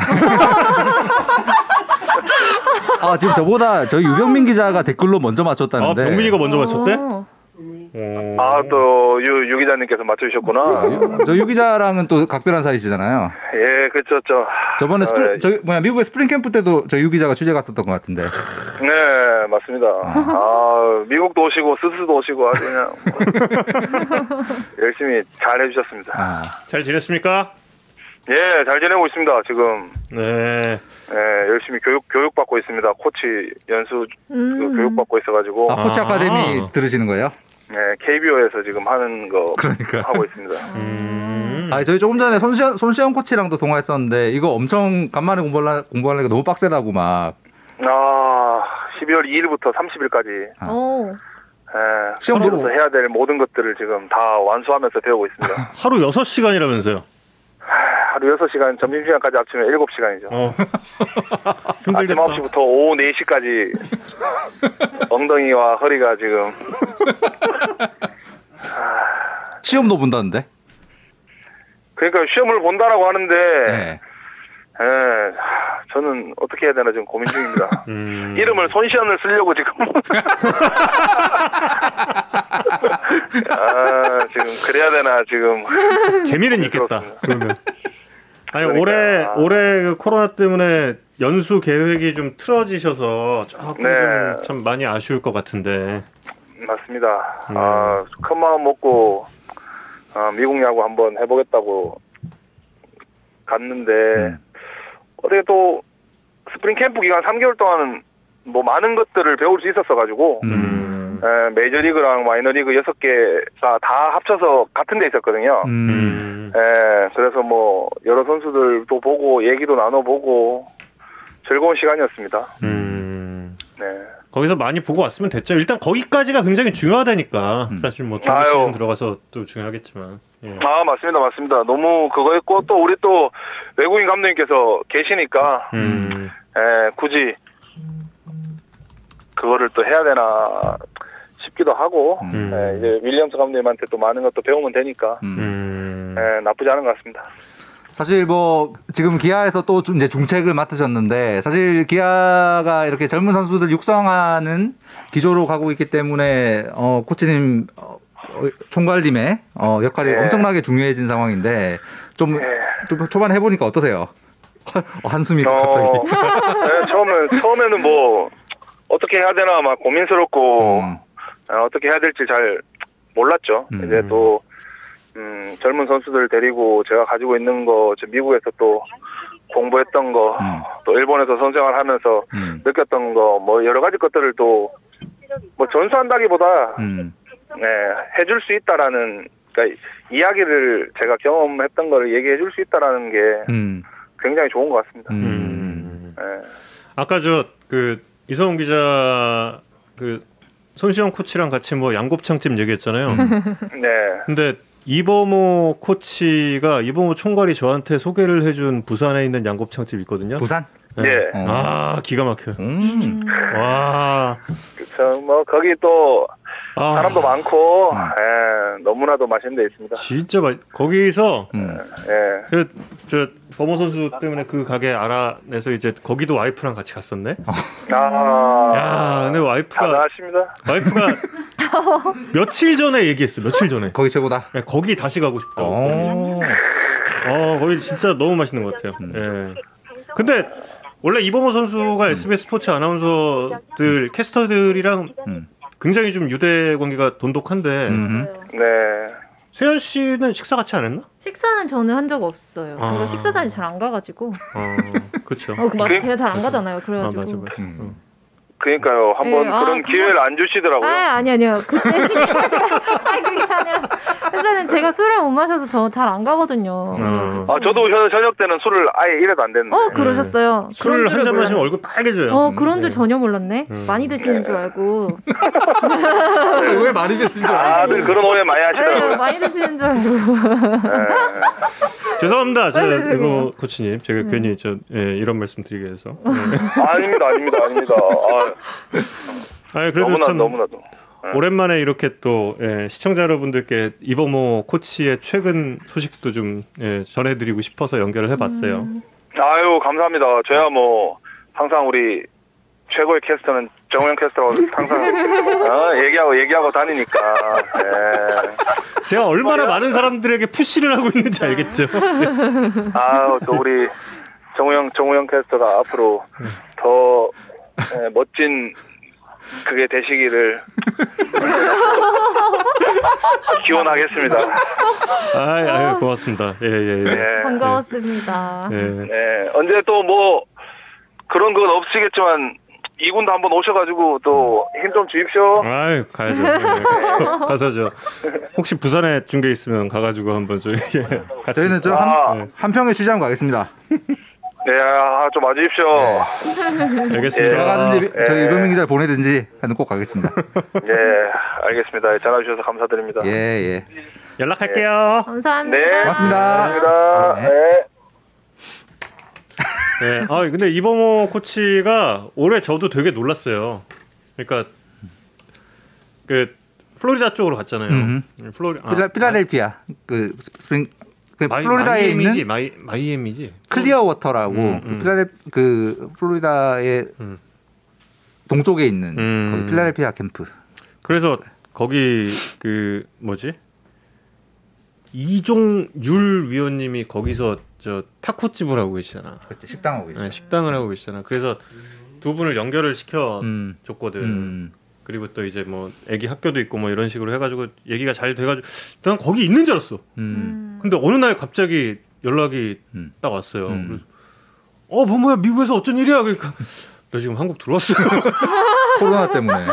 Speaker 2: 아 지금 저보다 저희 유병민 기자가 댓글로 먼저
Speaker 1: 아,
Speaker 2: 맞췄다는데.
Speaker 1: 병민이가 먼저 맞췄대?
Speaker 3: 어.
Speaker 1: 오.
Speaker 6: 아, 또, 유, 유 기자님께서
Speaker 2: 아,
Speaker 6: 맞춰주셨구나.
Speaker 2: 저 유 기자랑은 또 각별한 사이시잖아요.
Speaker 6: 예, 그쵸, 저.
Speaker 2: 저번에
Speaker 6: 아,
Speaker 2: 스프링,
Speaker 6: 예.
Speaker 2: 저기 뭐야 미국의 스프링 캠프 때도 저 유 기자가 취재 갔었던 것 같은데.
Speaker 6: 네, 맞습니다. 아, 미국도 오시고, 스스도 오시고, 아주 그냥. 열심히 잘 해주셨습니다.
Speaker 2: 아,
Speaker 1: 잘 지냈습니까?
Speaker 6: 예, 잘 지내고 있습니다, 지금.
Speaker 1: 네.
Speaker 6: 예, 열심히 교육, 교육받고 있습니다. 코치 연수 그
Speaker 3: 음.
Speaker 6: 교육받고 있어가지고,
Speaker 2: 아 코치
Speaker 1: 아.
Speaker 2: 아. 카데미 들으시는 거예요?
Speaker 6: 예, KBO에서 지금 하는 거
Speaker 2: 그러니까.
Speaker 6: 하고 있습니다.
Speaker 1: 음.
Speaker 2: 아 저희 조금 전에 손시현 손시현 코치랑도 통화했었는데 이거 엄청 간만에 공부하려 공부하려니까 너무 빡세다고 막
Speaker 6: 아, 12월 2일부터 30일까지
Speaker 2: 아.
Speaker 3: 오.
Speaker 6: 예,
Speaker 2: 시험
Speaker 6: 프로로서
Speaker 2: 보고.
Speaker 6: 해야 될 모든 것들을 지금 다 완수하면서 배우고 있습니다.
Speaker 1: 하루 6시간이라면서요.
Speaker 6: 하루 6시간, 점심시간까지 합치면 7시간이죠.
Speaker 1: 어.
Speaker 6: 아침
Speaker 1: 힘들겠다.
Speaker 6: 9시부터 오후 4시까지 엉덩이와 허리가 지금
Speaker 2: 시험도 본다는데.
Speaker 6: 그러니까 시험을 본다라고 하는데
Speaker 2: 네.
Speaker 6: 예, 하, 저는 어떻게 해야 되나 지금 고민 중입니다.
Speaker 1: 음.
Speaker 6: 이름을 손시연을 쓰려고 지금 아 지금 그래야 되나 지금
Speaker 1: 재미는 있겠다.
Speaker 6: 네, 그렇습니다.
Speaker 1: 그러면. 아니
Speaker 6: 그러니까.
Speaker 1: 올해 올해 그 코로나 때문에 연수 계획이 좀 틀어지셔서 조금
Speaker 6: 네.
Speaker 1: 좀 참 많이 아쉬울 것 같은데.
Speaker 6: 맞습니다. 아, 큰 마음 먹고 아, 미국 야구 한번 해보겠다고 갔는데
Speaker 2: 음.
Speaker 6: 어떻게 또 스프링 캠프 기간 3개월 동안은 뭐 많은 것들을 배울 수 있었어 가지고
Speaker 2: 음.
Speaker 6: 에, 메이저리그랑 마이너리그 6개가 다 합쳐서 같은 데 있었거든요.
Speaker 2: 음.
Speaker 1: 음.
Speaker 6: 에, 그래서 뭐 여러 선수들도 보고 얘기도 나눠보고 즐거운 시간이었습니다.
Speaker 1: 음.
Speaker 6: 네.
Speaker 1: 거기서 많이 보고 왔으면 됐죠. 일단 거기까지가 굉장히 중요하다니까.
Speaker 2: 음.
Speaker 1: 사실 뭐
Speaker 6: 아유.
Speaker 1: 정규 시즌 들어가서 또 중요하겠지만. 예.
Speaker 6: 아 맞습니다 맞습니다 너무 그거였고 또 우리 또 외국인 감독님께서 계시니까
Speaker 1: 음.
Speaker 6: 예, 굳이 그거를 또 해야 되나 싶기도 하고
Speaker 2: 음.
Speaker 1: 음.
Speaker 6: 예, 이제 윌리엄스 감독님한테 또 많은 것도 배우면 되니까
Speaker 2: 음.
Speaker 1: 음.
Speaker 6: 예, 나쁘지 않은 것 같습니다
Speaker 2: 사실 뭐 지금 기아에서 또 좀 이제 중책을 맡으셨는데 사실 기아가 이렇게 젊은 선수들 육성하는 기조로 가고 있기 때문에 어 코치님 어, 어, 총괄님의 어 역할이
Speaker 6: 네.
Speaker 2: 엄청나게 중요해진 상황인데 좀 좀
Speaker 6: 예.
Speaker 2: 초반 해 보니까 어떠세요? 어, 한숨이 갑자기.
Speaker 6: 어, 네, 처음에 처음에는 뭐 어떻게 해야 되나 막 고민스럽고
Speaker 2: 음,
Speaker 6: 어, 떻게 해야 될지 잘 몰랐죠.
Speaker 2: 음.
Speaker 6: 이제 또 음, 젊은 선수들 데리고 제가 가지고 있는 거저 미국에서 또 공부했던 거,
Speaker 2: 음,
Speaker 6: 또 일본에서 선생활하면서
Speaker 2: 음,
Speaker 6: 느꼈던 거, 뭐 여러 가지 것들을 또 뭐 전수한다기보다
Speaker 2: 음,
Speaker 6: 네, 해줄 수 있다라는 그러니까 이야기를 제가 경험했던 거를 얘기해줄 수 있다라는 게
Speaker 2: 음,
Speaker 6: 굉장히 좋은 것 같습니다.
Speaker 1: 음.
Speaker 2: 음.
Speaker 6: 네.
Speaker 1: 아까 저 그 이성훈 기자 그 손시영 코치랑 같이 뭐 양곱창집 얘기했잖아요.
Speaker 2: 음.
Speaker 6: 네.
Speaker 1: 근데 이범호 코치가 이범호 총괄이 저한테 소개를 해준 부산에 있는 양곱창집 있거든요.
Speaker 2: 부산?
Speaker 1: 네.
Speaker 6: 예.
Speaker 2: 어.
Speaker 1: 아 기가 막혀. 요
Speaker 2: 음.
Speaker 1: 와.
Speaker 6: 그쵸. 뭐, 거기 또,
Speaker 1: 아,
Speaker 6: 사람도 많고,
Speaker 2: 음.
Speaker 6: 예, 너무나도 맛있는 데 있습니다.
Speaker 1: 진짜 맛. 거기서
Speaker 2: 음.
Speaker 6: 예.
Speaker 1: 그저 범호 선수 때문에 그 가게 알아내서 이제 거기도 와이프랑 같이 갔었네.
Speaker 6: 아,
Speaker 1: 야, 근데
Speaker 2: 아,
Speaker 1: 와이프가
Speaker 6: 자자하십니다.
Speaker 1: 와이프가 며칠 전에 얘기했어. 며칠 전에.
Speaker 2: 거기 최고다.
Speaker 1: 야, 거기 다시 가고 싶다고.
Speaker 2: 어.
Speaker 1: 어, 거기 진짜 너무 맛있는 것 같아요. 예. 근데 원래 이범호
Speaker 2: 음.
Speaker 1: 선수가 SBS 스포츠 아나운서들 캐스터들이랑
Speaker 2: 음.
Speaker 1: 굉장히 좀 유대 관계가 돈독한데
Speaker 2: 음.
Speaker 6: 네.
Speaker 1: 세현 씨는 식사 같이 안 했나?
Speaker 3: 식사는 저는 한 적 없어요.
Speaker 1: 아.
Speaker 3: 제가 식사 자리 잘 안 가가지고.
Speaker 1: 어, 그렇죠.
Speaker 3: 어, 그 맞,
Speaker 6: 그래?
Speaker 3: 제가 잘 안
Speaker 1: 맞아.
Speaker 3: 가잖아요.
Speaker 1: 아,
Speaker 3: 그래가지고.
Speaker 1: 맞아, 어. 맞아.
Speaker 2: 음.
Speaker 6: 그니까요. 한번
Speaker 3: 예, 아,
Speaker 6: 그런
Speaker 3: 그거-
Speaker 6: 기회를 안 주시더라고요.
Speaker 3: 아, 아니 아니요. 그때 식사 제가 아니 그게 아니라 사실은 제가 술을 못 마셔서 저 잘 안 가거든요. 그래가지고.
Speaker 6: 아, 저도 저- 저녁 때는 술을 아예 이래도 안 되는데.
Speaker 3: 어 그러셨어요.
Speaker 1: 술을
Speaker 3: 그런
Speaker 1: 한
Speaker 3: 줄을
Speaker 1: 잔 마시면
Speaker 3: 몰랐네.
Speaker 1: 얼굴 빨개져요.
Speaker 3: 어 그런 줄
Speaker 1: 네.
Speaker 3: 전혀 몰랐네.
Speaker 1: 음.
Speaker 3: 많이 드시는 줄 알고.
Speaker 2: 아, 왜 말이 되시는 줄 알아요?
Speaker 6: 다들 그런 오해 많이
Speaker 1: 네.
Speaker 3: 아유,
Speaker 6: 하시더라고요.
Speaker 3: 네, 많이 드시는 줄 알고.
Speaker 6: 예.
Speaker 1: 아, 죄송합니다. 제가
Speaker 3: 네, 네, 네.
Speaker 1: 이거 코치님, 제가 괜히 저 예, 이런 말씀 드리게 해서. 네.
Speaker 6: 아닙니다, 아닙니다, 아닙니다. 아,
Speaker 1: 아, 그래도
Speaker 6: 너무나, 네.
Speaker 1: 참
Speaker 6: 너무나도.
Speaker 1: 오랜만에 이렇게 또 예, 시청자 여러분들께 이범호 코치의 최근 소식도 좀 예, 전해드리고 싶어서 연결을 해봤어요.
Speaker 6: 아유, 감사합니다. 저야 뭐, 항상 우리 최고의 캐스터는 정우영 캐스터라고 항상 어, 얘기하고, 얘기하고 다니니까. 예.
Speaker 1: 제가 얼마나 많은 사람들에게 푸시를 하고 있는지 알겠죠.
Speaker 6: 아우 또 우리 정우영 정우영 캐스터가 앞으로 더 예, 멋진 그게 되시기를 기원하겠습니다.
Speaker 1: 아, 아, 고맙습니다. 예, 예,
Speaker 6: 예.
Speaker 1: 예.
Speaker 3: 반가웠습니다.
Speaker 1: 예.
Speaker 6: 예, 언제 또 뭐 그런 건 없으시겠지만 이군도 한번 오셔가지고 또 힘 좀 주십시오.
Speaker 2: 네.
Speaker 1: 아유, 가야죠. 예, 가서, 가서죠. 혹시 부산에 중계 있으면 가가지고 한번 저희 예, 같이.
Speaker 2: 저희는 저
Speaker 6: 아.
Speaker 2: 한, 한평에 취재하고 가겠습니다.
Speaker 6: 네, 아, 좀 와주십시오.
Speaker 2: 어, 네.
Speaker 1: 예, 알겠습니다.
Speaker 2: 제가 가든지
Speaker 6: 예.
Speaker 2: 저희 이병민 기자를 보내든지 하는 꼭 가겠습니다.
Speaker 6: 예, 알겠습니다. 예, 전화 주셔서 감사드립니다.
Speaker 2: 예, 예.
Speaker 1: 연락할게요.
Speaker 3: 감사합니다.
Speaker 6: 네,
Speaker 2: 고맙습니다.
Speaker 6: 감사합니다.
Speaker 2: 네.
Speaker 6: 네.
Speaker 1: 네. 아 근데 이범호 코치가 올해 저도 되게 놀랐어요. 그러니까 그 플로리다 쪽으로 갔잖아요.
Speaker 2: 음흠.
Speaker 1: 플로리 아,
Speaker 2: 필라, 필라델피아 그 스프링 그
Speaker 1: 마이-
Speaker 2: 플로리다에
Speaker 1: 마이애미지,
Speaker 2: 있는
Speaker 1: 마이, 마이애미지.
Speaker 2: 클리어 워터라고
Speaker 1: 음, 음.
Speaker 2: 필라델 그 플로리다의
Speaker 1: 음.
Speaker 2: 동쪽에 있는
Speaker 1: 음.
Speaker 2: 거기 필라델피아 캠프.
Speaker 1: 그래서 거기 그 뭐지 이종율 위원님이 거기서 저 타코집을 하고 계시잖아.
Speaker 2: 그렇죠. 식당하고 계시죠.
Speaker 1: 네, 식당을 하고 계시잖아. 그래서 두 분을 연결을 시켜
Speaker 2: 음.
Speaker 1: 줬거든.
Speaker 2: 음.
Speaker 1: 그리고 또 이제 뭐 애기 학교도 있고 뭐 이런 식으로 해가지고 얘기가 잘 돼가지고 난 거기 있는 줄 알았어.
Speaker 2: 음.
Speaker 1: 근데 어느 날 갑자기 연락이
Speaker 2: 음.
Speaker 1: 딱 왔어요.
Speaker 2: 음.
Speaker 1: 그래서 어, 뭐뭐야 미국에서 어쩐 일이야? 그러니까 나 지금 한국 들어왔어.
Speaker 2: 코로나 때문에.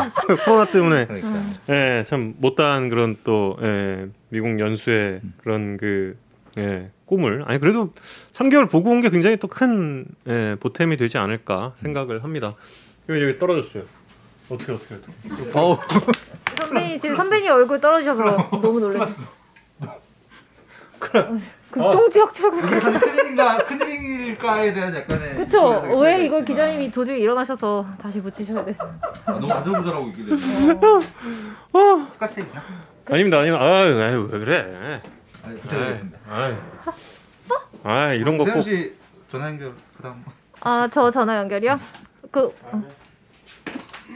Speaker 1: 코로나 때문에.
Speaker 2: 그러니까.
Speaker 3: 음.
Speaker 1: 예, 참 못다한 그런 또 예, 미국 연수의
Speaker 2: 음.
Speaker 1: 그런 그 예, 꿈을 아니 그래도 3개월 보고 온 게 굉장히 또 큰 예, 보탬이 되지 않을까 생각을 합니다. 여기 여기 떨어졌어요. 어떻게 어떻게 어떻게.
Speaker 2: 어우
Speaker 3: 선배님 지금 선배님 얼굴 떨어지셔서 너무 놀랐어. 극동 지역 최고.
Speaker 2: 큰일인가 큰일일까에 대한
Speaker 3: 네.
Speaker 2: 약간의
Speaker 3: 그쵸?
Speaker 2: 생각이
Speaker 3: 왜
Speaker 2: 있구나.
Speaker 3: 이걸 기자님이 도저히 일어나셔서 다시 붙이셔야 돼?
Speaker 2: 아, 너무 아들부자라고 있길래
Speaker 3: 음.
Speaker 2: 어,
Speaker 8: 스카스 테이프야?
Speaker 2: 네.
Speaker 1: 아닙니다 아닙니다. 아유 아유 왜 그래?
Speaker 2: 아니, 부탁드리겠습니다.
Speaker 1: 아유. 아 이런
Speaker 2: 세윤
Speaker 1: 거꼭
Speaker 2: 씨 전화 연결 그다음 뭐.
Speaker 3: 아 저 전화 연결이요? 그 어,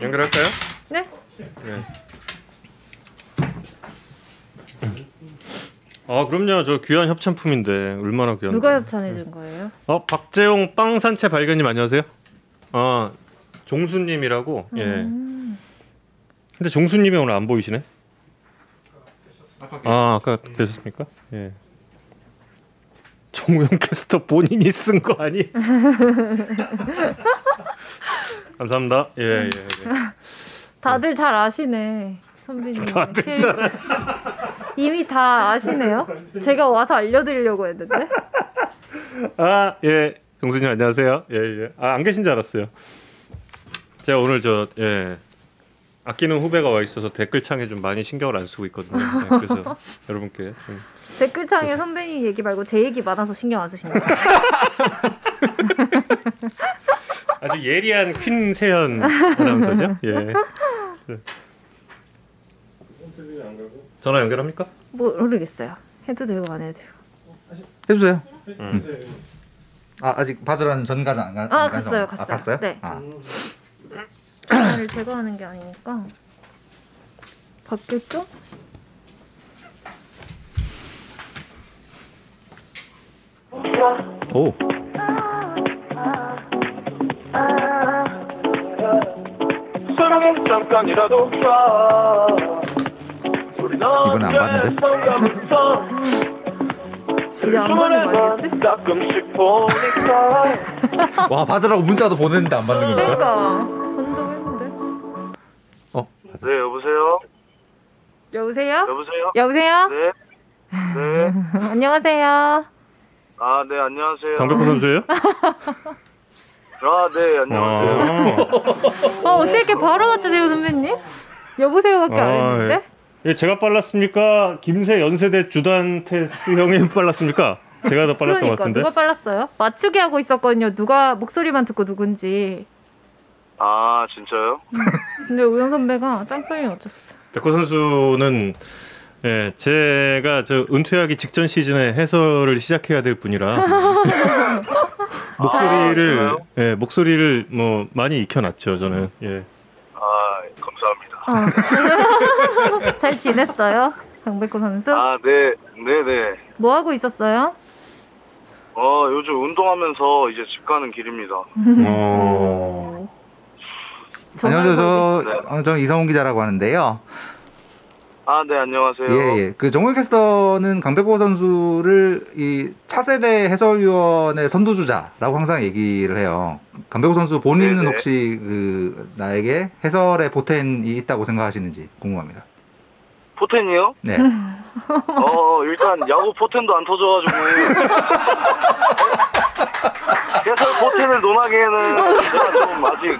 Speaker 1: 연결할까요?
Speaker 3: 네?
Speaker 1: 네. 아 그럼요 저 귀한 협찬품인데 얼마나 귀한?
Speaker 3: 누가 협찬해 준 거예요?
Speaker 1: 어 박재용 빵산채 발견님 안녕하세요. 아 종수님이라고 예.
Speaker 3: 음.
Speaker 1: 근데 종수님이 오늘 안 보이시네.
Speaker 2: 아까
Speaker 1: 아 아까 계셨습니까? 예. 정우영 캐스터 본인이 쓴 거 아니? 감사합니다. 예예. 예, 예.
Speaker 3: 다들 잘 아시네. 선배님.
Speaker 1: 다들 잘
Speaker 3: 이미 다 아시네요. 제가 와서 알려드리려고 했는데.
Speaker 1: 아, 예. 경수님 안녕하세요. 예, 예. 아, 안 계신 줄 알았어요. 제가 오늘 저 예. 아끼는 후배가 와 있어서 댓글창에 좀 많이 신경을 안 쓰고 있거든요. 네, 그래서 여러분께 좀
Speaker 3: 댓글창에 선배님 얘기 말고 제 얘기 많아서 신경 안 쓰신 거예요.
Speaker 1: 아주 예리한 퀸 세현 아나운서죠. 예. 네. 전화 연결합니까?
Speaker 3: 모르겠어요. 해도 되고 안 해도 되고.
Speaker 2: 해주세요.
Speaker 1: 음.
Speaker 2: 네. 아 아직 받으라는 전가는 안 가.
Speaker 3: 아,
Speaker 2: 안 가죠?
Speaker 3: 갔어요,
Speaker 2: 아,
Speaker 3: 갔어요.
Speaker 2: 갔어요?
Speaker 3: 네.
Speaker 2: 아,
Speaker 3: 전화를 제거하는 게 아니니까. 받겠죠?
Speaker 6: 예.
Speaker 2: 오. 이번에 안 봤는데?
Speaker 3: 진짜 안 받는 거 아니겠지?
Speaker 2: 와 받으라고 문자도 보냈는데 안 받는 건가요?
Speaker 3: 그러니까 번다고 했는데.
Speaker 2: 어.
Speaker 6: 네 여보세요.
Speaker 3: 여보세요?
Speaker 6: 여보세요.
Speaker 3: 여보세요?
Speaker 6: 네. 네.
Speaker 3: 안녕하세요.
Speaker 6: 아, 네, 안녕하세요.
Speaker 1: 강백호 선수예요?
Speaker 6: 아, 네,
Speaker 2: 어.
Speaker 6: 안녕하세요.
Speaker 1: 아.
Speaker 3: 아 어떻게 이렇게 바로 맞추세요 선배님? 여보세요밖에
Speaker 1: 아,
Speaker 3: 안 했는데?
Speaker 1: 예, 제가 빨랐습니까? 김세 연세대 주단 테스 형이 빨랐습니까? 제가 더 빨랐던 것
Speaker 3: 그러니까
Speaker 1: 같은데.
Speaker 3: 누가 빨랐어요? 맞추기 하고 있었거든요. 누가 목소리만 듣고 누군지.
Speaker 6: 아, 진짜요?
Speaker 3: 근데 우영 선배가 짱빨리 맞췄어.
Speaker 1: 백호 선수는 예, 제가 저 은퇴하기 직전 시즌에 해설을 시작해야 될 분이라 목소리를
Speaker 6: 아, 그래요?
Speaker 1: 예, 목소리를 뭐 많이 익혀놨죠 저는 예.
Speaker 6: 아, 감사합니다.
Speaker 3: 아. 잘 지냈어요, 강백호 선수?
Speaker 6: 아, 네, 네, 네.
Speaker 3: 뭐 하고 있었어요?
Speaker 6: 어, 요즘 운동하면서 이제 집 가는 길입니다.
Speaker 1: 음. 어...
Speaker 2: 안녕하세요. 저
Speaker 6: 네.
Speaker 2: 어, 저는 이성훈 기자라고 하는데요.
Speaker 6: 아, 네, 안녕하세요.
Speaker 2: 예, 예. 그 정우영 캐스터는 강백호 선수를 이 차세대 해설위원의 선두주자라고 항상 얘기를 해요. 강백호 선수 본인은
Speaker 6: 네네.
Speaker 2: 혹시 그 나에게 해설의 보탬이 있다고 생각하시는지 궁금합니다.
Speaker 6: 포텐이요?
Speaker 2: 네.
Speaker 6: 어, 일단 야구 포텐도 안 터져가지고. 그래서 어? 포텐을 논하기에는 제가 좀 아직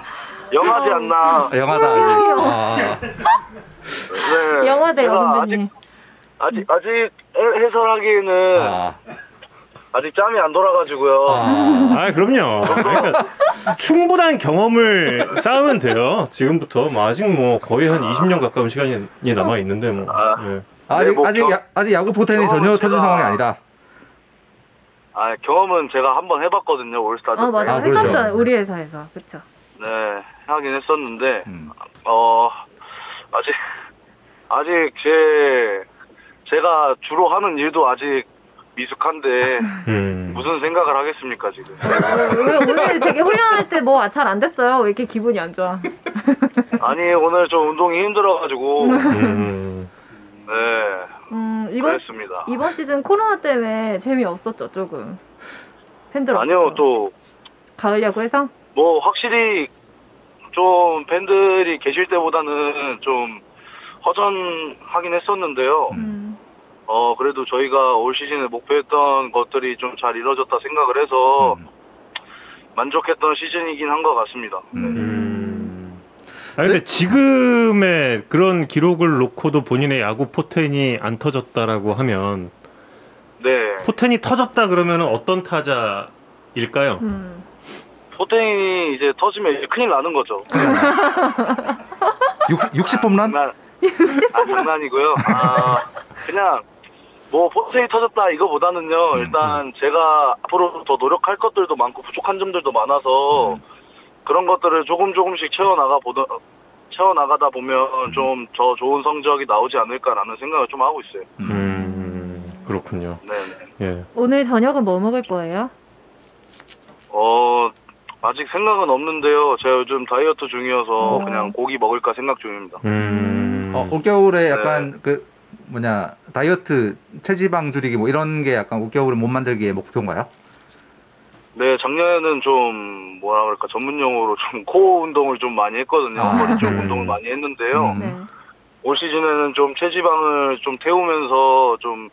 Speaker 6: 영하지
Speaker 3: 어.
Speaker 6: 않나.
Speaker 2: 아, 영하다. 이제. 아,
Speaker 6: 네.
Speaker 3: 뭐 영화대요
Speaker 6: 제가
Speaker 3: 선배님.
Speaker 6: 아직, 아직, 아직 해- 해설하기에는
Speaker 2: 아,
Speaker 6: 아직 짬이 안 돌아가지고요.
Speaker 2: 아.
Speaker 1: 아 그럼요 그러니까 충분한 경험을 쌓으면 돼요 지금부터 뭐 아직 뭐 거의 한 20년 가까운 시간이 남아 있는데 뭐
Speaker 6: 아.
Speaker 1: 예.
Speaker 2: 아직
Speaker 6: 뭐 어, 그-
Speaker 2: 아직
Speaker 6: 경-
Speaker 2: 야, 아직 야구 보탬이 전혀
Speaker 6: 경험은
Speaker 2: 터진
Speaker 6: 제가-
Speaker 2: 상황이 아니다.
Speaker 6: 아 경험은 제가 한번 해봤거든요 올스타즈
Speaker 3: 아 맞아
Speaker 2: 아,
Speaker 3: 요
Speaker 2: 그렇죠.
Speaker 3: 했었잖아요 우리 회사에서 그쵸.
Speaker 6: 네 하긴 했었는데
Speaker 2: 음.
Speaker 6: 어 아직 아직 제 제가 주로 하는 일도 아직 미숙한데
Speaker 1: 음.
Speaker 6: 무슨 생각을 하겠습니까 지금
Speaker 3: 왜 오늘 되게 훈련할 때 뭐 잘 안 됐어요? 왜 이렇게 기분이 안 좋아?
Speaker 6: 아니 오늘 좀 운동이 힘들어가지고
Speaker 1: 음.
Speaker 6: 네
Speaker 3: 음 이번 시-
Speaker 6: 그랬습니다
Speaker 3: 이번 시즌 코로나 때문에 재미 없었죠 조금. 팬들
Speaker 6: 아니요
Speaker 3: 없었죠?
Speaker 6: 또 뭐
Speaker 3: 가을야구 해서
Speaker 6: 확실히 좀 팬들이 계실 때보다는 좀 허전하긴 했었는데요
Speaker 3: 음.
Speaker 6: 어, 그래도 저희가 올 시즌에 목표했던 것들이 좀 잘 이루어졌다 생각을 해서
Speaker 2: 음.
Speaker 6: 만족했던 시즌이긴 한 것 같습니다.
Speaker 2: 음.
Speaker 1: 음. 아니, 근데 지금의 그런 기록을 놓고도 본인의 야구 포텐이 안 터졌다라고 하면
Speaker 6: 네.
Speaker 1: 포텐이 터졌다 그러면 어떤 타자일까요?
Speaker 3: 음.
Speaker 6: 포텐이 이제 터지면 이제 큰일 나는 거죠.
Speaker 2: 육, 60홈런?
Speaker 6: 장난, 아, 장난이고요. 아, 그냥 뭐 포텐이 터졌다 이거보다는요. 일단 제가 앞으로 더 노력할 것들도 많고 부족한 점들도 많아서 그런 것들을 조금 조금씩 채워나가 보다 채워나가다 보면 좀 더 좋은 성적이 나오지 않을까라는 생각을 좀 하고 있어요.
Speaker 2: 음.
Speaker 1: 음 그렇군요.
Speaker 6: 네네.
Speaker 1: 예.
Speaker 3: 오늘 저녁은 뭐 먹을 거예요?
Speaker 6: 어 아직 생각은 없는데요. 제가 요즘 다이어트 중이어서
Speaker 3: 어.
Speaker 6: 그냥 고기 먹을까 생각 중입니다.
Speaker 1: 음.
Speaker 2: 어,
Speaker 6: 네.
Speaker 2: 올겨울에 약간 그 뭐냐 다이어트 체지방 줄이기 뭐 이런 게 약간 올겨울 못 만들기의 목표인가요?
Speaker 6: 네, 작년에는 좀 뭐라 그럴까 전문 용어로 좀 코 운동을 좀 많이 했거든요.
Speaker 2: 아.
Speaker 6: 머리 쪽
Speaker 1: 음.
Speaker 6: 운동을 많이 했는데요.
Speaker 2: 음.
Speaker 3: 네.
Speaker 6: 올 시즌에는 좀 체지방을 좀 태우면서 좀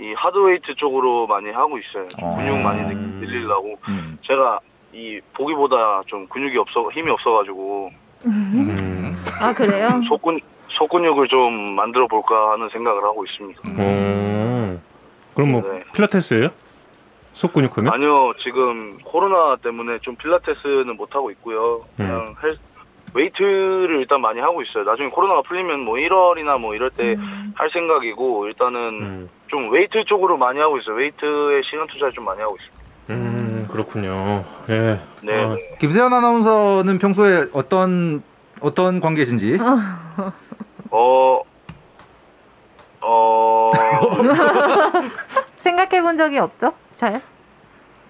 Speaker 6: 이 하드웨이트 쪽으로 많이 하고 있어요. 좀
Speaker 2: 아.
Speaker 6: 근육 많이 늘- 늘리려고
Speaker 2: 음.
Speaker 6: 제가 이 보기보다 좀 근육이 없어 힘이 없어가지고
Speaker 1: 음.
Speaker 3: 네. 아 그래요?
Speaker 6: 속근 속근육을 좀 만들어 볼까 하는 생각을 하고 있습니다.
Speaker 1: 어. 그럼 뭐
Speaker 6: 네.
Speaker 1: 필라테스예요? 속근육 하면?
Speaker 6: 아니요, 지금 코로나 때문에 좀 필라테스는 못 하고 있고요. 그냥
Speaker 1: 음.
Speaker 6: 헬- 웨이트를 일단 많이 하고 있어요. 나중에 코로나가 풀리면 뭐 1월이나 뭐 이럴 때 할
Speaker 3: 음.
Speaker 6: 생각이고 일단은
Speaker 1: 음.
Speaker 6: 좀 웨이트 쪽으로 많이 하고 있어요. 웨이트에 시간 투자를 좀 많이 하고 있어요.
Speaker 1: 음, 그렇군요. 예.
Speaker 6: 네.
Speaker 1: 아,
Speaker 2: 김세현 아나운서는 평소에 어떤 어떤 관계신지?
Speaker 6: 어. 어.
Speaker 3: 생각해 본 적이 없죠? 잘?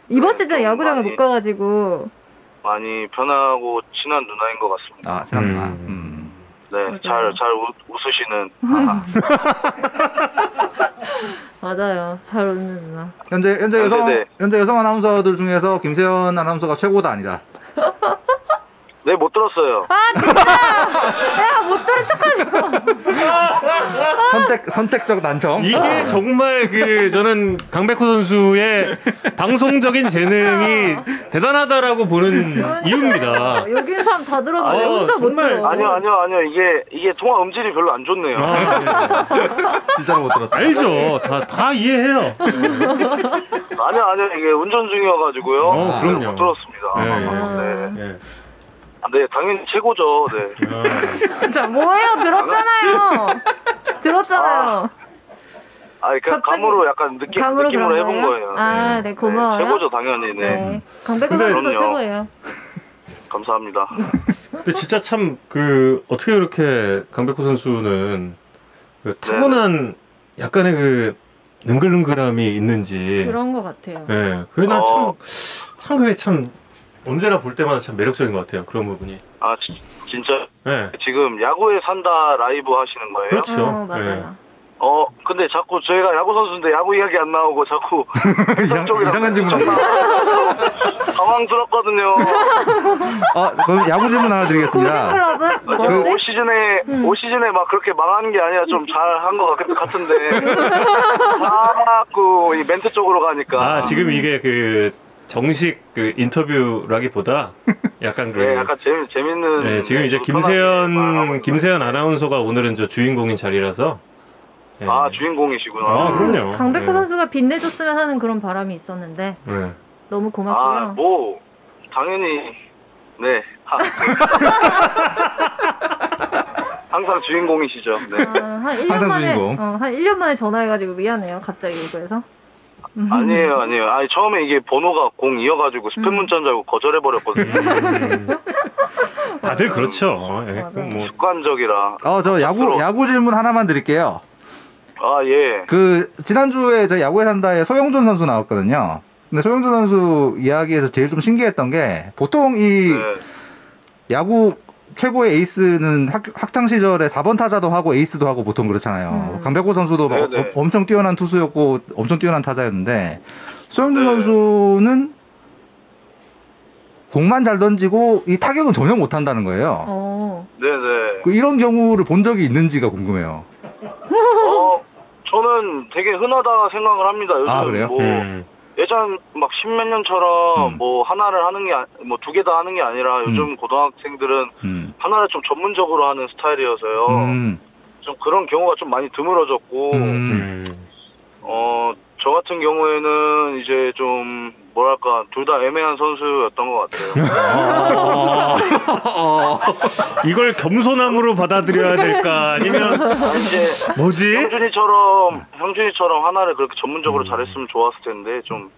Speaker 3: 이번
Speaker 6: 네,
Speaker 3: 시즌
Speaker 6: 좀
Speaker 3: 야구장에
Speaker 6: 많이-
Speaker 3: 못 가가지고
Speaker 6: 많이 편하고 친한 누나인 것 같습니다.
Speaker 2: 아 지난나. 음.
Speaker 6: 네.
Speaker 3: 맞아요. 음.
Speaker 6: 잘, 잘 웃, 웃으시는.
Speaker 2: 아,
Speaker 3: 맞아요. 잘 웃는 누나.
Speaker 2: 현재 현재
Speaker 6: 아,
Speaker 2: 여성
Speaker 6: 네네.
Speaker 2: 현재 여성 아나운서들 중에서 김세현 아나운서가 최고다 아니다.
Speaker 6: 네, 못 들었어요.
Speaker 3: 아, 야못 들은 척하지.
Speaker 2: 선택 선택적 난청.
Speaker 1: 이게 정말 그 저는 강백호 선수의 방송적인 재능이 대단하다라고 보는 이유입니다.
Speaker 3: 여기 있는 사람 다 들었는데
Speaker 1: 아,
Speaker 3: 혼자 못
Speaker 1: 정말.
Speaker 3: 들어.
Speaker 6: 아니요, 아니요, 아니요. 이게, 이게 통화 음질이 별로 안 좋네요.
Speaker 1: 아, 네.
Speaker 2: 진짜로 못 들었다.
Speaker 1: 알죠. 다, 다 이해해요.
Speaker 6: 아니요, 아니요. 이게 운전 중이어가지고요.
Speaker 1: 어,
Speaker 6: 네,
Speaker 1: 그럼요.
Speaker 6: 못 들었습니다.
Speaker 1: 예, 예.
Speaker 6: 네.
Speaker 3: 아,
Speaker 1: 예.
Speaker 6: 네, 당연히 최고죠. 네.
Speaker 1: 아,
Speaker 3: 진짜 뭐예요? 들었잖아요. 들었잖아요.
Speaker 6: 아, 그냥
Speaker 3: 갑자기
Speaker 6: 감으로 약간 느낌,
Speaker 3: 감으로
Speaker 6: 느낌으로
Speaker 3: 그런
Speaker 6: 해본
Speaker 3: 거예요?
Speaker 6: 거예요.
Speaker 3: 아, 네, 고마워요.
Speaker 6: 최고죠, 당연히. 네.
Speaker 3: 네. 강백호
Speaker 1: 근데-
Speaker 3: 선수도
Speaker 6: 그럼요.
Speaker 3: 최고예요.
Speaker 6: 감사합니다.
Speaker 1: 근데 진짜 참 그 어떻게 이렇게 강백호 선수는 그 타고난 약간의 그 능글능글함이 있는지.
Speaker 3: 그런 것 같아요.
Speaker 1: 예. 그게 난 참,
Speaker 6: 어.
Speaker 1: 참 그게 참 언제나 볼 때마다 참 매력적인 것 같아요. 그런 부분이.
Speaker 6: 아, 지- 진짜
Speaker 1: 예.
Speaker 6: 지금 야구에 산다 라이브 하시는 거예요?
Speaker 1: 그렇죠.
Speaker 3: 어, 맞아요.
Speaker 6: 어, 근데 자꾸 저희가 야구 선수인데 야구 이야기 안 나오고 자꾸
Speaker 2: 이상,
Speaker 6: 쪽이랑
Speaker 2: 이상한 질문.
Speaker 6: 당황스럽거든요.
Speaker 2: 아 그럼 야구 질문 하나 드리겠습니다.
Speaker 3: 골든클럽은
Speaker 6: 아, 지금 올
Speaker 3: 뭐지?
Speaker 6: 시즌에
Speaker 3: 음.
Speaker 6: 올 시즌에 막 그렇게 망하는 게 아니라 좀 잘 한 것 같은데 자꾸 이 멘트 쪽으로 가니까
Speaker 1: 아, 지금 이게 그 정식 그 인터뷰라기보다 약간 그
Speaker 6: 네, 약간 재미 재밌는
Speaker 1: 예, 지금 이제
Speaker 6: 그 편하게 말하고
Speaker 1: 김세현
Speaker 6: 있는
Speaker 1: 김세현 아나운서가 오늘은 저 주인공인 자리라서 예.
Speaker 6: 아 주인공이시구나.
Speaker 1: 아, 그럼요.
Speaker 3: 강백호
Speaker 1: 네.
Speaker 3: 선수가 빛내줬으면 하는 그런 바람이 있었는데
Speaker 1: 예.
Speaker 3: 너무 고맙고요.
Speaker 6: 아, 뭐 당연히 네. 하. 항상 주인공이시죠. 네.
Speaker 3: 아, 한 1년
Speaker 2: 항상
Speaker 3: 만에
Speaker 2: 주인공.
Speaker 3: 어, 한 1년 만에 전화해가지고 미안해요 갑자기 이거에서
Speaker 6: 아니에요, 아니에요. 아니 처음에 이게 번호가 공 이어가지고 스팸
Speaker 3: 음.
Speaker 6: 문자인 줄 알고 거절해 버렸거든요.
Speaker 1: 음. 다들 그렇죠. 예.
Speaker 3: 맞아요.
Speaker 1: 뭐
Speaker 6: 습관적이라.
Speaker 2: 어저 야구
Speaker 6: 앞으로.
Speaker 2: 야구 질문 하나만 드릴게요.
Speaker 6: 아 예.
Speaker 2: 그 지난주에 저 야구에 산다에 소영준 선수 나왔거든요. 근데 소영준 선수 이야기에서 제일 좀 신기했던 게 보통 이
Speaker 6: 네.
Speaker 2: 야구 최고의 에이스는 학, 학창 시절에 4번 타자도 하고 에이스도 하고 보통 그렇잖아요.
Speaker 3: 음.
Speaker 2: 강백호 선수도 막 어-
Speaker 6: 네네.
Speaker 2: 엄청 뛰어난 투수였고 엄청 뛰어난 타자였는데 소영준
Speaker 6: 네.
Speaker 2: 선수는 공만 잘 던지고 이 타격은 전혀 못 한다는 거예요.
Speaker 3: 어
Speaker 6: 네네.
Speaker 2: 그 이런 경우를 본 적이 있는지가 궁금해요.
Speaker 6: 어, 저는 되게 흔하다 생각을 합니다. 요즘
Speaker 2: 아, 그래요?
Speaker 6: 뭐
Speaker 1: 음.
Speaker 6: 예전 막 십몇 년처럼
Speaker 2: 음.
Speaker 6: 아, 뭐 하나를 하는 게 뭐 두 개 다 하는 게 아니라 요즘 고등학생들은
Speaker 2: 음.
Speaker 6: 하나를 좀 전문적으로 하는 스타일이어서요.
Speaker 2: 음,
Speaker 6: 좀 그런 경우가 좀 많이 드물어졌고,
Speaker 2: 음,
Speaker 1: 음.
Speaker 6: 어, 저 같은 경우에는 이제 좀, 뭐랄까, 둘 다 애매한 선수였던 것 같아요.
Speaker 1: 이걸 겸손함으로 받아들여야 될까 아니면
Speaker 6: 아, 이제,
Speaker 2: 예?
Speaker 1: 뭐지?
Speaker 2: 음.
Speaker 6: 형준이처럼, 형준이처럼 하나를 그렇게 전문적으로 잘했으면 좋았을 텐데, 좀,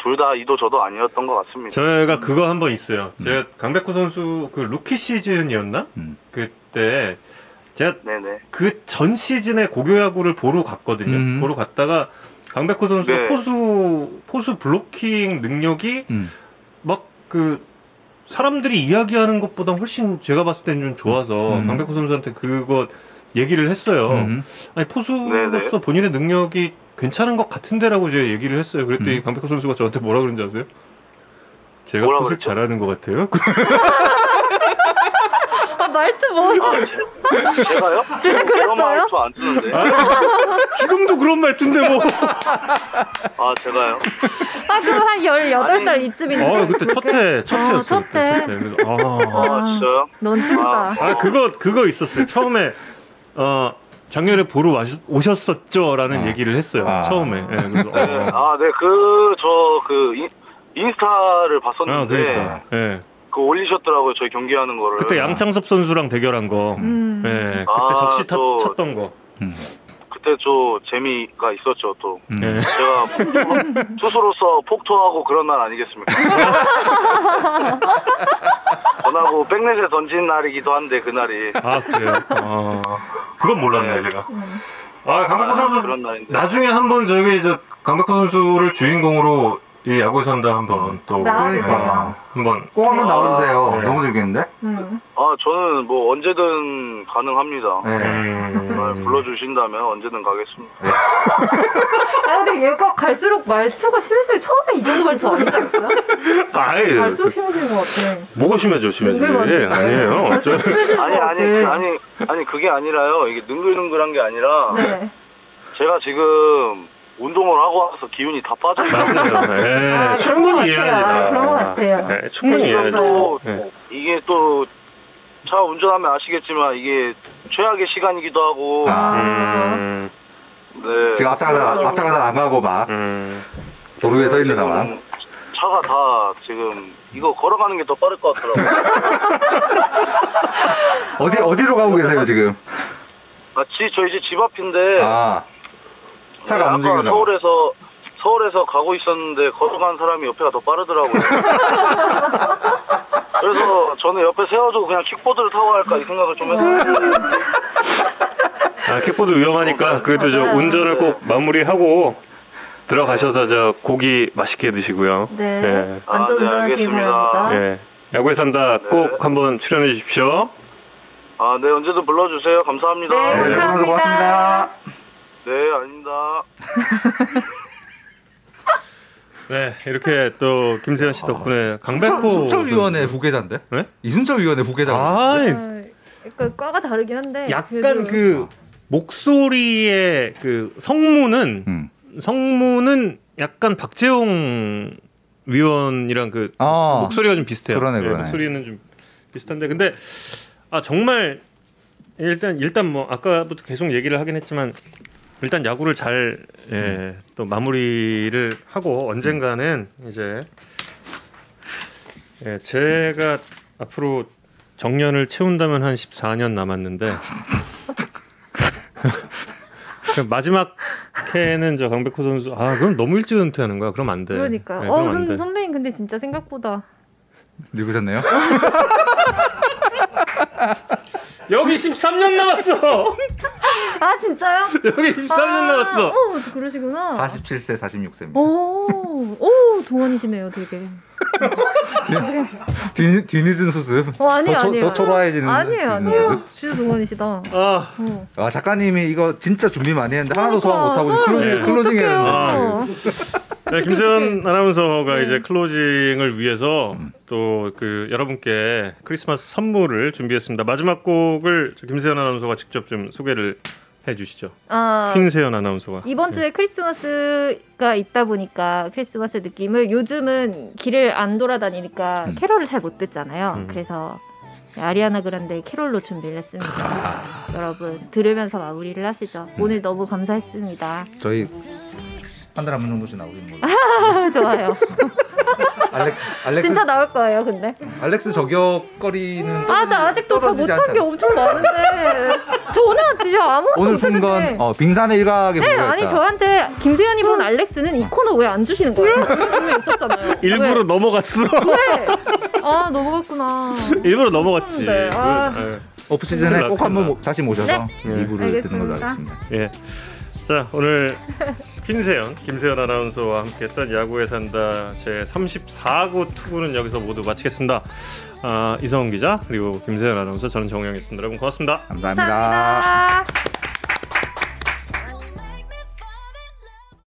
Speaker 6: 둘 다 이도 저도 아니었던 것 같습니다.
Speaker 1: 저희가 그거 한 번 있어요. 제가 강백호 선수 그 루키 시즌이었나?
Speaker 2: 음.
Speaker 1: 그때 제가
Speaker 6: 네네.
Speaker 1: 그 전 시즌에 고교야구를 보러 갔거든요.
Speaker 2: 음.
Speaker 1: 보러 갔다가 강백호 선수가
Speaker 6: 네.
Speaker 1: 포수 포수 블로킹 능력이
Speaker 2: 음.
Speaker 1: 막 그 사람들이 이야기하는 것보다 훨씬 제가 봤을 때는 좀 좋아서
Speaker 2: 음.
Speaker 1: 강백호 선수한테 그거 얘기를 했어요.
Speaker 2: 음.
Speaker 1: 아니 포수로서
Speaker 6: 네,
Speaker 1: 본인의 능력이 괜찮은 것 같은데라고 제가 얘기를 했어요. 그랬더니
Speaker 2: 음.
Speaker 1: 강백호 선수가 저한테 뭐라 그런지 아세요? 제가
Speaker 6: 뭐라
Speaker 1: 포수
Speaker 6: 그랬죠?
Speaker 1: 잘하는 것 같아요.
Speaker 3: 아 말투 뭐?
Speaker 6: 아, 제- 제가요?
Speaker 3: 진짜
Speaker 6: 그런
Speaker 3: 그랬어요?
Speaker 6: 말투 안 쓰는데.
Speaker 1: 아. 지금도 그런 말투인데 뭐.
Speaker 6: 아, 제가요?
Speaker 3: 아 그럼 한 18살 이쯤인데.
Speaker 1: 아 그때 첫해
Speaker 3: 아,
Speaker 1: 첫해였어요.
Speaker 3: 첫 해.
Speaker 1: 아.
Speaker 6: 아, 진짜요?
Speaker 3: 넌 친구다.
Speaker 1: 아 그거 그거 있었어요. 처음에 어 작년에 보러 와시, 오셨었죠라는
Speaker 2: 아.
Speaker 1: 얘기를 했어요.
Speaker 2: 아.
Speaker 1: 처음에. 예, 그래서,
Speaker 6: 네,
Speaker 1: 어.
Speaker 6: 아, 네, 그, 저, 그, 인- 인스타를
Speaker 1: 아,
Speaker 6: 봤었는데,
Speaker 1: 그러니까. 예.
Speaker 6: 그 올리셨더라고요, 저희 경기하는 거를.
Speaker 1: 그때 양창섭 선수랑 대결한 거.
Speaker 3: 음.
Speaker 1: 예. 그때
Speaker 6: 네. 아,
Speaker 1: 적시 타,
Speaker 6: 또-
Speaker 1: 쳤던 거.
Speaker 2: 음.
Speaker 6: 그때 저 재미가 있었죠, 또.
Speaker 2: 음.
Speaker 1: 예.
Speaker 6: 제가 폭- 투수로서 폭투하고 그런 날 아니겠습니까? 전하고 백넷에 던진 날이기도 한데, 그날이.
Speaker 1: 아 그래요. 어. 그건 몰랐네요
Speaker 6: 네.
Speaker 1: 제가. 아 강백호 선수
Speaker 6: 그런 날인데.
Speaker 1: 나중에 한번 저기 저 강백호 선수를 주인공으로 이 야구 산다 한번 또
Speaker 2: 그러니까.
Speaker 1: 어, 한번
Speaker 2: 꼭 한번 나와주세요.
Speaker 6: 어.
Speaker 1: 네.
Speaker 2: 너무 재밌겠는데?
Speaker 3: 음.
Speaker 6: 아, 저는 뭐 언제든 가능합니다.
Speaker 2: 네.
Speaker 6: 정말 아,
Speaker 1: 음...
Speaker 6: 불러주신다면 언제든 가겠습니다.
Speaker 3: 아 근데 얘가 갈수록 말투가 심해서 처음에 이 정도 말투 아니지 않았어요?
Speaker 1: 아이
Speaker 3: 갈수록 심해지는 것 같아.
Speaker 1: 뭐가 심해져 심해져.
Speaker 3: 목을 만지네.
Speaker 1: 예, 아니에요. 저-
Speaker 3: 갈수록
Speaker 2: 네.
Speaker 3: 심해지는 것
Speaker 6: 아니
Speaker 3: 같아.
Speaker 6: 아니 그- 아니 아니 그게 아니라요. 이게 능글능글한 게 아니라
Speaker 3: 네.
Speaker 6: 제가 지금 운동을 하고 와서 기운이 다 빠졌어요.
Speaker 1: 맞네요. 예,
Speaker 3: 아, 그런 것
Speaker 1: 충분히
Speaker 3: 같아요.
Speaker 1: 이해합니다.
Speaker 3: 아, 그런 것 같아요.
Speaker 1: 예, 충분히
Speaker 2: 네.
Speaker 3: 재밌었어요.
Speaker 1: 이해해요.
Speaker 6: 또
Speaker 1: 네.
Speaker 6: 이게 또 차 운전하면 아시겠지만 이게 최악의 시간이기도 하고
Speaker 2: 아.
Speaker 1: 음,
Speaker 6: 네.
Speaker 2: 지금 앞차가 앞차가 잘 안 가고 막
Speaker 1: 음.
Speaker 2: 도로에 서 있는
Speaker 6: 지금
Speaker 2: 상황.
Speaker 6: 차가 다 지금 이거 걸어가는 게 더 빠를 것 같더라고요.
Speaker 2: 어디 어디로 가고 계세요 지금?
Speaker 6: 마치 아, 저 이제 집 앞인데
Speaker 2: 아 차가 안
Speaker 6: 네, 아까
Speaker 2: 움직이죠.
Speaker 6: 서울에서 서울에서 가고 있었는데 걸어간 사람이 옆에가 더 빠르더라고요. 그래서 저는 옆에 세워주고 그냥 킥보드를 타고 갈까 이 생각을 좀 했는데
Speaker 1: 아, 킥보드 위험하니까 그래도 저
Speaker 3: 어, 맞아요.
Speaker 1: 운전을 꼭 마무리하고 들어가셔서 저 고기 맛있게 드시고요.
Speaker 3: 네. 아.
Speaker 1: 예.
Speaker 3: 안전
Speaker 6: 아, 네,
Speaker 3: 운전하시기
Speaker 6: 알겠습니다.
Speaker 3: 바랍니다.
Speaker 1: 예. 야구에 산다
Speaker 2: 네.
Speaker 1: 꼭 한번 출연해 주십시오.
Speaker 6: 아 네 언제든 불러주세요. 감사합니다.
Speaker 3: 네,
Speaker 2: 네,
Speaker 3: 감사합니다.
Speaker 2: 오늘 고맙습니다.
Speaker 6: 네 아닙니다.
Speaker 1: 네, 이렇게 또 김세현 씨 덕분에 강백호
Speaker 2: 순찰위원회 후계자인데?
Speaker 1: 네?
Speaker 2: 이순철 위원회 후계자.
Speaker 1: 아,
Speaker 3: 그러니까 과가 다르긴 한데
Speaker 1: 약간
Speaker 3: 그래도-
Speaker 1: 그 목소리의 그 성문은
Speaker 2: 음.
Speaker 1: 성문은 약간 박재홍 위원이랑 그
Speaker 2: 아
Speaker 1: 목소리가 좀 비슷해요.
Speaker 2: 그러네,
Speaker 1: 예,
Speaker 2: 그러네.
Speaker 1: 목소리는 좀 비슷한데 근데 아 정말 일단 일단 뭐 아까부터 계속 얘기를 하긴 했지만 일단 야구를 잘 예, 또 마무리를 하고 언젠가는 이제 예, 제가 앞으로 정년을 채운다면 한 14년 남았는데 그 마지막 해는 저 강백호 선수 아 그럼 너무 일찍 은퇴하는 거야 네. 그럼 안돼
Speaker 3: 그러니까. 어, 선, 선배님 근데 진짜 생각보다
Speaker 2: 늙으셨네요.
Speaker 1: 여기 13년 남았어.
Speaker 3: 아 진짜요?
Speaker 1: 여기 13년
Speaker 3: 아,
Speaker 1: 남았어.
Speaker 3: 오, 그러시구나.
Speaker 2: 47세 46세입니다.
Speaker 3: 오, 오, 동안이시네요, 되게.
Speaker 2: 뒤, 뒤늦은 수습.
Speaker 3: 어, 아니에요,
Speaker 2: 더, 초-
Speaker 3: 아니에요.
Speaker 2: 더 초라해지는
Speaker 3: 아니에요,
Speaker 2: 뒤늦은
Speaker 3: 아니에요.
Speaker 2: 모습.
Speaker 3: 진짜 동안이시다. 어.
Speaker 1: 아,
Speaker 2: 아 작가님이 이거 진짜 준비 많이 했는데 하나도 소화
Speaker 3: 그러니까,
Speaker 2: 못하고 지금
Speaker 3: 서울
Speaker 2: 클로징,
Speaker 1: 네.
Speaker 2: 클로징 해야 되는데.
Speaker 1: 아,
Speaker 3: 어떡해요.
Speaker 1: 네, 김세현 아나운서가
Speaker 3: 네.
Speaker 1: 이제 클로징을 위해서 또 그 여러분께 크리스마스 선물을 준비했습니다. 마지막 곡을 저 김세현 아나운서가 직접 좀 소개를 해주시죠.
Speaker 3: 아,
Speaker 1: 퀸세현 아나운서가
Speaker 3: 이번
Speaker 1: 네.
Speaker 3: 주에 크리스마스가 있다 보니까 크리스마스
Speaker 2: 음.
Speaker 3: 느낌을 요즘은 길을 안 돌아다니니까 캐럴을 잘 못 듣잖아요.
Speaker 1: 음.
Speaker 3: 그래서 아리아나 그란데의 캐롤로 준비를
Speaker 2: 아.
Speaker 3: 했습니다. 여러분 들으면서 마무리를 하시죠.
Speaker 2: 음.
Speaker 3: 오늘 너무 감사했습니다.
Speaker 2: 저희 한 달에 한번 정도씩 나오는 걸로.
Speaker 3: 좋아요.
Speaker 2: 네, 알렉, 알렉스,
Speaker 3: 진짜 나올 거예요, 근데.
Speaker 2: 알렉스 저격거리는
Speaker 3: 아, 나 아직도 다
Speaker 2: 떨어지지
Speaker 3: 못한 게
Speaker 2: 않잖아.
Speaker 3: 엄청 많은데. 저는 진짜 아무것도
Speaker 2: 오늘
Speaker 3: 못했는데.
Speaker 2: 푼건 어, 빙산의 일각에
Speaker 3: 네, 아니 저한테 김세현이 본 알렉스는 이 코너 왜 안 주시는
Speaker 2: 음.
Speaker 3: 거예요? 분명 있었잖아요.
Speaker 1: 네. 일부러 넘어갔어.
Speaker 3: 왜? 왜? 아 넘어갔구나.
Speaker 1: 일부러 넘어갔지.
Speaker 3: 네, 아.
Speaker 1: 그,
Speaker 2: 오프 시즌에 꼭
Speaker 1: 큰일
Speaker 2: 한번
Speaker 1: 났다.
Speaker 2: 모- 다시 모셔서
Speaker 1: 네.
Speaker 2: 이부를 듣는 걸로
Speaker 3: 알겠습니다.
Speaker 2: 하겠습니다.
Speaker 1: 예. 예. 자 오늘 핀세연 김세연 아나운서와 함께했던 야구에 산다 제 34구 투구는 여기서 모두 마치겠습니다. 아, 이성훈 기자 그리고 김세연 아나운서 저는 정우영이었습니다. 여러분 고맙습니다.
Speaker 2: 감사합니다.
Speaker 3: 감사합니다.